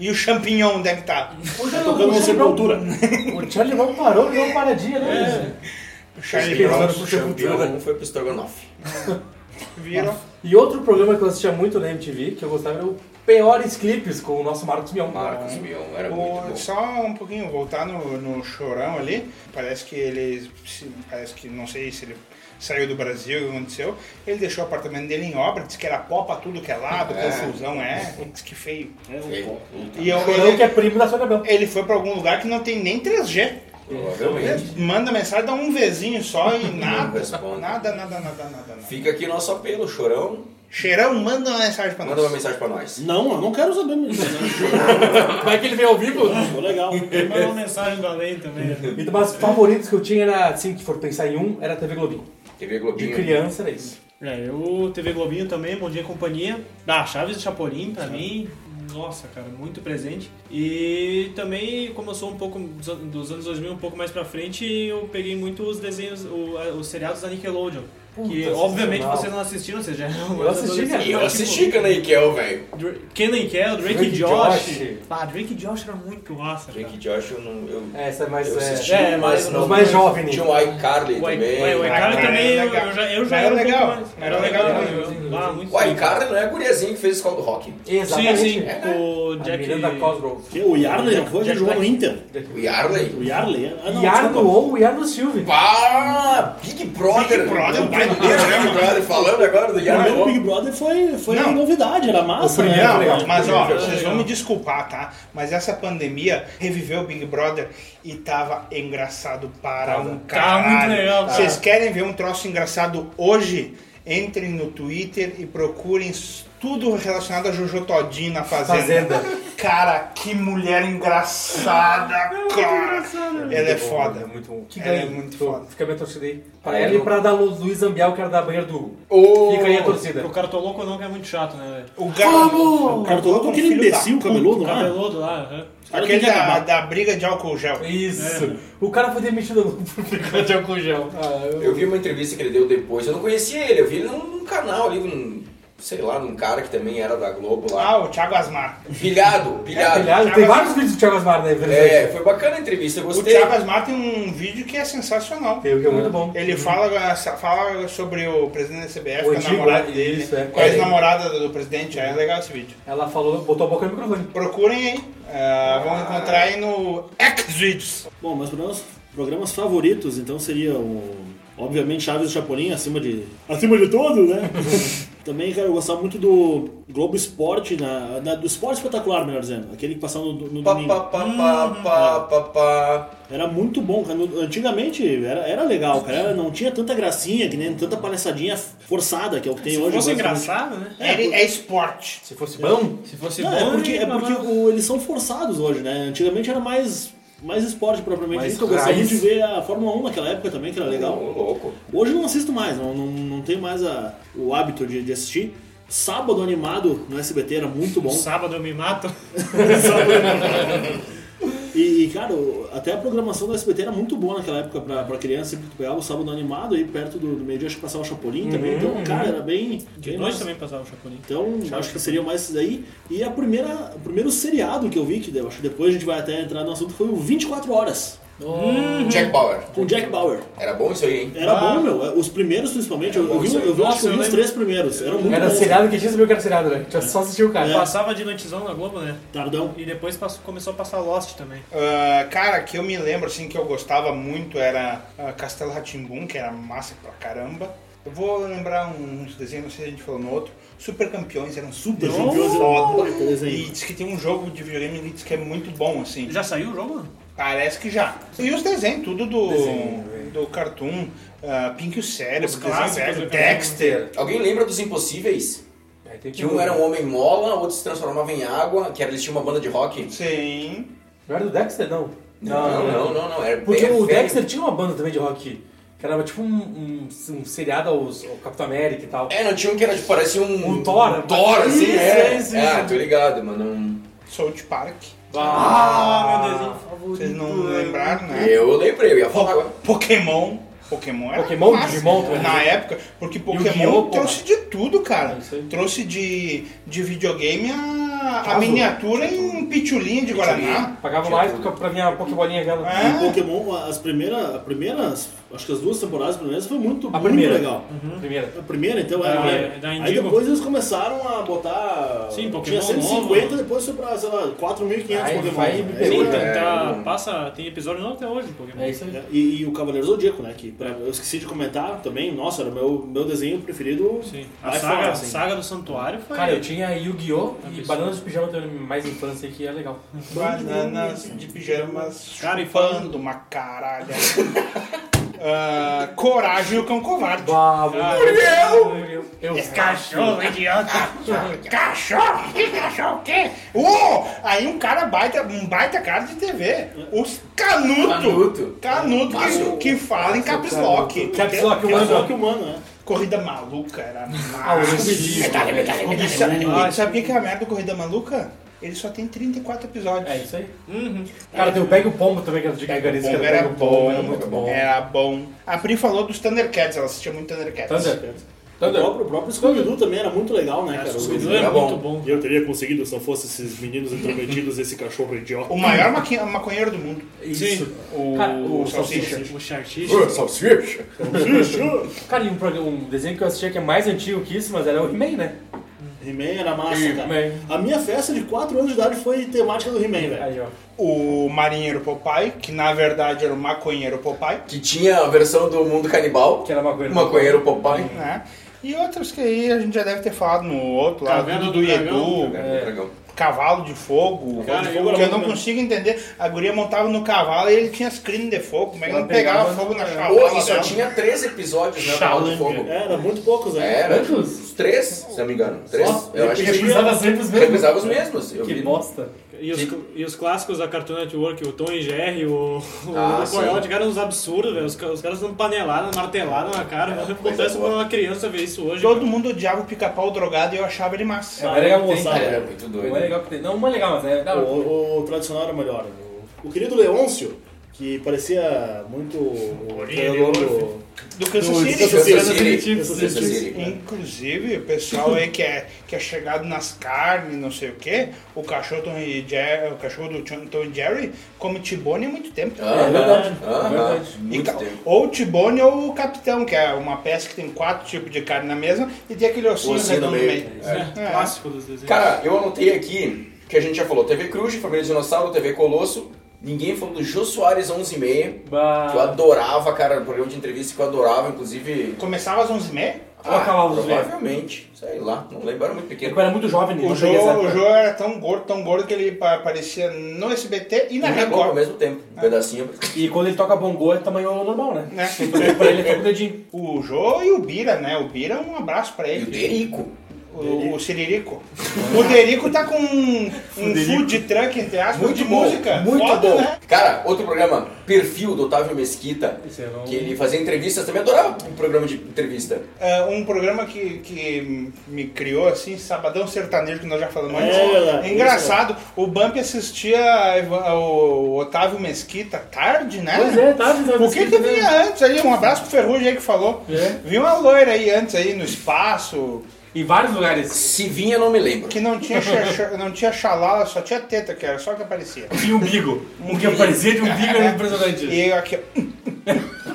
E: e o champignon, onde é que tá?
F: Tocando no Sepultura.
C: O Charlie Brown parou e deu uma paradinha, né?
E: O
B: Charlie
E: Charlie Brown.
B: Brown, o é um campeão, foi pro Strogonoff.
E: Vira.
C: E outro programa que eu assistia muito na MTV, que eu gostava, era o Piores Clipes, com o nosso Marcos Mion.
B: Marcos Mion, era É muito
E: O-
B: bom.
E: Só um pouquinho, voltar no, no chorão ali. Parece que ele. se- Parece que não sei se ele saiu do Brasil, o que aconteceu. Ele deixou o apartamento dele em obra, disse que era pó pra tudo que é lado, confusão é. Diz que feio.
B: Feio.
E: E eu,
C: Chorão
E: ele,
C: que é primo da Sônia Abrão.
E: ele foi pra algum lugar que não tem nem 3G.
B: Provavelmente.
E: Ele manda mensagem, dá um Vzinho só e nada.
B: responde.
E: Nada, nada, nada, nada, nada.
B: Fica aqui nosso apelo, chorão.
E: Cheirão, manda uma mensagem pra
B: Manda uma
E: nós.
B: mensagem pra nós.
F: Não, eu não quero saber. meu Deus.
C: Vai que ele veio ao vivo?
F: Ficou legal.
D: Mandou uma mensagem do além também.
C: E dos favoritos que eu tinha era, assim, que for pensar em um, era TV Globinho.
B: TV
C: De
B: Globinho.
C: criança era isso.
D: É, eu, TV Globinho também, Bom Dia e Companhia. Ah, Chaves e Chapolin, pra mim, nossa, cara, muito presente. E também, como eu sou um pouco dos an- dos anos 2000, um pouco mais pra frente, eu peguei muito os desenhos, o- a- os seriados da Nickelodeon. que
C: Puta,
D: obviamente
C: sensacional.
D: vocês não assistiram, vocês já eram
C: Eu assisti, cara.
B: E eu
D: adolescentes, mas, tipo,
B: assisti Canaikel, velho.
D: Dra- Kenan e Kel, Drake,
C: Drake
D: e
C: e
D: Josh.
C: Josh.
D: Ah, Drake e Josh era muito massa,
B: Drake
D: cara.
B: e Josh, eu não. Eu,
C: Essa é mais...
B: eu assisti,
D: é,
C: É,
B: mas
D: mais-
B: não.
C: mais jovem, né?
B: Tinha o iCarly
D: O
B: também.
D: Icarly- o Icarly
E: Era
D: também, eu,
E: legal.
D: eu já, eu já
E: Era
D: era um pouco
E: legal.
D: mais-
E: Era legal.
D: eu- Ah, muito
B: O iCarly não é a guriazinha que fez escola do rock.
D: Sim,
C: exatamente.
D: sim,
C: É.
D: o
C: A
D: Jack...
C: Miranda Cosgrove.
F: Porque o Yarley já foi, já
D: Jack
F: jogou no
D: Black.
F: Inter.
B: O Yarley.
F: O Yarley. Ah, não,
C: Yarno
F: desculpa.
C: ou Yarno Silva.
B: Pá! Big Brother!
E: Big Brother,
B: o
E: vai no
B: primeiro Big Brother falando agora do
F: O primeiro
B: Yarley.
F: Big Brother foi, foi
E: Não.
F: novidade, era massa, né?
E: Não,
C: legal.
E: mas ó,
C: Legal.
E: vocês vão me desculpar, tá? Mas essa pandemia reviveu o Big Brother e tava engraçado para um
D: Tava
E: caralho.
D: muito legal, cara.
E: Vocês querem ver um troço engraçado hoje? Entrem no Twitter e procurem s- tudo relacionado a Jojo Todinho na Fazenda.
C: Fazenda.
E: Cara, que mulher engraçada, cara. Ela é foda.
B: Muito bom.
C: Que
E: Ela é
C: ganho.
E: muito foda.
C: Fica bem a torcida aí. Pra
B: É,
C: ela e
B: não-
C: pra dar Lu- Luiz Ambiel, que era da banheira do.
B: Ô,
C: Fica aí a torcida.
D: O cartoloco não que é muito chato, né, velho?
E: O Vamos! O
F: Cartoloco é aquele imbecil cabeludo lá.
D: Cabeludo lá, aham.
F: Cara, tem
E: Aquele
F: que
E: da,
F: acabar.
E: da briga de álcool gel.
C: Isso. É. O cara foi demitido por ficar de álcool gel.
B: Eu vi uma entrevista que ele deu depois, eu não conhecia ele, eu vi ele num, num canal ali, num, sei lá, num cara que também era da Globo lá.
E: Ah, é o Thiago Asmar.
B: Pilhado, pilhado.
C: Aliás, tem vários vídeos do Thiago Asmar, né?
B: É, foi bacana a entrevista, eu
E: O
B: gostei.
E: Thiago Asmar tem um vídeo que é sensacional.
C: Tem o que é muito bom.
E: Ele fala, fala sobre o presidente da CBF,
C: O
E: com a
C: antigo,
E: namorada
C: é,
E: dele,
C: isso, é.
E: com a ex-namorada do presidente. É legal esse vídeo.
C: Ela falou, botou a boca no microfone.
E: Procurem aí. Ah, vão encontrar aí no Xvideos.
F: Bom, mas programas, programas favoritos, então, seria o... Obviamente, Chaves e Chapolin, acima de... Acima de tudo, né? Também, cara, eu gostava muito do Globo Esporte, na, na- do Esporte Espetacular, melhor dizendo. Aquele que passava no, no
B: Pá,
F: domingo.
B: pá, pá, pá,
E: Uhum.
B: pá, pá, pá.
F: Era muito bom, cara. No- Antigamente era, era legal, cara. Era- não tinha tanta gracinha, que nem tanta palhaçadinha forçada, que é o que tem hoje.
D: fosse
F: basicamente.
D: engraçado, né?
E: É, é esporte.
C: Se fosse bom,
D: Se fosse
F: Não,
D: bom,
F: é porque,
D: ele
F: é porque
D: reclamava.
F: o- eles são forçados hoje, né? Antigamente era mais, mais esporte propriamente
C: Mais
F: dito. Eu gostava
C: raiz.
F: muito de ver a Fórmula 1 naquela época também, que era
B: Ô,
F: legal.
B: louco.
F: Hoje eu não assisto mais, não, não, não tenho mais a- o hábito de, de assistir. Sábado animado no SBT era muito bom.
D: Sábado eu me mato.
F: E, e, cara, o- até a programação do SBT era muito boa naquela época pra, pra criança, sempre que tu pegava o sábado animado aí perto do, do meio-dia, acho que passava o Chapolin também. Então, cara, era bem.
D: Uhum, De
F: bem
D: noite
F: massa.
D: também passava o Chapolin.
F: Então, acho que seria mais isso daí. E a primeira, o primeiro seriado que eu vi, que eu acho que depois a gente vai até entrar no assunto, foi o 24 Horas,
E: Uhum.
B: Jack Bauer.
F: com Jack
D: Uhum.
F: Bauer.
B: Era bom isso aí, hein?
F: Era
D: Ah.
F: bom, meu. Os primeiros, principalmente. Eu, eu vi, eu vi, acho que eu vi os três primeiros. Eram muito
C: era
F: bons.
C: seriado que tinha sabia que era seriado, né? Tinha só assistir o cara.
D: Passava de noitezão na Globo, né?
F: Tardão.
D: E depois passou- começou a passar Lost também.
E: Ah, cara, que eu me lembro assim que eu gostava muito era ah, Castelo Ratimbum, que era massa pra caramba. Eu vou lembrar uns desenhos, não sei se a gente falou no outro. Super Campeões eram super
F: Super Campeões era um
E: foda.
F: baita desenho.
E: E diz que tem um jogo de videogame que diz que é muito bom, assim.
D: Já saiu o jogo?
E: Parece que já. E os desenhos, tudo do, do Cartoon, ah, Pink e o Cérebro, desenho
D: clássicos
E: velho,
D: do
C: né?
E: Dexter.
B: Alguém lembra dos Impossíveis?
C: Aí tem tipo-
B: Que um era um homem mola, outro se transformava em água, que era, eles tinham uma banda de rock.
E: Sim.
C: Não era do Dexter, não?
B: Não, não, não, não. Era
C: Porque
B: bem
C: o
B: velho.
C: Dexter tinha uma banda também de rock. Que era tipo um, um, um seriado aos, ao Capitão América e tal.
B: É, não tinha um que era, tipo, parecia um...
C: Um Thor.
B: Um Thor, assim,
C: Isso,
B: é.
C: isso,
B: Ah,
C: isso.
B: tô ligado, mano. não-
E: South Park.
D: Ah, meu desenho favorito.
E: Vocês não
C: é
E: lembraram, né?
B: Eu lembrei, eu ia falar agora.
E: Pokémon. Pokémon era
C: Pokémon,
E: massa.
C: Digimon, tu vai
E: Na
C: dizer?
E: época, porque
C: Yu-Gi-Oh,
E: Pokémon
C: porra.
E: trouxe de tudo, cara.
C: É isso aí.
E: trouxe de, de videogame a, a
C: Azul.
E: miniatura em pitulinha de Guaraná.
C: Pagava mais pra, um pra minha Pokébolinha aquela.
E: É.
F: E Pokémon, as primeiras, as primeiras, acho que as duas temporadas primeiras foi muito,
C: A
F: muito
C: primeira.
F: legal.
C: Primeira.
F: A primeira, então,
D: Da-
F: era.
D: Ah, é, da
F: aí
D: Indigo.
F: depois eles começaram a botar.
D: Sim, Pokémon
F: Tinha 150,
D: novo. né?
F: depois foi pra, sei lá, 4.500
C: Aí
F: Pokémon.
C: vai e
F: Aí
C: me
F: foi-
C: pegou,
D: Sim,
C: né?
D: tem- tá-
B: É.
D: passa, tem episódio novo até hoje, Pokémon.
C: É isso aí.
F: E, e o Cavaleiro Zodíaco, né? Que pra- eu esqueci de comentar também. Nossa, era o meu, meu desenho preferido.
D: Sim. A
F: by
D: saga,
F: far,
D: a
F: assim.
D: saga do santuário foi.
C: Cara, eu tinha Yu-Gi-Oh! e
D: Absurdo.
C: Bananas de Pijama também, mais infância que é legal.
E: Bananas de pijamas
D: Cara, e
E: chupando uma caralha. Ah, coragem e o Cão Covarde.
C: Bravo! Muriel! Eu
E: Cachorro, idiota! Cachorro! Que Cachorro o quê? Uh, aí um cara baita, um baita cara de TV. Os Canuto!
B: Canuto.
E: Canuto,
B: Márcio.
E: que, que fala em Caps Lock.
C: Caps Lock,
F: Mas
C: humano.
F: só que humano, né?
E: Corrida maluca era
C: Ah, o
E: massa.
C: Luiz Felipe.
E: E sa- ah, Sabia que a merda do Corrida Maluca? Ele só tem 34 episódios.
C: É isso aí. Cara, tem o Pega o Pombo também, que era de Gargarisca.
E: Bom, era bom,
C: era é muito bom.
E: Era bom. A Pri falou dos Thundercats, ela assistia muito Thundercats.
C: Thunder.
F: O próprio, o próprio Scooby-Doo também era muito legal, né, cara?
D: É,
C: é
D: Scooby-Doo era
B: Era bom.
D: muito bom.
F: Eu teria conseguido se não fosse esses meninos intrometidos, esse cachorro idiota.
E: O maior maqui- maconheiro do mundo.
C: Isso.
E: O,
C: Cara, o
E: o Salsicha.
D: O Chartiche.
B: Uh, Salsicha.
C: Cara, e um, programa- um desenho que eu assistia que é mais antigo que isso, mas era o He-Man, né?
F: He-Man era massa, cara.
C: He-Man.
F: A minha festa de 4 anos de idade foi temática do He-Man, velho.
C: Aí, ó.
E: O marinheiro Popeye, que na verdade era o maconheiro Popeye.
B: Que tinha a versão do mundo canibal.
C: Que era maconheiro.
B: Maconheiro Popeye.
E: Né? E outros que aí a gente já deve ter falado no outro lá,
D: Caverna
E: do,
D: do
E: do
D: Dragão.
E: Edu, é,
C: É.
B: Era um dragão.
E: Cavalo de Fogo,
D: Cara,
E: que
D: eu
E: eu,
F: gosto
E: não
F: também.
E: consigo entender. A guria montava no cavalo e ele tinha as crines de fogo, como é que
C: Ela
E: não pegava
C: pegava,
E: fogo na
B: Pô,
E: chavala
B: e só
E: dela?
B: tinha três episódios, né? Bola de Fogo.
C: É,
F: Era muito poucos, né?
B: Era,
C: Quantos?
B: uns três, se não me engano. Três?
C: Ó,
B: Eu acho que
C: reprisava sempre os mesmos.
B: reprisava os mesmos. Eu
C: Que
B: vi.
C: bosta.
D: E os, cl- e os clássicos da Cartoon Network, o Tom e Jerry, o, o
B: Ah,
D: ah, Coyote, cara, uns absurdos, velho. Os, ca- os caras dando panelada, martelada na cara. velho. Acontece pra uma criança ver isso hoje.
E: Todo mundo odiava o pica-pau drogado e eu achava ele massa.
C: Não é legal que tem.
F: moçada.
B: É, muito doido.
C: Não é legal que tem. Não, não é legal, mas é.
F: O,
C: Não,
F: o- o tradicional era melhor. O, o querido Leôncio, que parecia muito o treinador do.
D: É.
E: Do Kansas
F: do-
E: City.
F: Kansas
B: Kansas
F: City.
B: City.
F: Kansas
B: Kansas
F: City.
B: City.
E: Inclusive, o pessoal aí que é, que é chegado nas carnes, não sei o quê, o cachorro, Tom e Jerry, o cachorro do Tom- Tom e Jerry come tibone há muito tempo.
B: Aham,
C: É verdade,
B: aham,
C: é verdade.
E: E
B: Muito
E: ca-
B: tempo.
E: Ou tibone ou o capitão, que é uma peça que tem quatro tipos de carne na mesma e tem aquele ossinho
B: Ossinho no
E: redondo no
B: meio.
E: meio.
D: né?
E: É.
D: Clássico dos desenhos.
B: Cara, eu anotei aqui que a gente já falou TV Cruz, Família Dinossauro, TV Colosso. Ninguém falou do Jô Soares 11h30, que eu
C: bah,
B: adorava, cara, um programa de entrevista que eu adorava, inclusive. Ah,
E: Começava às 11h30.
C: Ou acabava os
B: provavelmente, sei lá, não lembro, era muito
C: ele
B: pequeno.
C: era muito jovem, né?
E: O
C: Não peguei essa
E: jogo,
C: época.
E: o jogo era tão gordo, tão gordo que ele pa- aparecia no SBT e na
B: E Record ao
E: Record.
B: mesmo tempo,
E: É.
B: um pedacinho.
C: E quando ele toca bongô, é tamanho normal, né?
E: Né?
C: Porque pra ele é todo dedinho.
E: O Jô e o Bira, né? O Bira, um abraço pra
B: E o é
E: ele.
B: Derico.
E: O, o Siririco. O Derico tá com um, um food truck, entre aspas, de música.
B: Muito
E: Foda,
B: bom.
E: Né?
B: Cara, outro programa, Perfil do Otávio Mesquita,
C: Esse eu não-
B: que ele fazia entrevistas também, adorava um programa de entrevista.
E: É, um programa que, que me criou, assim, Sabadão Sertanejo, que nós já falamos
F: É
E: antes.
F: verdade.
E: É engraçado, o Bump assistia Eva- o Otávio Mesquita tarde, né?
C: Pois é, tá? Visão
E: O que que vinha antes aí? Um abraço pro Ferrugem aí que falou.
C: É.
E: Vinha uma loira aí antes aí, no espaço,
C: Em vários lugares.
B: Se vinha, não me lembro.
E: que não tinha, xa- xa- não tinha xalala, só tinha teta, que era só que aparecia.
C: E umbigo. O que aparecia de umbigo era impressionante.
E: E eu aqui, ó.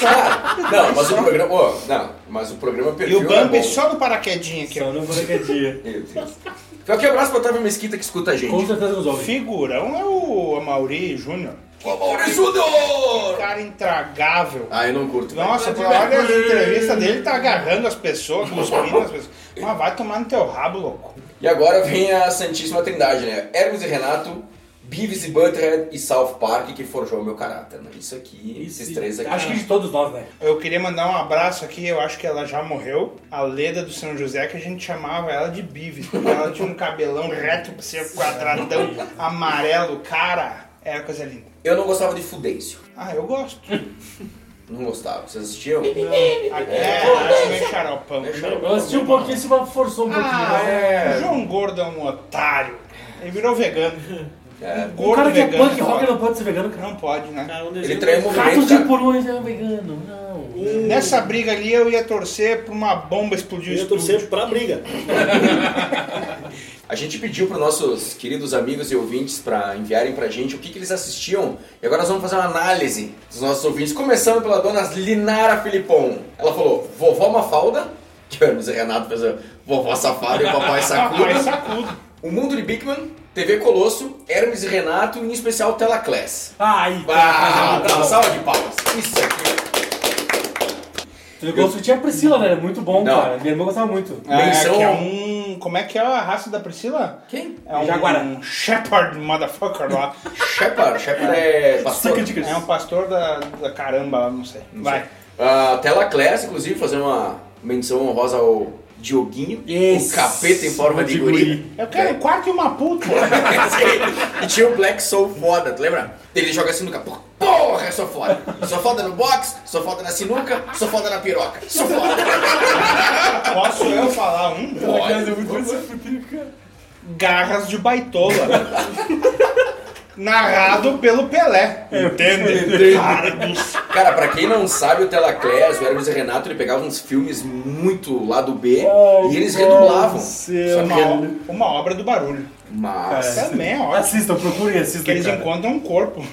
B: Cara, não, mas o programa. ó, não, mas o programa
E: e
B: perfil.
E: o Bump
B: é bom.
E: só no paraquedinha aqui, ó.
C: Só não vou que dia.
B: Meu Deus. Pior que abraço pro Otávio Mesquita que escuta a gente.
C: Com certeza
E: O
C: resolve.
E: figurão é o Amauri Júnior.
B: Ô, Maurício Dor!
E: Cara intragável.
B: Ah, eu não curto. velho.
E: Nossa, pra olha as entrevistas dele, tá agarrando as pessoas, cuspindo as pessoas. Mas vai tomar no teu rabo, louco.
B: E agora vem a Santíssima Trindade, né? Hermes e Renato, Beavis e Butthead e South Park que forjou o meu caráter. né? Isso aqui, esses três aqui.
C: Acho que de todos nós, né?
E: Eu queria mandar um abraço aqui, eu acho que ela já morreu. A Leda do São José, que a gente chamava ela de Bives, porque ela tinha um cabelão reto, pra ser quadradão, amarelo, cara. Era coisa linda.
B: Eu não gostava de Fudêncio.
E: Ah, eu gosto.
B: Não gostava. Vocês assistiam?
E: É, acho meio xaropão.
C: Eu assisti um pouquinho, se forçou um pouquinho.
E: Ah,
C: mas
E: é. O João Gordo é um otário. Ele virou vegano.
B: É.
E: Um
C: O
E: gordo
C: cara que é
E: vegano.
C: punk rock não pode ser vegano, cara.
E: Não pode, né?
D: Cara, um desenho
B: Ele traiu o
C: Gato
B: movimento,
C: de
B: cara.
C: porões é vegano, não.
E: Nessa briga ali eu ia torcer pra uma bomba explodir
F: Eu
E: o
F: ia
E: estúdio.
F: torcer pra briga.
B: A gente pediu para nossos queridos amigos e ouvintes para enviarem pra gente o que, que eles assistiam. E agora nós vamos fazer uma análise dos nossos ouvintes, começando pela dona Linara Filipon. Ela falou: "Vovó Mafalda, que o Hermes e Renato fez a vovó safada e o papai
E: Papai
B: sacudo.
E: Ah, sacudo.
B: o Mundo de Bigman, TV Colosso, Hermes e Renato e em especial Telaclass.
C: Ai, tá
B: Ah,
E: tá
B: bravo, salva de palmas. Isso aqui.
C: Eu gosto que tinha a Priscila, né? Era muito bom,
B: Não.
C: cara. Minha irmã gostava muito.
B: Menção-
E: É, que é um... Como é que é a raça da Priscila?
B: Quem?
E: É um...
C: Jaguará.
E: um Shepherd motherfucker lá.
B: Shepard, Shepard é pastor.
E: é um pastor da, da caramba lá, não sei. Vai.
B: A Ah, Tela Class, inclusive, fazer uma menção honrosa ao Dioguinho,
C: Esse.
B: o capeta em forma de
C: De
B: guri.
C: guri.
E: Eu quero um quarto e uma puta.
B: e tinha o Black Soul foda, tu lembra? Ele joga assim no capô. Porra, eu sou foda. Sou foda no box, sou foda na sinuca, sou foda na piroca. Sou foda.
E: Posso eu falar um? Garras de Baitola. Narrado pelo Pelé. Entende? Cara do céu.
B: Cara, pra quem não sabe, o Telaclés, o Hermes e Renato, ele pegava uns filmes muito lá do B e eles redublavam.
E: Isso é
B: Só
E: uma,
B: que...
E: o- uma obra do barulho.
B: Mas...
E: Também
C: um
E: é ótimo.
C: Assistam, procurem,
E: Que
C: assistam.
E: eles
C: Cara.
E: encontram um corpo.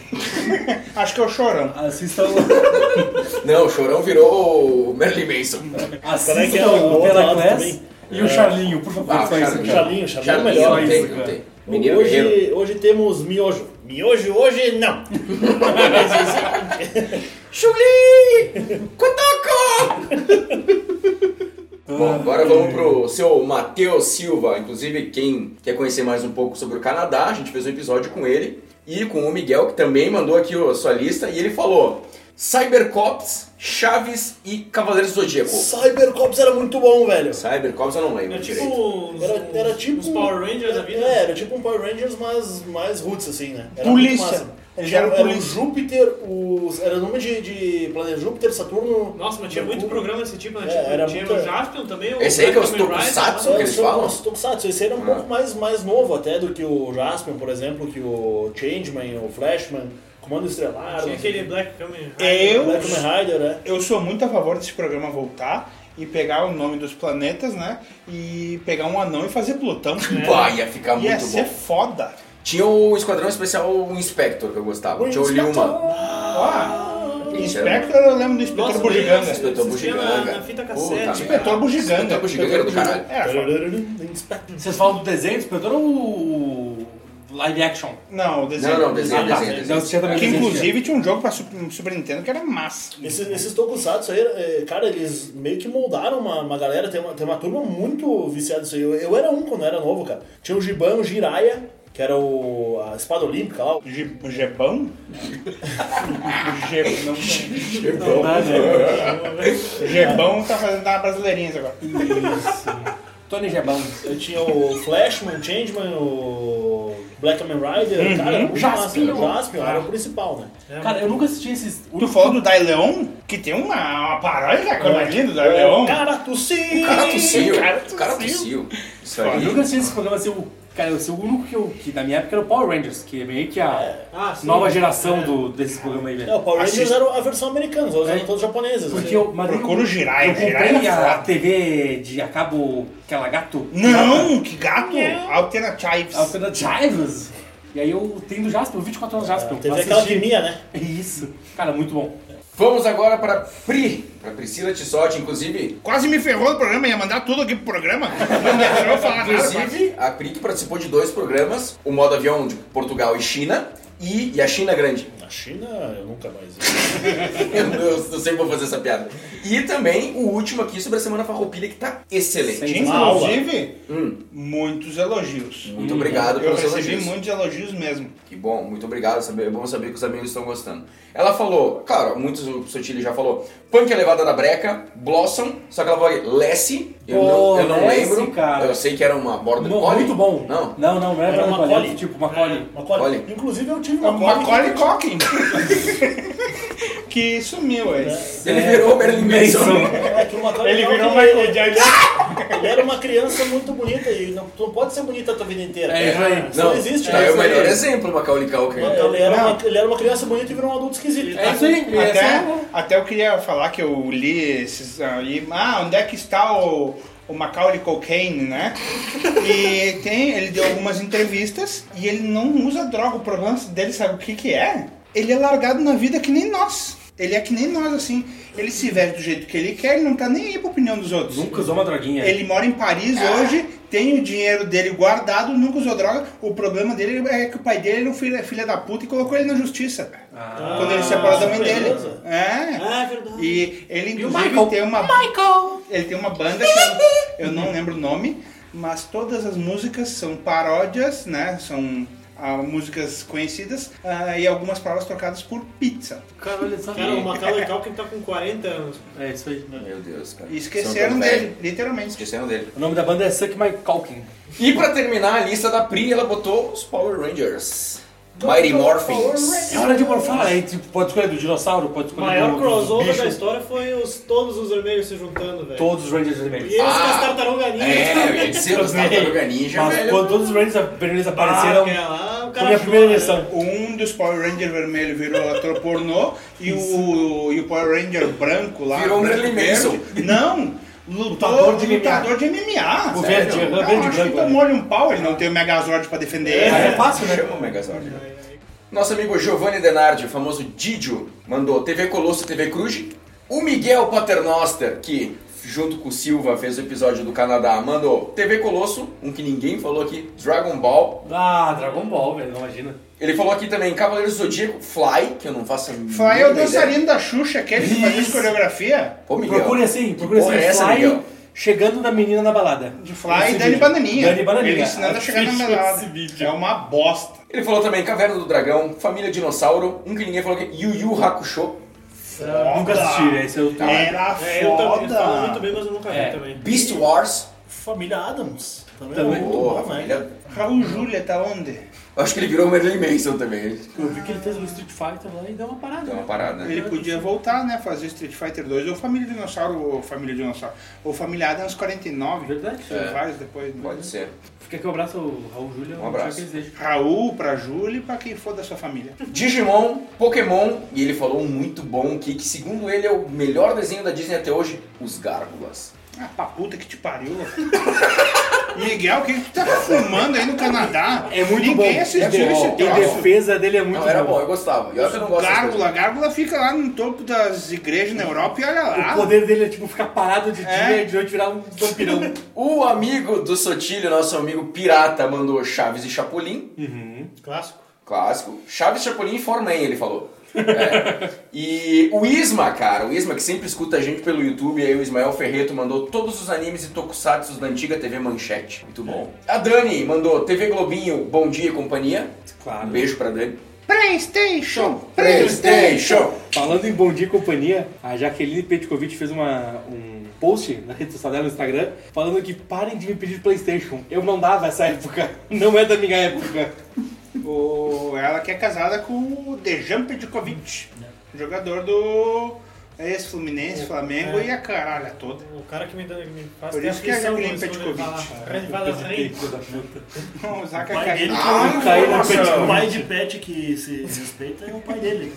E: Acho que é o chorão.
C: Assistam.
B: Não, o Chorão virou o Merlin Manson.
F: Como é que é
C: Assistam
F: o
C: o
F: outro
C: Pela
F: lado
C: Class
F: também?
C: e o É. Charlinho, por favor,
B: Ah,
C: só isso.
B: Charlinho.
C: cara.
F: Charlinho, Charlinho é
B: Já
F: o
B: não
F: melhor.
B: tem,
C: isso,
B: não
C: cara.
B: tem. Menino guerreiro.
F: hoje, hoje temos miojo. Miojo hoje não.
B: Chuli! Kotoko! Bom, agora vamos pro seu Matheus Silva. Inclusive, quem quer conhecer mais um pouco sobre o Canadá, a gente fez um episódio com ele. E e com o Miguel, que também mandou aqui a sua lista, e ele falou Cybercops, Chaves e Cavaleiros do Zodíaco.
F: Cybercops era muito bom, velho.
B: Cybercops eu não lembro
D: Era tipo.
B: direito.
D: uns-
F: Era, era
D: uns-
F: tipo.
D: uns Power Rangers da vida.
F: É, era tipo um Power Rangers, mas mais roots, assim, né? Era
E: Polícia.
F: muito massa.
E: Eles
F: Era,
E: eram
F: era o
E: polícia.
F: Júpiter, os. Era o nome de, de planeta Júpiter, Saturno.
D: Nossa, mas tinha muito
F: Mercúrio.
D: programa desse tipo, né?
F: É,
D: Tipo,
F: era
D: tinha
F: muito-
D: o Jaspion também. o
B: Esse aí que é os
D: Kamen Rider,
B: tokusatsu,
D: lá.
B: que eles falam? Ah.
F: Os Tokusatsu, esse era um pouco mais, mais novo até do que o Jaspion, por exemplo, que o Changeman, o Flashman, Comando Estrelar.
D: Tinha aquele Black Kamen Rider.
E: Eu,
F: Black Kamen Rider, né?
E: eu sou muito a favor desse programa voltar e pegar o nome dos planetas, né? E pegar um anão e fazer Plutão.
B: Pá, ia ficar
E: Ia
B: É. Tá muito
E: ser
B: bom.
E: foda.
B: Tinha o Esquadrão Especial o Inspector que eu gostava. Tinha o Lilman. Ah.
E: Ó,
B: Isso era
E: Inspector, eu lembro do Inspetor
D: Nossa,
E: Bugiganga.
D: isso.
B: Inspetor
D: Assistia na-
B: Bugiganga.
D: na fita
B: Puta
D: cassete.
B: merda.
E: Inspetor Bugiganga.
B: Inspetor Bugiganga era do caralho.
E: Era É, foda.
F: Inspector.
C: Vocês falam do desenho do Predador ou o live action?
E: Não, o desenho.
B: Não, não, desenho,
C: Ah, tá.
B: desenho,
C: Então
B: desenho.
C: você também
E: Que
C: desenho.
E: inclusive tinha um jogo pra Super Super Nintendo que era massa.
F: Esses, esses tokusatsu aí, eh, cara, eles meio que moldaram uma, uma galera, tem uma, tem uma turma muito viciada nisso aí. Eu, eu era um quando era novo, cara. Tinha o Giban, o Jiraya, que era o, a espada olímpica lá.
E: Ge- Gebão? Ge- não tem.
C: Não dá, né?
E: Gebão tá fazendo uma brasileirinha agora.
C: Isso. Tony Gebão.
F: Eu tinha o Flashman, o Changeman, o Black Kamen Rider, cara, era muito
C: Jaspion.
F: massa. O Jaspion era o principal, né?
C: Cara, eu nunca assisti esses.
E: Tu falou do Dai Leon, que tem uma, uma paródia da comédia do Dai Leon.
F: Cara, tu sim!
B: O cara tossiu.
E: cara
B: O cara tossiu. Isso
C: Eu
B: aí.
C: nunca assisti esse programa. Assim, o, cara, eu sou o único que, eu, que na minha época era o Power Rangers, que é meio que a
D: Ah, sim.
C: nova geração do, desse programa aí,
F: É, o
C: velho.
F: Power Rangers
E: Assista.
F: era a versão americana, os outros eram todos japoneses.
C: Porque
F: assim.
C: eu, mas eu-
E: Procura o Jiraiya,
C: Eu
E: Jiraiya
C: comprei
E: é
C: a
E: foda.
C: TV de a cabo, aquela gato.
E: Não, que gato! Alternatives.
C: Alfreda Jives. E aí eu tenho do Jasper, o 24 anos Jasper.
F: É, Teve
C: eu
F: aquela
C: assisti. É
F: alquimia, né?
C: Isso. Cara, muito bom.
B: Vamos agora para Pri, para Priscila Tissotti, inclusive.
E: Quase me ferrou no programa, ia mandar tudo aqui pro programa. Não deixou eu falar nada. quase.
B: Inclusive, a Pri que participou de dois programas, o modo avião de Portugal e China e, e a China Grande.
F: Na China, eu nunca mais vi.
B: Eu, eu não sei como vou fazer essa piada. E também o último aqui sobre a Semana Farroupilha, que tá excelente.
C: Sim.
E: Inclusive,
B: Hum,
E: muitos elogios.
B: muito obrigado
E: Eu
B: pelos
E: recebi
B: elogios.
E: muitos elogios mesmo.
B: Que bom, muito obrigado. saber- É bom saber que os amigos estão gostando. Ela falou, claro, muitos o Sotile já falou, Punk é levada da breca, Blossom, só que ela falou Lessie, eu,
C: Pô,
B: não, eu não
C: Lassie,
B: lembro.
C: cara.
B: Eu sei que era uma borda
C: Mo- muito bom.
B: Não.
C: Não, não, não era,
F: Era
C: uma
F: uma
C: colhe,
F: colhe.
C: era Tipo, uma colhe.
F: Macaulay.
B: Macaulay.
F: Inclusive, eu tive uma
E: Uma
F: Macaulay.
E: Macaulay Culkin. que sumiu, é.
B: Ele virou o Merlin Manson.
F: É que o Macaulay
E: Ele
F: Culkin,
E: virou Michael Jackson.
F: Ele era uma criança muito bonita e não, tu não pode ser bonita a tua vida inteira.
C: É, isso aí.
F: Isso
B: Não,
F: não existe,
B: tá,
F: né?
B: é o
F: Isso aí.
B: melhor exemplo, Macaulay Culkin.
F: Ele era,
E: Não.
F: uma, ele era uma criança bonita e virou um adulto esquisito.
C: É isso aí.
E: Até,
C: Essa-
E: até eu queria falar que eu li esses aí. Ah, onde é que está o, o Macaulay Cocaine, né? E tem, ele deu algumas entrevistas e ele não usa droga. O problema dele, sabe o que, que é? Ele é largado na vida que nem nós. Ele é que nem nós, assim. Ele se veste do jeito que ele quer, ele não tá nem aí pra opinião dos outros.
C: Nunca usou uma droguinha.
E: Ele mora em Paris hoje, tem o dinheiro dele guardado, nunca usou droga. O problema dele é que o pai dele era um filho, filho da puta e colocou ele na justiça.
C: Ah.
E: quando ele separou da mãe dele.
F: beleza.
E: É.
D: Ah, é verdade.
E: E ele
C: Michael?
E: inclusive tem uma ele tem uma banda que eu, eu não lembro o nome, mas todas as músicas são paródias, né? São ah, músicas conhecidas ah, e algumas palavras trocadas por pizza.
C: Caralho, sabe?
D: Cara, o Macaulay Culkin tá com 40 anos.
C: É isso aí.
B: Meu Deus, cara.
E: E
B: São
E: esqueceram
B: tão
E: dele,
B: velho.
E: literalmente.
B: Esqueceram dele.
C: O nome da banda é Suck My Calkin.
B: E pra terminar a lista da Pri, ela botou os Power Rangers. Mighty Morphins.
C: É hora de morfar. Aí, tipo, pode escolher do dinossauro, pode
D: O
C: escolher do
D: maior
C: do
D: crossover
C: bicho.
D: da história foi os, todos os vermelhos se juntando, velho.
C: Todos os Rangers
D: E
C: vermelhos.
D: eles
B: Ah,
D: com as tartarugas ninja.
B: É, eu ia dizer os Tartaruga Ninja,
C: Mas
B: velho.
C: quando todos os Rangers vermelhos
D: Apareceram.
C: apareceram,
D: Ah, lá, o
C: foi
D: cara
C: minha primeira
D: chora,
C: eleição.
E: Um dos Power Ranger vermelho virou ator pornô e o, e o Power Ranger branco lá.
B: Virou um
E: branco
B: Merlin
E: verde,
B: Manson.
E: Não! Lutador
C: Lutador
E: de
C: de
E: MMA.
C: MMA.
E: Lutador de MMA.
C: O verde,
E: Sério?
C: aham, verde
E: Eu acho que
C: branco,
E: tomou-lhe um pau, ele não tem o Megazord pra defender ele.
C: aí é fácil, né?
B: Chama o Megazord. né? Nosso amigo Giovanni Denardi, o famoso Didio, mandou TV Colosso e TV Cruz. O Miguel Paternoster, que junto com o Silva fez o episódio do Canadá, mandou TV Colosso, um que ninguém falou aqui, Dragon Ball.
C: Ah, Dragon Ball, velho, não imagina.
B: Ele falou aqui também Cavaleiros do Zodíaco, Fly, que eu não faço a mínima
E: Fly é o
B: ideia.
E: dançarino da Xuxa, aquele que fazia as
C: Isso.
E: coreografia.
B: Ô, Miguel.
C: Procure assim,
B: Que
C: procure assim,
B: porra é essa, Miguel?
C: Fly chegando na menina na balada.
E: De Fly
C: Esse
E: e Dani
C: vídeo.
E: Bananinha.
C: Dani Bananinha.
E: Ele ensinando a chegar na
C: Assiste
E: melada.
C: esse vídeo.
E: É uma bosta.
B: Ele falou também Caverna do Dragão, Família Dinossauro, um que ninguém falou que é Yu Yu Hakusho,
E: Foda.
D: Nunca assisti,
C: né?
D: esse eu
C: Ah,
D: tava.
E: Era
D: É, eu também falo muito
E: foda.
D: bem, mas eu nunca vi
C: É.
D: também.
B: Beast Wars.
F: Família Adams. Também, é
D: Também.
F: muito
B: Pô,
F: bom, né?
B: família-
E: Raul Júlia tá onde?
B: Eu acho que ele virou o Merlin Manson também.
D: Eu vi que ele fez um Street Fighter lá e deu uma parada.
B: Deu uma parada. né?
E: Ele podia voltar, né? Fazer Street Fighter 2 ou Família Dinossauro ou Família Dinossauro. Ou Família Adams 49.
D: Verdade.
E: Tem
C: É.
E: vários depois. Né?
B: Pode ser.
D: Fica aqui um abraço ao Raul Júlia.
B: Um abraço.
D: Que eles deixam.
E: Raul pra Júlia e pra quem for da sua família.
B: Digimon, Pokémon, e ele falou um muito bom que, que segundo ele é o melhor desenho da Disney até hoje, os Gárgulas.
E: Ah, pra puta que te pariu. Miguel, o que que tu tá fumando aí no Canadá?
C: É muito
E: Ninguém
C: bom.
E: assistiu
C: é bom.
E: esse
C: Em
E: troço.
C: defesa dele é muito
B: não, era
C: bom.
B: bom, eu gostava. E olha que eu não gosto dessas coisas.
E: Gárgula, Gárgula fica lá no topo das igrejas na Europa e olha lá.
C: O poder dele é tipo ficar parado de
E: É.
C: dia e de noite virar um vampirão.
B: O amigo do Sotilho, nosso amigo pirata, mandou Chaves e Chapolin,
D: Clássico.
B: clássico. Chaves, Chapolin e Forman, ele falou. É. E o Isma, cara, o Isma que sempre escuta a gente pelo YouTube, aí o Ismael Ferreto mandou todos os animes e tokusatsu da antiga TV Manchete. Muito bom. A Dani mandou TV Globinho, Bom Dia e Companhia. Um
C: Claro.
B: beijo pra Dani.
E: PlayStation!
B: PlayStation!
C: Falando em Bom Dia e Companhia, a Jaqueline Petkovic fez uma, um post na rede social dela, no Instagram, falando que parem de me pedir Playstation. Eu não dava essa época. Não é da minha época.
E: O- Ela que é casada com o Dejan Petkovic, jogador do
B: É,
E: ex-Fluminense, Flamengo e a caralha toda.
D: O cara que me, dá- me faz
E: Por
D: ter
E: isso que é
D: aflição
E: Jaqueline
D: quando ele
E: Petkovic.
D: fala, assim, "Red Valley Rain".
E: Não, o Zaca
F: Vai
E: quer-
F: dele.
E: Ah,
C: Tá aí na
F: Nossa,
C: Petkovic.
F: o pai de pet que se respeita é o pai dele.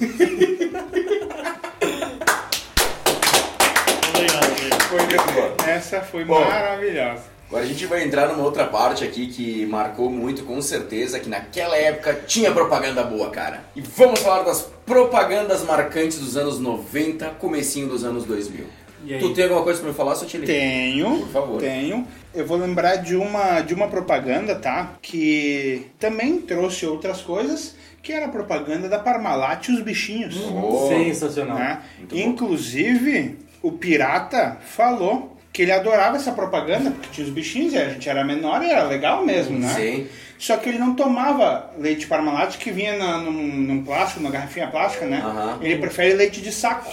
D: Obrigado, obrigado.
B: Foi muito bom.
E: Essa foi
B: Bom.
E: maravilhosa.
B: Agora a gente vai entrar numa outra parte aqui que marcou muito, com certeza, que naquela época tinha propaganda boa, cara. E vamos falar das propagandas marcantes dos anos 90, comecinho dos anos 2000.
D: E aí?
B: Tu tem alguma coisa pra me falar, Sotile?
E: Tenho,
B: Por favor.
E: tenho. Eu vou lembrar de uma, de uma propaganda, tá? Que também trouxe outras coisas, que era a propaganda da Parmalat e os bichinhos.
B: Oh,
C: Sensacional.
E: né?
B: Muito bom.
E: Inclusive, o pirata falou que ele adorava essa propaganda, porque tinha os bichinhos e a gente era menor e era legal mesmo, né?
B: Sim.
E: Só que ele não tomava leite parmalat que vinha na- num, num plástico, numa garrafinha plástica, né?
B: Aham.
E: Ele prefere leite de saco.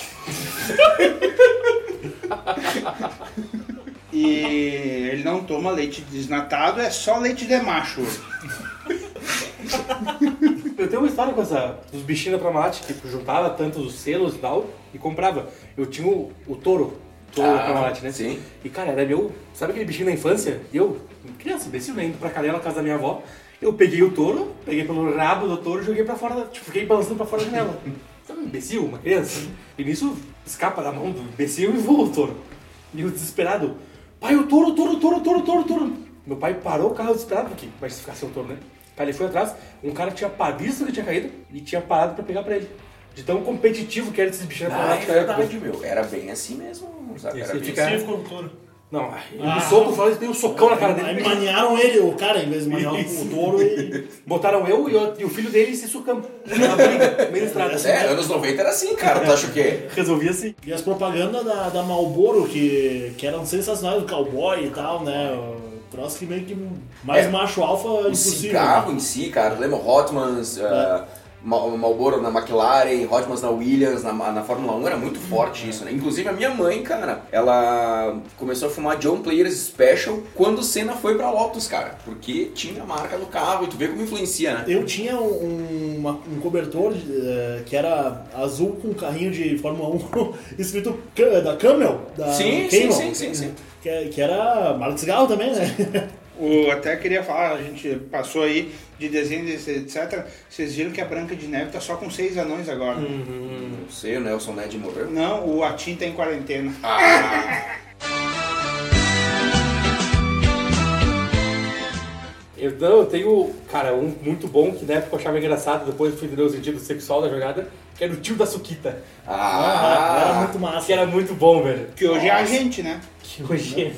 E: e ele não toma leite desnatado, é só leite de macho.
C: Eu tenho uma história com essa dos bichinhos da Pramalat, que juntava tantos selos e tal, e comprava. Eu tinha o, o touro, touro
B: Ah,
C: da Pramalat, né?
B: sim.
C: E cara, era meu. Sabe aquele bichinho da infância? Eu, criança, imbecil, né? Indo pra canela, na casa da minha avó. Eu peguei o touro, peguei pelo rabo do touro e joguei pra fora, da- tipo, fiquei balançando pra fora da janela. Sabe, um imbecil, uma criança. E nisso escapa da mão do imbecil e voa o touro. E eu desesperado, pai, o touro, touro, touro, touro, touro, touro. Meu pai parou o carro desesperado, porque vai ficar sem o touro, né? Cara, ele foi atrás, um cara tinha pavisto que tinha caído e tinha parado pra pegar pra ele. De tão competitivo que era esses né? bichinhos
B: Na
C: automáticos da época.
B: verdade, meu, era bem assim mesmo, sabe?
C: Esse
B: Era bem
C: fica-
B: assim.
D: Sim, ficou no touro.
C: Não, ele me solta fora e tem um socão na cara
F: Aí
C: dele.
F: maniaram ele, o cara, em vez de maniar o touro e.
C: Botaram eu e o, e o filho dele se socando. Na briga, meio estrada.
B: É, anos 90 era assim, cara. Tu acha o quê?
C: Resolvi assim.
F: E as propagandas da, da Malboro, que, que eram sensacionais, do cowboy e tal, né? O troço que meio que mais
B: É.
F: macho alfa
B: O
F: impossível. né?
B: cigarro em si, cara, lembra Hotmans, eh, Ma- Marlboro na McLaren, Hotmans na Williams, na, na Fórmula 1, era muito forte isso, né? Inclusive a minha mãe, cara, ela começou a fumar John Players Special quando o Senna foi pra Lotus, cara, porque tinha a marca do carro e tu vê como influencia, né?
F: Eu tinha um, um- uma- um cobertor de, eh, que era azul com um carrinho de Fórmula 1 escrito Ca- da Camel. Da
B: Sim,
F: Camel,
B: sim, sim, sim, sim.
F: Que, que era Marcos Cigarro também, né?
E: Eu até queria falar, a gente passou aí de desenho, etc. Vocês viram que a Branca de Neve tá só com seis anões agora.
B: Não sei, o Nelson né, Ned morreu.
E: Não, o Atim tá em quarentena.
C: Eu, não, Então, eu tenho, cara, um muito bom que na época eu achava engraçado, depois eu fui entender o sentido sexual da jogada, que era o tio da Suquita.
B: Ah,
F: era muito massa.
C: Que era muito bom, velho.
E: Que hoje é a gente, né?
D: Hoje.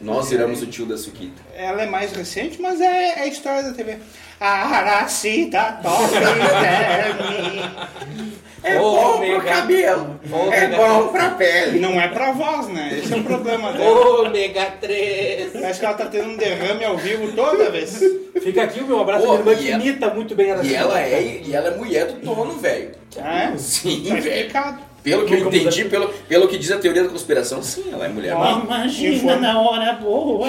B: Nós viramos o tio da Suquita.
E: Ela é mais recente, mas é, é a história da TV. Aracida top terme.
C: É bom pro cabelo. É bom pra
E: E não é pra voz, né? Esse é o problema dela.
C: Ômega 3.
E: Parece que ela tá tendo um derrame ao vivo toda vez.
C: Fica aqui o meu abraço
B: Pô,
C: à minha irmã
B: e
C: que
B: ela-
C: imita muito bem assim, né?
B: E
C: a
B: ela é, e ela é mulher do dono, velho.
E: É?
B: Sim,
E: Tá
B: velho.
E: explicado.
B: Pelo que eu
C: Como- como-
B: entendi, pelo, pelo que diz a teoria da conspiração, sim, ela é mulher.
F: Ah,
E: Ó,
F: Imagina
E: informa-
F: na hora boa.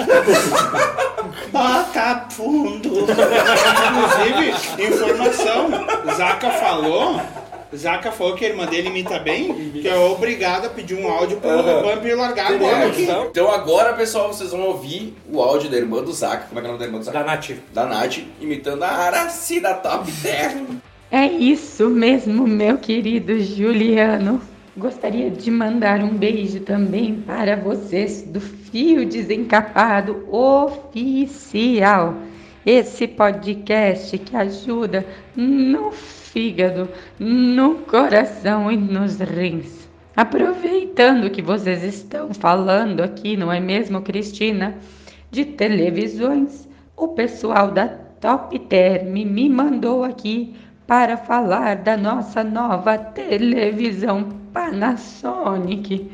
E: Bota fundo. Inclusive, informação. Zaca falou. Zaca falou que a irmã dele imita bem, que é obrigada a pedir um áudio pro Bump e largar agora aqui.
B: Então agora, pessoal, vocês vão ouvir o áudio da irmã do Zaca. Como é que é o nome da irmã do Zaca?
C: Da Nath.
B: Da Nath, imitando a Aracida Top Term.
I: É isso mesmo, meu querido Juliano. Gostaria de mandar um beijo também para vocês do Fio Desencapado Oficial. Esse podcast que ajuda no fígado, no coração e nos rins. Aproveitando que vocês estão falando aqui, não é mesmo, Cristina? De televisões, o pessoal da Top Term me mandou aqui para falar da nossa nova televisão Panasonic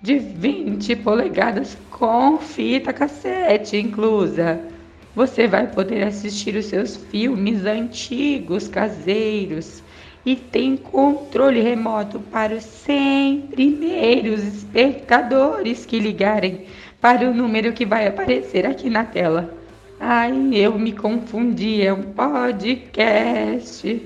I: de 20 polegadas com fita cassete inclusa. Você vai poder assistir os seus filmes antigos caseiros e tem controle remoto para os 100 primeiros espectadores que ligarem para o número que vai aparecer aqui na tela. Ai, eu me confundi, é um podcast.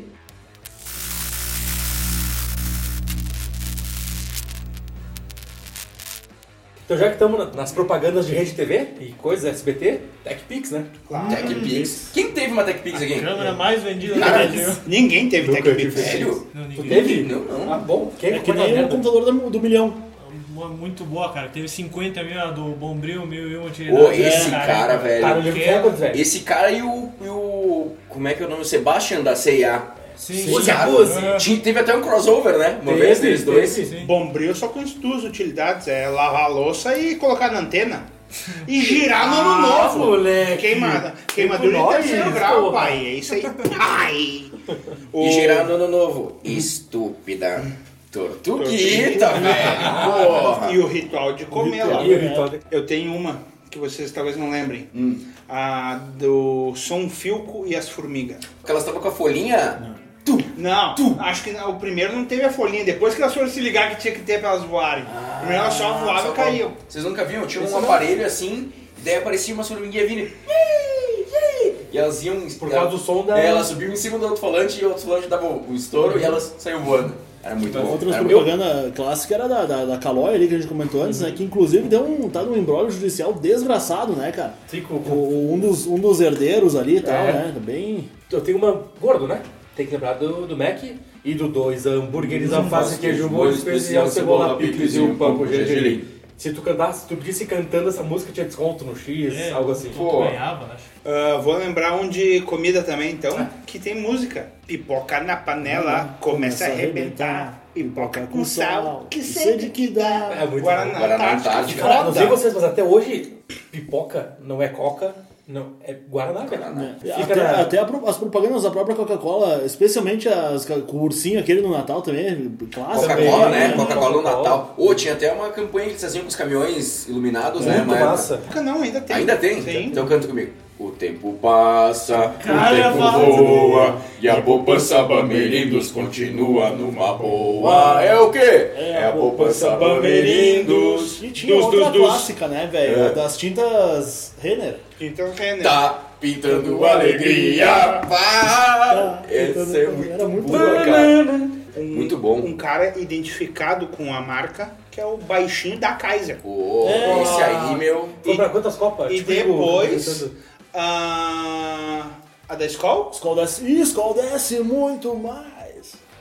C: Então já que estamos na- nas propagandas de rede TV e coisas SBT, TechPix, né?
B: TechPix. Quem teve uma TechPix aqui?
D: Câmera mais vendida da
B: Nada.
D: Brasil.
E: Ninguém teve
G: Nunca
E: TechPix.
G: tive.
B: Velho?
D: Não,
C: Tu
D: ninguém.
C: teve?
B: Não, não.
C: Ah, bom. Quem
F: É que nem o computador do, do milhão.
D: Uma Muito boa, cara. Teve 50 mil a do Bombril, mil e uma É, utilidade.
B: Ô, esse cara,
C: Tá no
B: velho.
C: livro de recordes,
F: é.
C: velho.
B: Esse cara e o, e o. Como é que é o nome? O Sebastian da CIA.
D: Sim,
B: Esse
D: sim.
B: cara,
D: Ah,
B: tinha- Teve até um crossover, né? Uma vez deles dois.
D: sim.
E: Bombril só com duas utilidades, é lavar a louça e colocar na antena. E girar no ano novo.
C: moleque.
E: Queimada, queimadura de terceiro
C: nós,
E: grau,
C: porra.
E: pai. É isso aí, pai. O-
B: E girar no ano novo. Estúpida. Tortuguita, velho. Porra.
E: E o ritual de comer lá.
C: E o ritual de-
E: Eu tenho uma que vocês talvez não lembrem. A do Som Filco e as Formigas.
B: Porque elas estavam com a folhinha. Tu.
E: Não, acho que não, o primeiro não teve a folhinha. Depois que elas foram se ligar que tinha que ter pra elas voarem. primeiro elas só voavam e caíam.
B: Vocês nunca viram? Tinha um aparelho assim, e daí aparecia uma formiguinha vindo. e- "Yay, yay!" E elas iam.
C: Por causa do som da-
B: É, elas subiam em cima do outro falante e o outro falante dava o estouro e elas saíam voando. Era muito bom. é,
F: Outras
B: Era muito...
F: propaganda clássica era da, da, da Calói ali que a gente comentou antes, né? Que inclusive deu um, tá num embrólio judicial desgraçado, né, cara?
C: Sim, com-
F: O- o- um, dos, um dos herdeiros ali e tal,
C: É.
F: né? Bem.
C: Eu tenho uma gordo, né? Tem que lembrar do, do Mac e do dois hambúrgueres, alface, queijo, molho especial, cebola, picles e um pão com gergelim. Se tu cantasse, se tu pedisse cantando essa música, tinha desconto no X,
D: É.
C: algo assim.
D: Tu ganhava, acho.
E: Ah, vou lembrar um de comida também, então, que tem música. Pipoca na panela, começa a arrebentar. Pipoca com sal, que sede que dá.
C: É muito
E: Guaraná,
C: bom.
B: Guaraná
E: Antártica,
B: Antártica.
C: Cara, não sei
E: foda.
C: vocês, mas até hoje, pipoca não é coca, não, é Guaraná, cara.
B: É,
C: Fica
F: né? Até,
C: na-
F: até a pro- as propagandas da própria Coca-Cola, especialmente as ca- com o ursinho aquele no Natal também, clássico.
B: Coca-Cola,
C: Também,
B: né?
C: né?
B: Coca-Cola no
C: Coca-Cola.
B: Natal. Ô, tinha até uma campanha que eles faziam com os caminhões iluminados, né?
C: Muito
B: uma época.
C: massa.
E: Pipoca não, ainda tem.
B: Ainda tem?
E: Sim.
B: Então canta comigo. O tempo passa,
D: Cara,
B: o tempo
D: vai.
B: voa, é e a poupança Bamerindos continua numa boa. É o quê? É a poupança Bamerindos.
F: E tinha
B: Dos,
F: outra
B: dos, É. dos.
F: clássica, né, velho? Das tintas Renner.
E: Então, Renner.
B: Tá pintando
C: Tá
B: alegria. Pá. Essa é muito,
F: Era muito
B: boa, cara. Muito bom.
E: Um cara identificado com a marca, que é o baixinho da Kaiser.
B: Pô, esse aí, meu.
C: É. Foi pra quantas copas?
E: E
C: Tipo,
E: depois,
C: pensando-
E: a, a da Skol?
F: Skol desce, e Skol desce muito mais.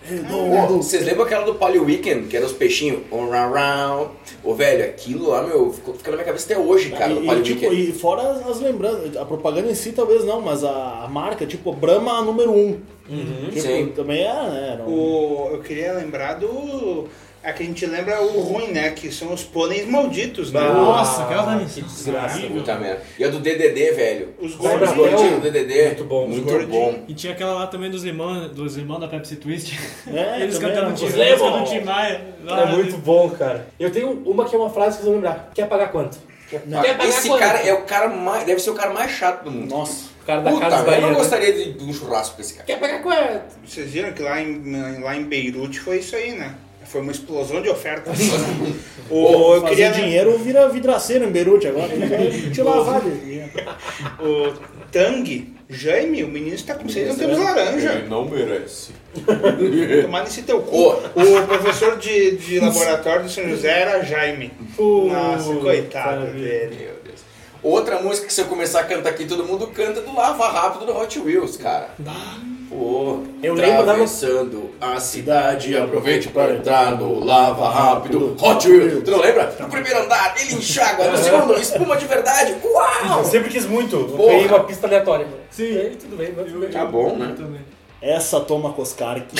B: Pô,
F: Redondo.
B: vocês lembram aquela do Palio Weekend, que era os peixinhos? On round round. Ô, velho, aquilo lá, meu, ficou- fica na minha cabeça até hoje, cara, do
F: E,
B: Palio
F: e, tipo,
B: Weekend.
F: e fora as, as lembranças, a propaganda em si talvez não, mas a, a marca, tipo, Brahma a número 1. Um. Tipo,
B: Sim.
F: também é, né? Era um-
E: O, eu queria lembrar do É que a gente lembra o ruim, né? Que são os pôneis malditos,
D: tá
E: né?
D: Nossa, aquela da
C: que
D: missão.
C: desgraça.
B: Puta merda. E a do DDD, velho.
E: Os
B: Os
E: gordinhos.
B: gordinhos do DDD.
C: Muito bom.
B: Muito
E: Os gordinhos.
B: bom.
D: E tinha aquela lá também dos irmãos, dos irmãos da Pepsi Twist.
F: É,
D: Eles
F: também
D: cantando
F: era
D: Tim
F: um-
D: Maia. cantando Tim Maia. Ah,
C: É muito bom, cara. Eu tenho uma que é uma frase que vocês vão lembrar. Quer pagar quanto?
F: Não.
C: Quer pagar
B: Esse
C: quanto?
B: cara é o cara mais. Deve ser o cara mais chato do mundo.
F: Nossa.
C: O cara da
B: Puta,
C: Casa
B: eu
C: Bahia.
B: não
C: né?
B: gostaria de, de um churrasco com esse cara.
C: Quer pagar quanto?
E: Vocês viram que lá em, lá em Beirute foi isso aí, né? Foi uma explosão de ofertas. o, eu
F: Fazer
E: queria
F: dinheiro vira vidraceiro em Beirute agora. Ele vai te lavar. de-
E: o Tang, Jaime, o menino está com seis anos de laranja.
B: não merece.
E: Tomar nesse teu cu.
B: Ô.
E: O professor de, de laboratório de São José era Jaime. Nossa, coitado
C: sabe.
E: dele.
B: Meu Deus. Outra música que se eu começar a cantar aqui, todo mundo canta do Lava Rápido do Hot Wheels, cara. Tá. Pô,
C: Eu lembro da-
B: atravessando a cidade, aproveite para entrar no Lava Rápido Hot Wheels. Tu não lembra? No primeiro andar, ele enxágua, no segundo, espuma de verdade. Uau!
C: Eu sempre quis muito. Eu
B: Porra.
C: ganhei uma pista aleatória.
D: Sim.
C: E aí, tudo bem, mas tudo bem.
B: Tá bom, né?
D: Também.
F: Essa toma Coscar aqui.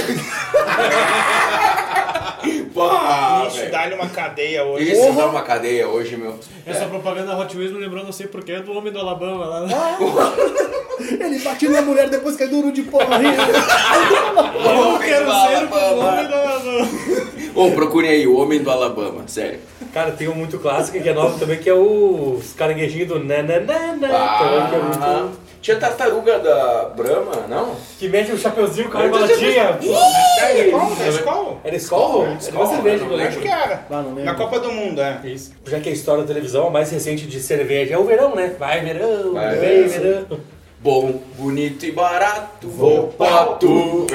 B: Pá,
E: Isso
B: velho.
E: dá-lhe uma cadeia hoje.
B: Isso dá uma cadeia hoje, meu.
D: Essa propaganda Hot Wheels me lembrou, não sei porquê, é do Homem do Alabama lá.
F: Ele bateu na mulher depois que é duro de porra.
B: Eu
D: Quero ser o Homem do Alabama.
B: Ô, procurem aí, o Homem do Alabama, sério.
C: Cara, tem um muito clássico que é novo também, que é o os caranguejinhos do nananana. que, é
B: Ah,
C: muito...
B: tinha tartaruga da Brahma, não?
C: que mete o chapeuzinho com a balatinha.
E: É da escola? Da escola?
C: Era escola? Era uma
B: Skol,
C: cerveja,
B: não
C: eu
E: Acho
C: lembro.
E: que era.
F: Ah, não lembro.
E: Na Copa do Mundo, é.
C: Isso. Já que a história da televisão, a mais recente de cerveja é o verão, né? Vai é. verão,
B: Vai,
C: vem
B: verão.
C: verão.
B: Bom, bonito e barato, vou pato.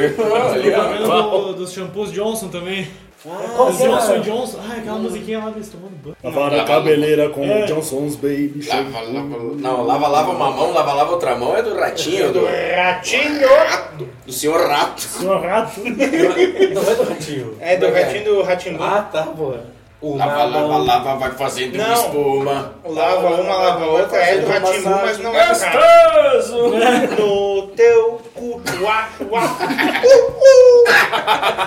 B: Ali, ó.
D: Propaganda do- dos shampoos Johnson também.
C: Qual
D: Os
C: que era?
D: Johnson Johnson. Ah, aquela musiquinha lá deles tomando banho.
F: Lavar a cabeleira com o Johnson's Baby
B: Lava, lava, não, lava, lava uma mão, lava, lava outra mão é do ratinho, do,
E: Ratinho!
B: do senhor rato.
F: Senhor Rato.
C: Não é do ratinho.
E: É, do ratinho do Ratimbu.
C: Ah, tá, boa. O
B: Lava, lava,
C: mamão.
B: lava, vai fazendo
E: Não.
B: espuma.
E: Lava uma, lava outra, é do Ratimbu, mas não é do rato.
C: Gostoso!
E: No teu cu, uá, uá, Uh,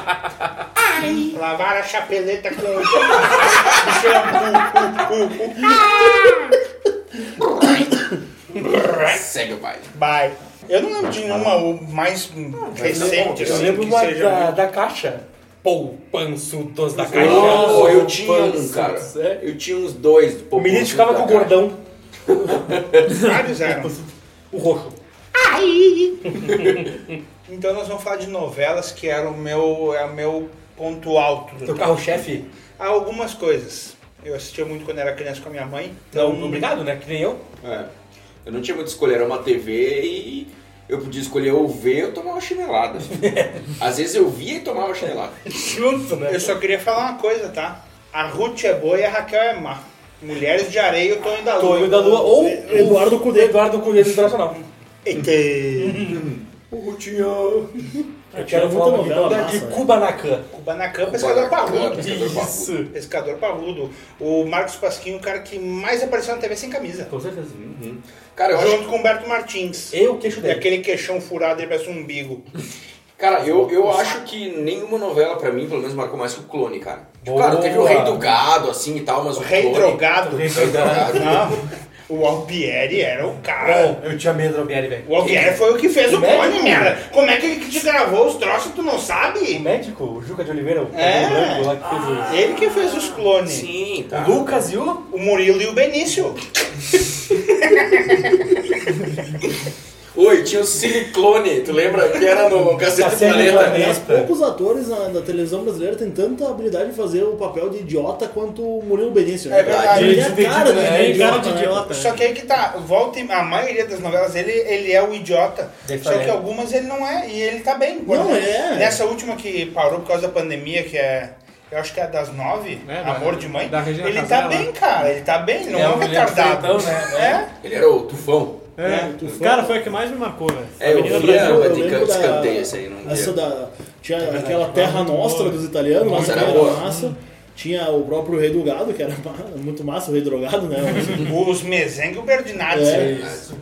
E: Ai. Lavar a chapeleta com o shampoo, cu, cu, cu.
B: Segue o baile.
E: Bye. Eu não lembro de nenhuma o mais recente,
C: Eu
E: assim,
C: lembro
E: que
C: uma
E: seja
C: da,
E: muito-
C: da caixa. Poupançudos da caixa.
B: Oh, eu tinha um,
C: Poupançudos,
B: cara.
C: é.
B: Eu tinha uns dois.
C: O menino ficava com o
B: gordão.
C: gordão,
E: Vários eram.
C: o roxo.
E: Então nós vamos falar de novelas que era o meu, é o meu ponto alto.
C: Teu carro-chefe.
E: Há algumas coisas. Eu assistia muito quando era criança com a minha mãe.
C: Então,
E: Então,
C: obrigado, né? Que nem eu.
B: É. Eu não tinha muita escolha, era uma TV e eu podia escolher ou ver ou tomar uma chinelada. Às vezes eu via e tomava chinelada.
C: Junto, né?
E: Eu só queria falar uma coisa, tá? A Ruth é boa e a Raquel é má. Mulheres de areia e o Tonho da Lua.
C: Tonho da Lua ou
F: Eduardo Cudê.
C: Eduardo Cudê do Internacional.
E: Eita.
C: Eu quero
F: Tinha
C: falar
F: muita
C: uma
F: novela
C: novela
F: massa,
C: de
F: né?
C: Kubanacan.
E: Kubanacan,
B: é
E: pescador parrudo.
B: Pescador parrudo.
C: Isso.
E: Pescador parrudo. O Marcos Pasquinho, o cara que mais apareceu na TV sem camisa.
C: Com certeza.
B: Cara, eu acho
E: Junto com o Humberto Martins.
C: Eu queixo
E: E
C: dele.
E: aquele queixão furado, ele parece um umbigo.
B: Cara, eu, eu acho que nenhuma novela, pra mim, pelo menos, marcou mais que o clone, cara. Tipo,
C: Boa.
B: Cara, teve o Rei do Gado, assim e tal, mas o
E: Rei
B: clone.
E: drogado.
C: Rei drogado.
E: É Não. O Albieri era o cara.
C: Tá Bom, eu te amei, Drobieri, velho.
E: O Albieri foi o que fez o
C: Como é que-
E: clone, merda. Como é que ele te gravou os troços, tu não
C: O
E: sabe?
C: médico, o Juca de Oliveira, o
E: É.
C: cabelo branco lá que fez o...
E: Ele que fez os clones.
B: Sim,
C: O
B: tá.
C: Lucas e o...
E: O Murilo e o Benício.
B: Oi, tinha o Cine Clone, tu lembra? Que era no Cacete do
C: Cacete do
B: Planeta.
C: Planeta.
F: Aliás,
C: Eita.
F: poucos atores na, da televisão brasileira têm tanta habilidade de fazer o papel de idiota quanto o Murilo Benício. né?
E: É verdade.
F: Ele
C: Ele
F: é
C: é
F: cara, né?
C: idiota, né?
F: Ele é
C: Ele é
F: idiota,
C: cara
D: de
F: né?
D: idiota.
E: Só que aí que tá, volta e- a maioria das novelas ele, ele é o idiota.
C: Ele
E: Só
C: tá
E: que
C: bem.
E: algumas ele não é, e ele tá bem. por
F: Não
E: exemplo,
F: é.
E: Nessa última que parou por causa da pandemia, que é. Eu acho que é das nove,
D: É, da-
E: Amor de Mãe.
D: da Regina
E: ele tá
D: Casella.
E: bem, cara, ele tá bem, não é,
C: É,
E: um
C: o William
E: retardado. É.
C: Freitas, né?
B: Ele era o Tufão.
D: É. Cara, foi a que mais me marcou, velho.
B: É, eu
D: Avenida
B: via,
F: Eu
B: mas de
F: lembro
B: canto
F: da-
B: escanteio esse aí, não
F: Essa
B: via.
F: da. Tinha aquela terra nostra dos italianos, lá
B: Nossa,
F: que
B: era
F: era
B: boa.
F: massa. Tinha o próprio Rei do Gado, que era ma- muito massa, o Rei Drogado, né?
E: Os mesengue e o Berdinazzi.
F: É,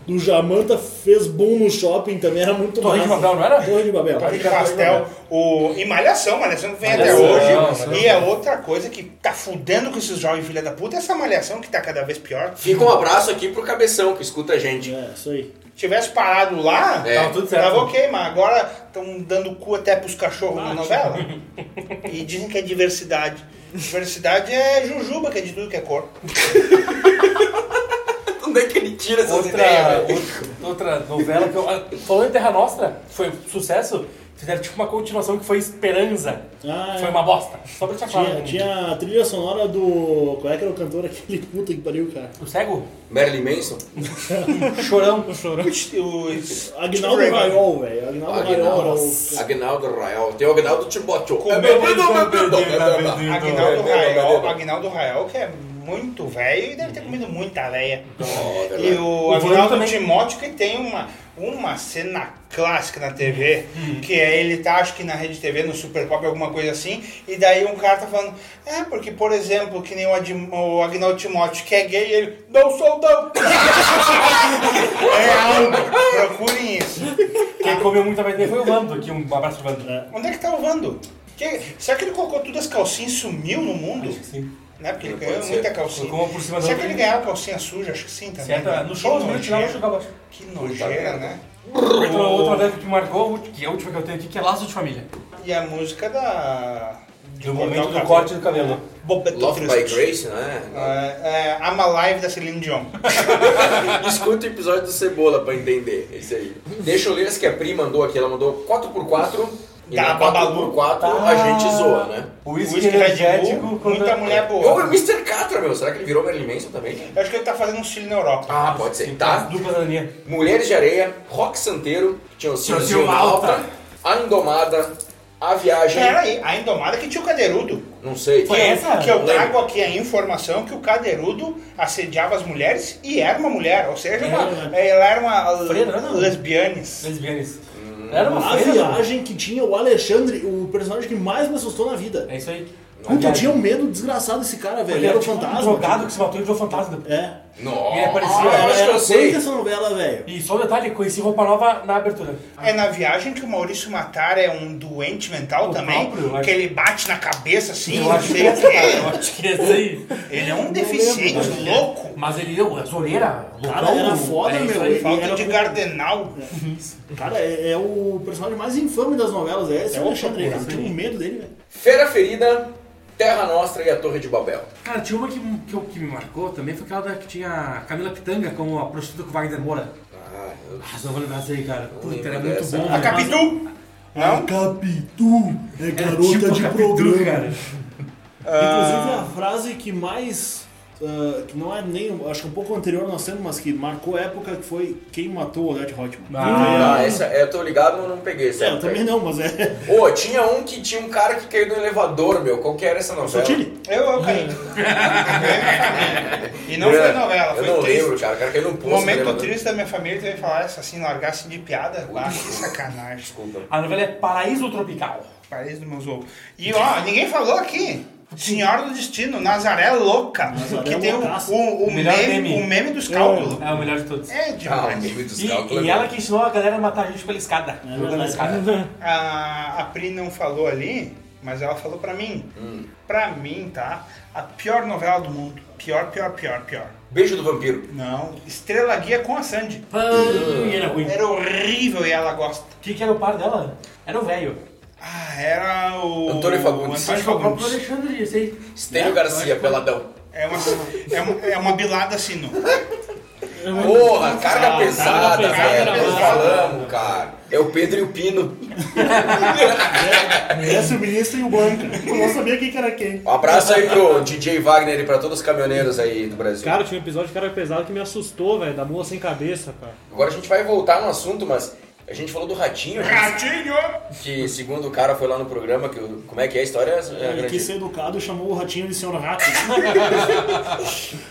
F: do Jamanta fez boom no shopping também, era muito
C: Torre de
F: massa.
C: Babel, não era?
F: Torre de Babel.
E: Torre de pastel, o... e malhação, malhação que vem
C: Malhação,
E: até hoje.
C: Malhação.
E: E é outra coisa que tá fudendo com esses jovens filha da puta, essa malhação que tá cada vez pior.
B: Fica um abraço aqui pro Cabeção, que escuta a gente.
F: É, isso aí.
E: Tivesse parado lá,
B: É.
E: tava,
C: Tava
E: tudo
C: tudo
E: tava
C: certo.
E: ok, mas agora estão dando cu até pros cachorros na novela. E dizem que é diversidade. Diversidade é jujuba, que é de tudo que é cor.
B: Onde é que ele tira essas ideias,
C: Outra,
B: velho?
C: outra- outra novela que eu. ah, Falando em Terra Nostra, que foi um sucesso, fizeram tipo uma continuação que foi Esperanza.
F: Ah, é.
C: Foi uma bosta. Só pra te falar.
F: Tinha, tinha a trilha sonora do. Qual é que era o cantor aquele puta que pariu, cara?
C: O cego?
B: Marilyn Manson?
C: Chorão.
E: Os-
F: Agnaldo
E: Raven.
F: Raiol, velho. Agnaldo Raiol. era o-
B: Agnaldo Raiol. Tem o Agnaldo Tibotio.
E: Como
B: meu
E: é
B: dedo,
E: que
B: meu dedo, meu dedo.
E: né,
B: Não,
E: Agnaldo
B: não,
E: Rael,
B: não.
E: Agnaldo Rael, que é muito velho e deve ter comido muita véia.
B: Ó,
E: E
B: verdade.
E: o
C: O Vando
E: Agnaldo
C: também.
E: Timóteo que tem uma, uma cena clássica na TV,
C: Uhum.
E: que é ele tá, acho que na Rede TV, no Super Pop, alguma coisa assim, e daí um cara tá falando, é, porque, por exemplo, que nem o, Ad- o Agnaldo Timóteo, que é gay, ele, não sou não! é algo, procurem isso.
C: Quem comeu muita vez foi o Vando aqui. Um abraço de Vando.
E: Onde é que tá o Vando? Que- será que ele colocou todas as calcinhas e sumiu no mundo?
C: Sim.
E: Né? Porque ele
B: Não
E: ganhou
B: pode ser.
E: muita calcinha.
C: Colocou uma por cima da
E: Será que
C: outra.
E: ele ganhava calcinha suja? Acho que sim também.
C: Certo?
E: né?
C: No show, os
E: Que
C: meninos tiraram e
E: nojeira.
C: jogaram abaixo.
E: Que nojeira, né?
C: Outra, outra novela que me marcou, que é a última que eu tenho aqui, que é Laço de Família.
E: E a música da. de
C: Do
E: cortar
C: momento
E: o
C: do corte do cabelo.
E: Bobeto
B: Love by
E: Triste.
B: Grace, né?
E: É, é, I'm Alive da Celine Dion.
B: Escuta o episódio do Cebola pra entender. Esse aí. Deixa eu ler as que a Pri mandou aqui. Ela mandou 4x4. E
E: Da
B: na
E: Babalu.
B: 4x4 a gente zoa, né?
C: O
E: O
C: uísque
E: Whisky Red
C: energético.
E: Bull,
C: quando-
E: muita mulher
B: Ou é o
E: boa.
B: Mr. Catra, meu. Será que ele virou Marilyn Manson também?
E: Eu acho que ele tá fazendo um Chile na Europa.
B: Ah, pode ser. Tá?
C: Dupla da linha.
B: Mulheres de Areia, Rock Santeiro, que tinha o Silvio
C: Silvio Alta.
B: Alta, A Indomada, A Viagem,
E: Pera aí, a Indomada que tinha o Cadeirudo.
B: não sei.
E: Que,
C: Foi essa?
E: que eu
B: Lembra?
E: trago aqui a informação que o Cadeirudo assediava as mulheres e era uma mulher. Ou seja, uma- é, ela era uma
C: É, né? Freira, não?
E: lesbianes.
C: Lesbianas. Era uma
F: A
C: feira. mano.
F: viagem que tinha o Alexandre, o personagem que mais me assustou na vida.
C: É isso aí.
F: Porque eu tinha um medo desgraçado desse cara, velho.
C: Ele
F: Ele era o
C: tipo
F: fantasma.
C: Um drogado que se matou e virou fantasma.
F: É.
B: Nossa,
C: E apareceu-
B: eu Ah, acho que eu sei.
F: Foi essa novela, velho.
C: E só um detalhe, conheci roupa nova na abertura.
E: É na viagem que o Maurício Matar é um doente mental
C: O
E: também,
C: próprio, eu acho.
E: que ele bate na cabeça assim,
C: eu
E: não
C: acho que
E: sei
C: é
E: o
C: essa, cara. Eu
E: quê.
C: acho que é essa aí.
E: Ele é um deficiente louco.
C: Mas ele deu as orelhas.
F: Cara, era foda,
C: é isso
F: meu.
C: aí.
F: Ele
E: Falta
F: era
E: de
F: com-
E: gardenal.
F: Cara, é, é o personagem mais infame das novelas. É esse
E: É
F: é
E: uma
F: o Alexandre.
E: loucura,
F: Eu tinha um medo dele, velho.
B: Feira Ferida, Terra Nostra e a Torre de Babel.
C: Cara, tinha uma que, que, eu- que me marcou também, foi aquela da, que tinha a Camila Pitanga como a prostituta com o Wagner Moura.
B: Ah, eu-
C: Ah, não vou lembrar disso aí, cara. Puta,
B: lembro
C: era muito
B: dessa.
C: bom.
E: A
C: velho.
E: Capitu. Não?
F: Capitu é
C: Era tipo a Capitu, cara.
F: Ah. Inclusive a frase que mais. ah, que não é nem. Acho que um pouco anterior nós temos, mas que marcou época que foi quem matou o Odette Hotman.
B: Ah, essa, é, eu tô ligado, mas não peguei essa.
F: É, eu também não, mas é.
B: Ô, tinha um que tinha um cara que caiu do elevador, meu. Qual que era essa novela?
F: Sotile?
E: Eu, eu caí. e não foi novela,
B: Eu não
E: foi triste.
B: lembro, cara. O cara caiu num
E: O
B: poço. do
E: momento
B: elevador.
E: triste da minha família teve que falar isso assim, largar assim de piada. Ah, que sacanagem.
B: Desculpa.
C: A novela é Paraíso Tropical.
E: País dos meus ovos. E ó, ninguém falou aqui. Senhora do Destino, Nazaré Louca.
F: Nazaré
E: que tem o,
F: loucaça.
E: o, o,
C: O melhor
E: meme,
C: meme.
E: o meme dos cálculos.
C: É o melhor de todos.
E: É
B: Ah,
E: demais.
B: amigo dos
C: E,
B: cálculos.
C: e ela que ensinou a galera a matar a gente pela escada. Jogando a escada.
E: a, a Pri não falou ali, mas ela falou pra mim.
B: Hum.
E: Pra mim, tá? A pior novela do mundo. Pior, pior, pior, pior.
B: Beijo do vampiro.
E: Não. Estrela Guia com a Sandy.
B: Hum.
C: Pã, era ruim.
E: Era horrível e ela gosta.
C: O que, que era o par dela? Era o velho.
E: Ah, era o.
B: Antônio Fagundes.
E: Antônio Fagundes.
C: Alexandre, isso aí.
B: Estênio Garcia, peladão.
E: É uma, é uma, é uma bilada sino. é
B: Porra, carga pesada,
D: pesada,
B: velho.
D: carga
B: Nós
E: pesada.
B: falamos, cara. É o Pedro e o Pino.
F: Esse É o ministro e o banco. Eu não sabia quem que era quem.
B: Um abraço aí pro DJ Wagner e pra todos os caminhoneiros aí do Brasil.
D: Cara, tinha um episódio que era pesado que me assustou, velho, da mula sem cabeça, cara.
B: Agora a gente vai voltar no assunto, mas a gente falou do ratinho, gente,
E: Ratinho!
B: que segundo o cara foi lá no programa, que o- como é que é a história? É,
F: Ele quis
B: grande.
F: ser educado e chamou o ratinho de senhor rato.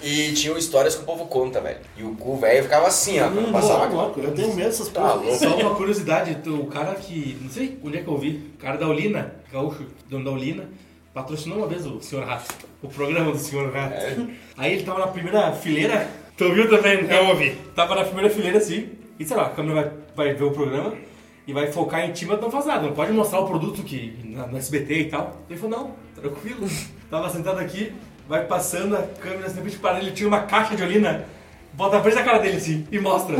B: E tinham histórias que o povo conta, velho. E o cu velho ficava assim, ó, quando
F: Pô,
B: passava.
F: louco, eu tenho medo dessas
B: Tá
F: porras.
B: louco.
C: Só uma curiosidade, o cara que. Não sei onde é que eu vi. O cara da Olina, gaúcho, dono da Olina. patrocinou uma vez o Sr. Raff, o programa do Sr. Raff. Aí ele tava na primeira fileira. Tu ouviu também? né?
E: Eu ouvi.
C: Tava na primeira fileira assim, e sei lá, a câmera vai, vai ver o programa e vai focar em ti, mas não faz nada, não pode mostrar o produto que na, no SBT e tal. Ele falou, não, tranquilo. Tava sentado aqui, vai passando a câmera, assim, de repente para ele, tira uma caixa de olina, bota a frente da cara dele assim, e mostra,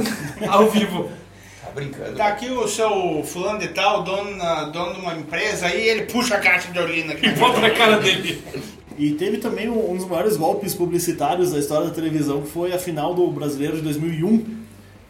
C: ao vivo.
B: Tá brincando.
E: Tá aqui o seu fulano de tal, dono, na- dono de uma empresa, aí ele puxa a caixa de olina aqui.
C: E bota na cara dele.
F: E teve também um, um dos maiores golpes publicitários da história da televisão, que foi a final do Brasileiro de 2001,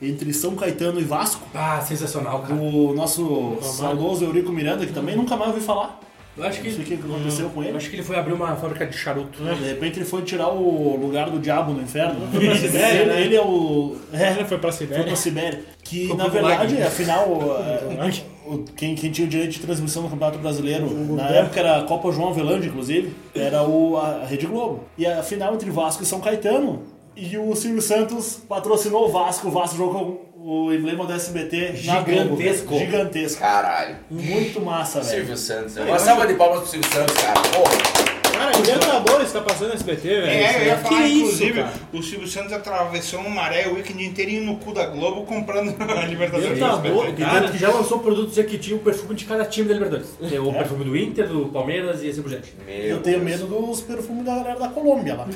F: entre São Caetano e Vasco,
C: Ah, sensacional, cara.
F: do nosso saudoso Eurico Miranda, que também nunca mais ouvi falar.
C: Eu acho que.
F: Não sei o que aconteceu com ele.
C: Eu acho que ele foi abrir uma fábrica de charuto.
F: Né? De repente ele foi tirar o lugar do diabo no inferno. ele, ele é o. É,
J: né? Foi pra
F: foi
J: Sibéria.
F: pra Sibéria. Que
C: Foi
F: na
C: pro
F: verdade,
C: Gulag.
F: afinal, eh, o- quem, quem tinha o direito de transmissão do Campeonato Brasileiro, na época era a Copa João Avelange, inclusive, era o, a a Rede Globo. E a final entre Vasco e São Caetano. E o Silvio Santos patrocinou o Vasco, o Vasco jogou com o emblema do SBT na Globo.
C: Gigantesco.
F: Gigantesco.
B: Caralho.
F: Muito massa, velho.
B: Silvio Santos. Uma salva de palmas pro Silvio Santos, cara. Porra.
J: Cara, Libertadores tá passando no SBT, velho.
E: É, eu ia falar,
J: que
E: inclusive,
J: isso, cara?
E: o Silvio Santos atravessou um maré o weekend inteirinho no cu da Globo comprando a Libertadores.
C: Tá bom, e
J: cara.
C: tanto que já lançou produtos aqui que tinha o perfume de cada time da Libertadores. Tem o perfume do Inter, do Palmeiras e assim por diante.
F: Eu tenho medo dos perfumes da galera da Colômbia lá.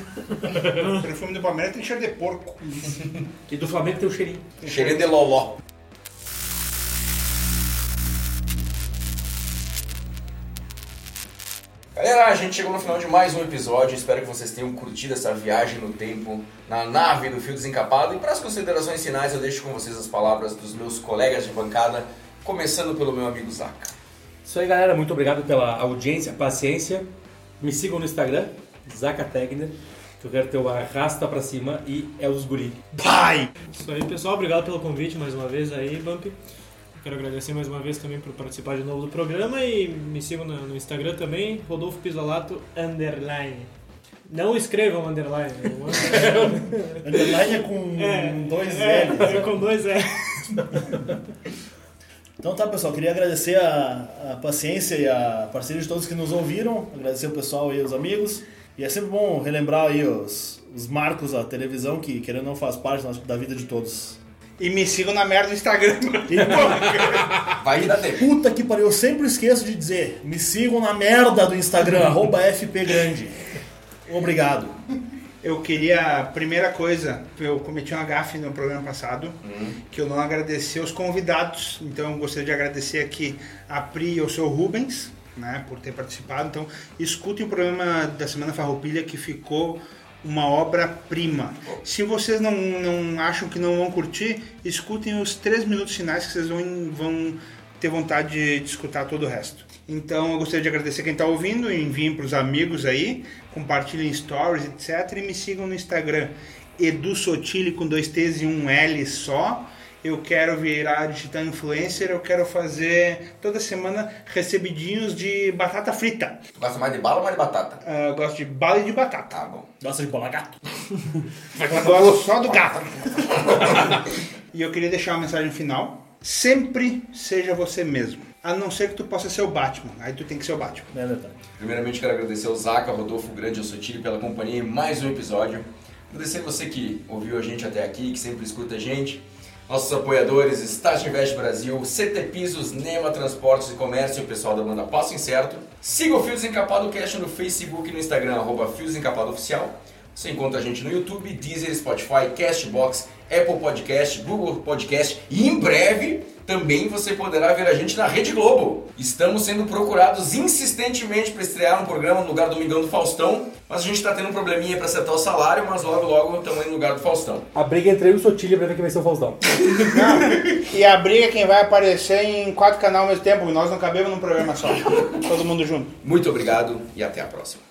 E: O perfume do Palmeiras tem cheiro de porco.
C: E do Flamengo tem o cheirinho.
B: Cheguei de loló. Galera, a gente chegou no final de mais um episódio. Espero que vocês tenham curtido essa viagem no tempo na nave do Fio Desencapado. E para as considerações finais, eu deixo com vocês as palavras dos meus colegas de bancada, começando pelo meu amigo Zaca.
C: Isso aí, galera. Muito obrigado pela audiência, paciência. Me sigam no Instagram, Zaca Tegner, que eu quero ter o arrasta pra cima e é os guri.
E: Pai!
D: Isso aí, pessoal. Obrigado pelo convite mais uma vez aí, Bump. Quero agradecer mais uma vez também por participar de novo do programa e me sigam no, no Instagram também, Rodolfo Pisolato Underline. Não escrevam underline.
F: Underline é com dois L.
D: é, é, com dois é.
F: Então tá, pessoal, queria agradecer a, a paciência e a parceria de todos que nos ouviram, agradecer o pessoal e os amigos. E é sempre bom relembrar aí os, os marcos da televisão, que querendo ou não faz parte da- da vida de todos.
E: E me sigam na merda do Instagram.
F: E,
B: Vai que dá tempo.
F: puta que pariu, eu sempre esqueço de dizer, me sigam na merda do Instagram, arroba FPGrande. Obrigado.
E: Eu queria, primeira coisa, eu cometi uma gafe no programa passado, que eu não agradeci os convidados, então eu gostaria de agradecer aqui a Pri e o seu Rubens, né, por ter participado. Então, escutem o programa da Semana Farroupilha que ficou uma obra-prima. Se vocês não, não acham que não vão curtir, escutem os três minutos finais que vocês vão, vão ter vontade de, de escutar todo o resto. Então eu gostaria de agradecer quem está ouvindo, enviem para os amigos aí, compartilhem stories, etc. E me sigam no Instagram, Edu Sotile com dois T's e um L só. Eu quero virar digital influencer, eu quero fazer toda semana recebidinhos de batata frita.
B: Gosta mais de bala ou mais de batata?
E: Ah, eu gosto de bala e de batata.
B: Tá bom.
F: Gosta de bola gato?
E: Eu gosto só do gato. e eu queria deixar uma mensagem final. Sempre seja você mesmo. A não ser que tu possa ser o Batman. Aí tu tem que ser o Batman.
F: É verdade.
B: Primeiramente quero agradecer ao Zaca, Rodolfo Grande e ao Sotile pela companhia em mais um episódio. Agradecer você que ouviu a gente até aqui, que sempre escuta a gente. Nossos apoiadores, Estágio Invest Brasil, CT Pisos, Nema Transportes e Comércio e o pessoal da banda Passo Incerto. Siga o Fio Desencapado Cash no Facebook e no Instagram, arroba Fio Desencapado Oficial. Você encontra a gente no YouTube, Deezer, Spotify, Castbox, Apple Podcast, Google Podcast e em breve também você poderá ver a gente na Rede Globo. Estamos sendo procurados insistentemente para estrear um programa no lugar do Domingão do Faustão, mas a gente está tendo um probleminha para acertar o salário, mas logo logo estamos no lugar do Faustão.
C: A briga entre eu e o Sotilha pra ver quem vai ser o Faustão.
E: E a briga é quem vai aparecer em quatro canais ao mesmo tempo. Nós não cabemos num programa só. Todo mundo junto.
B: Muito obrigado e até a próxima.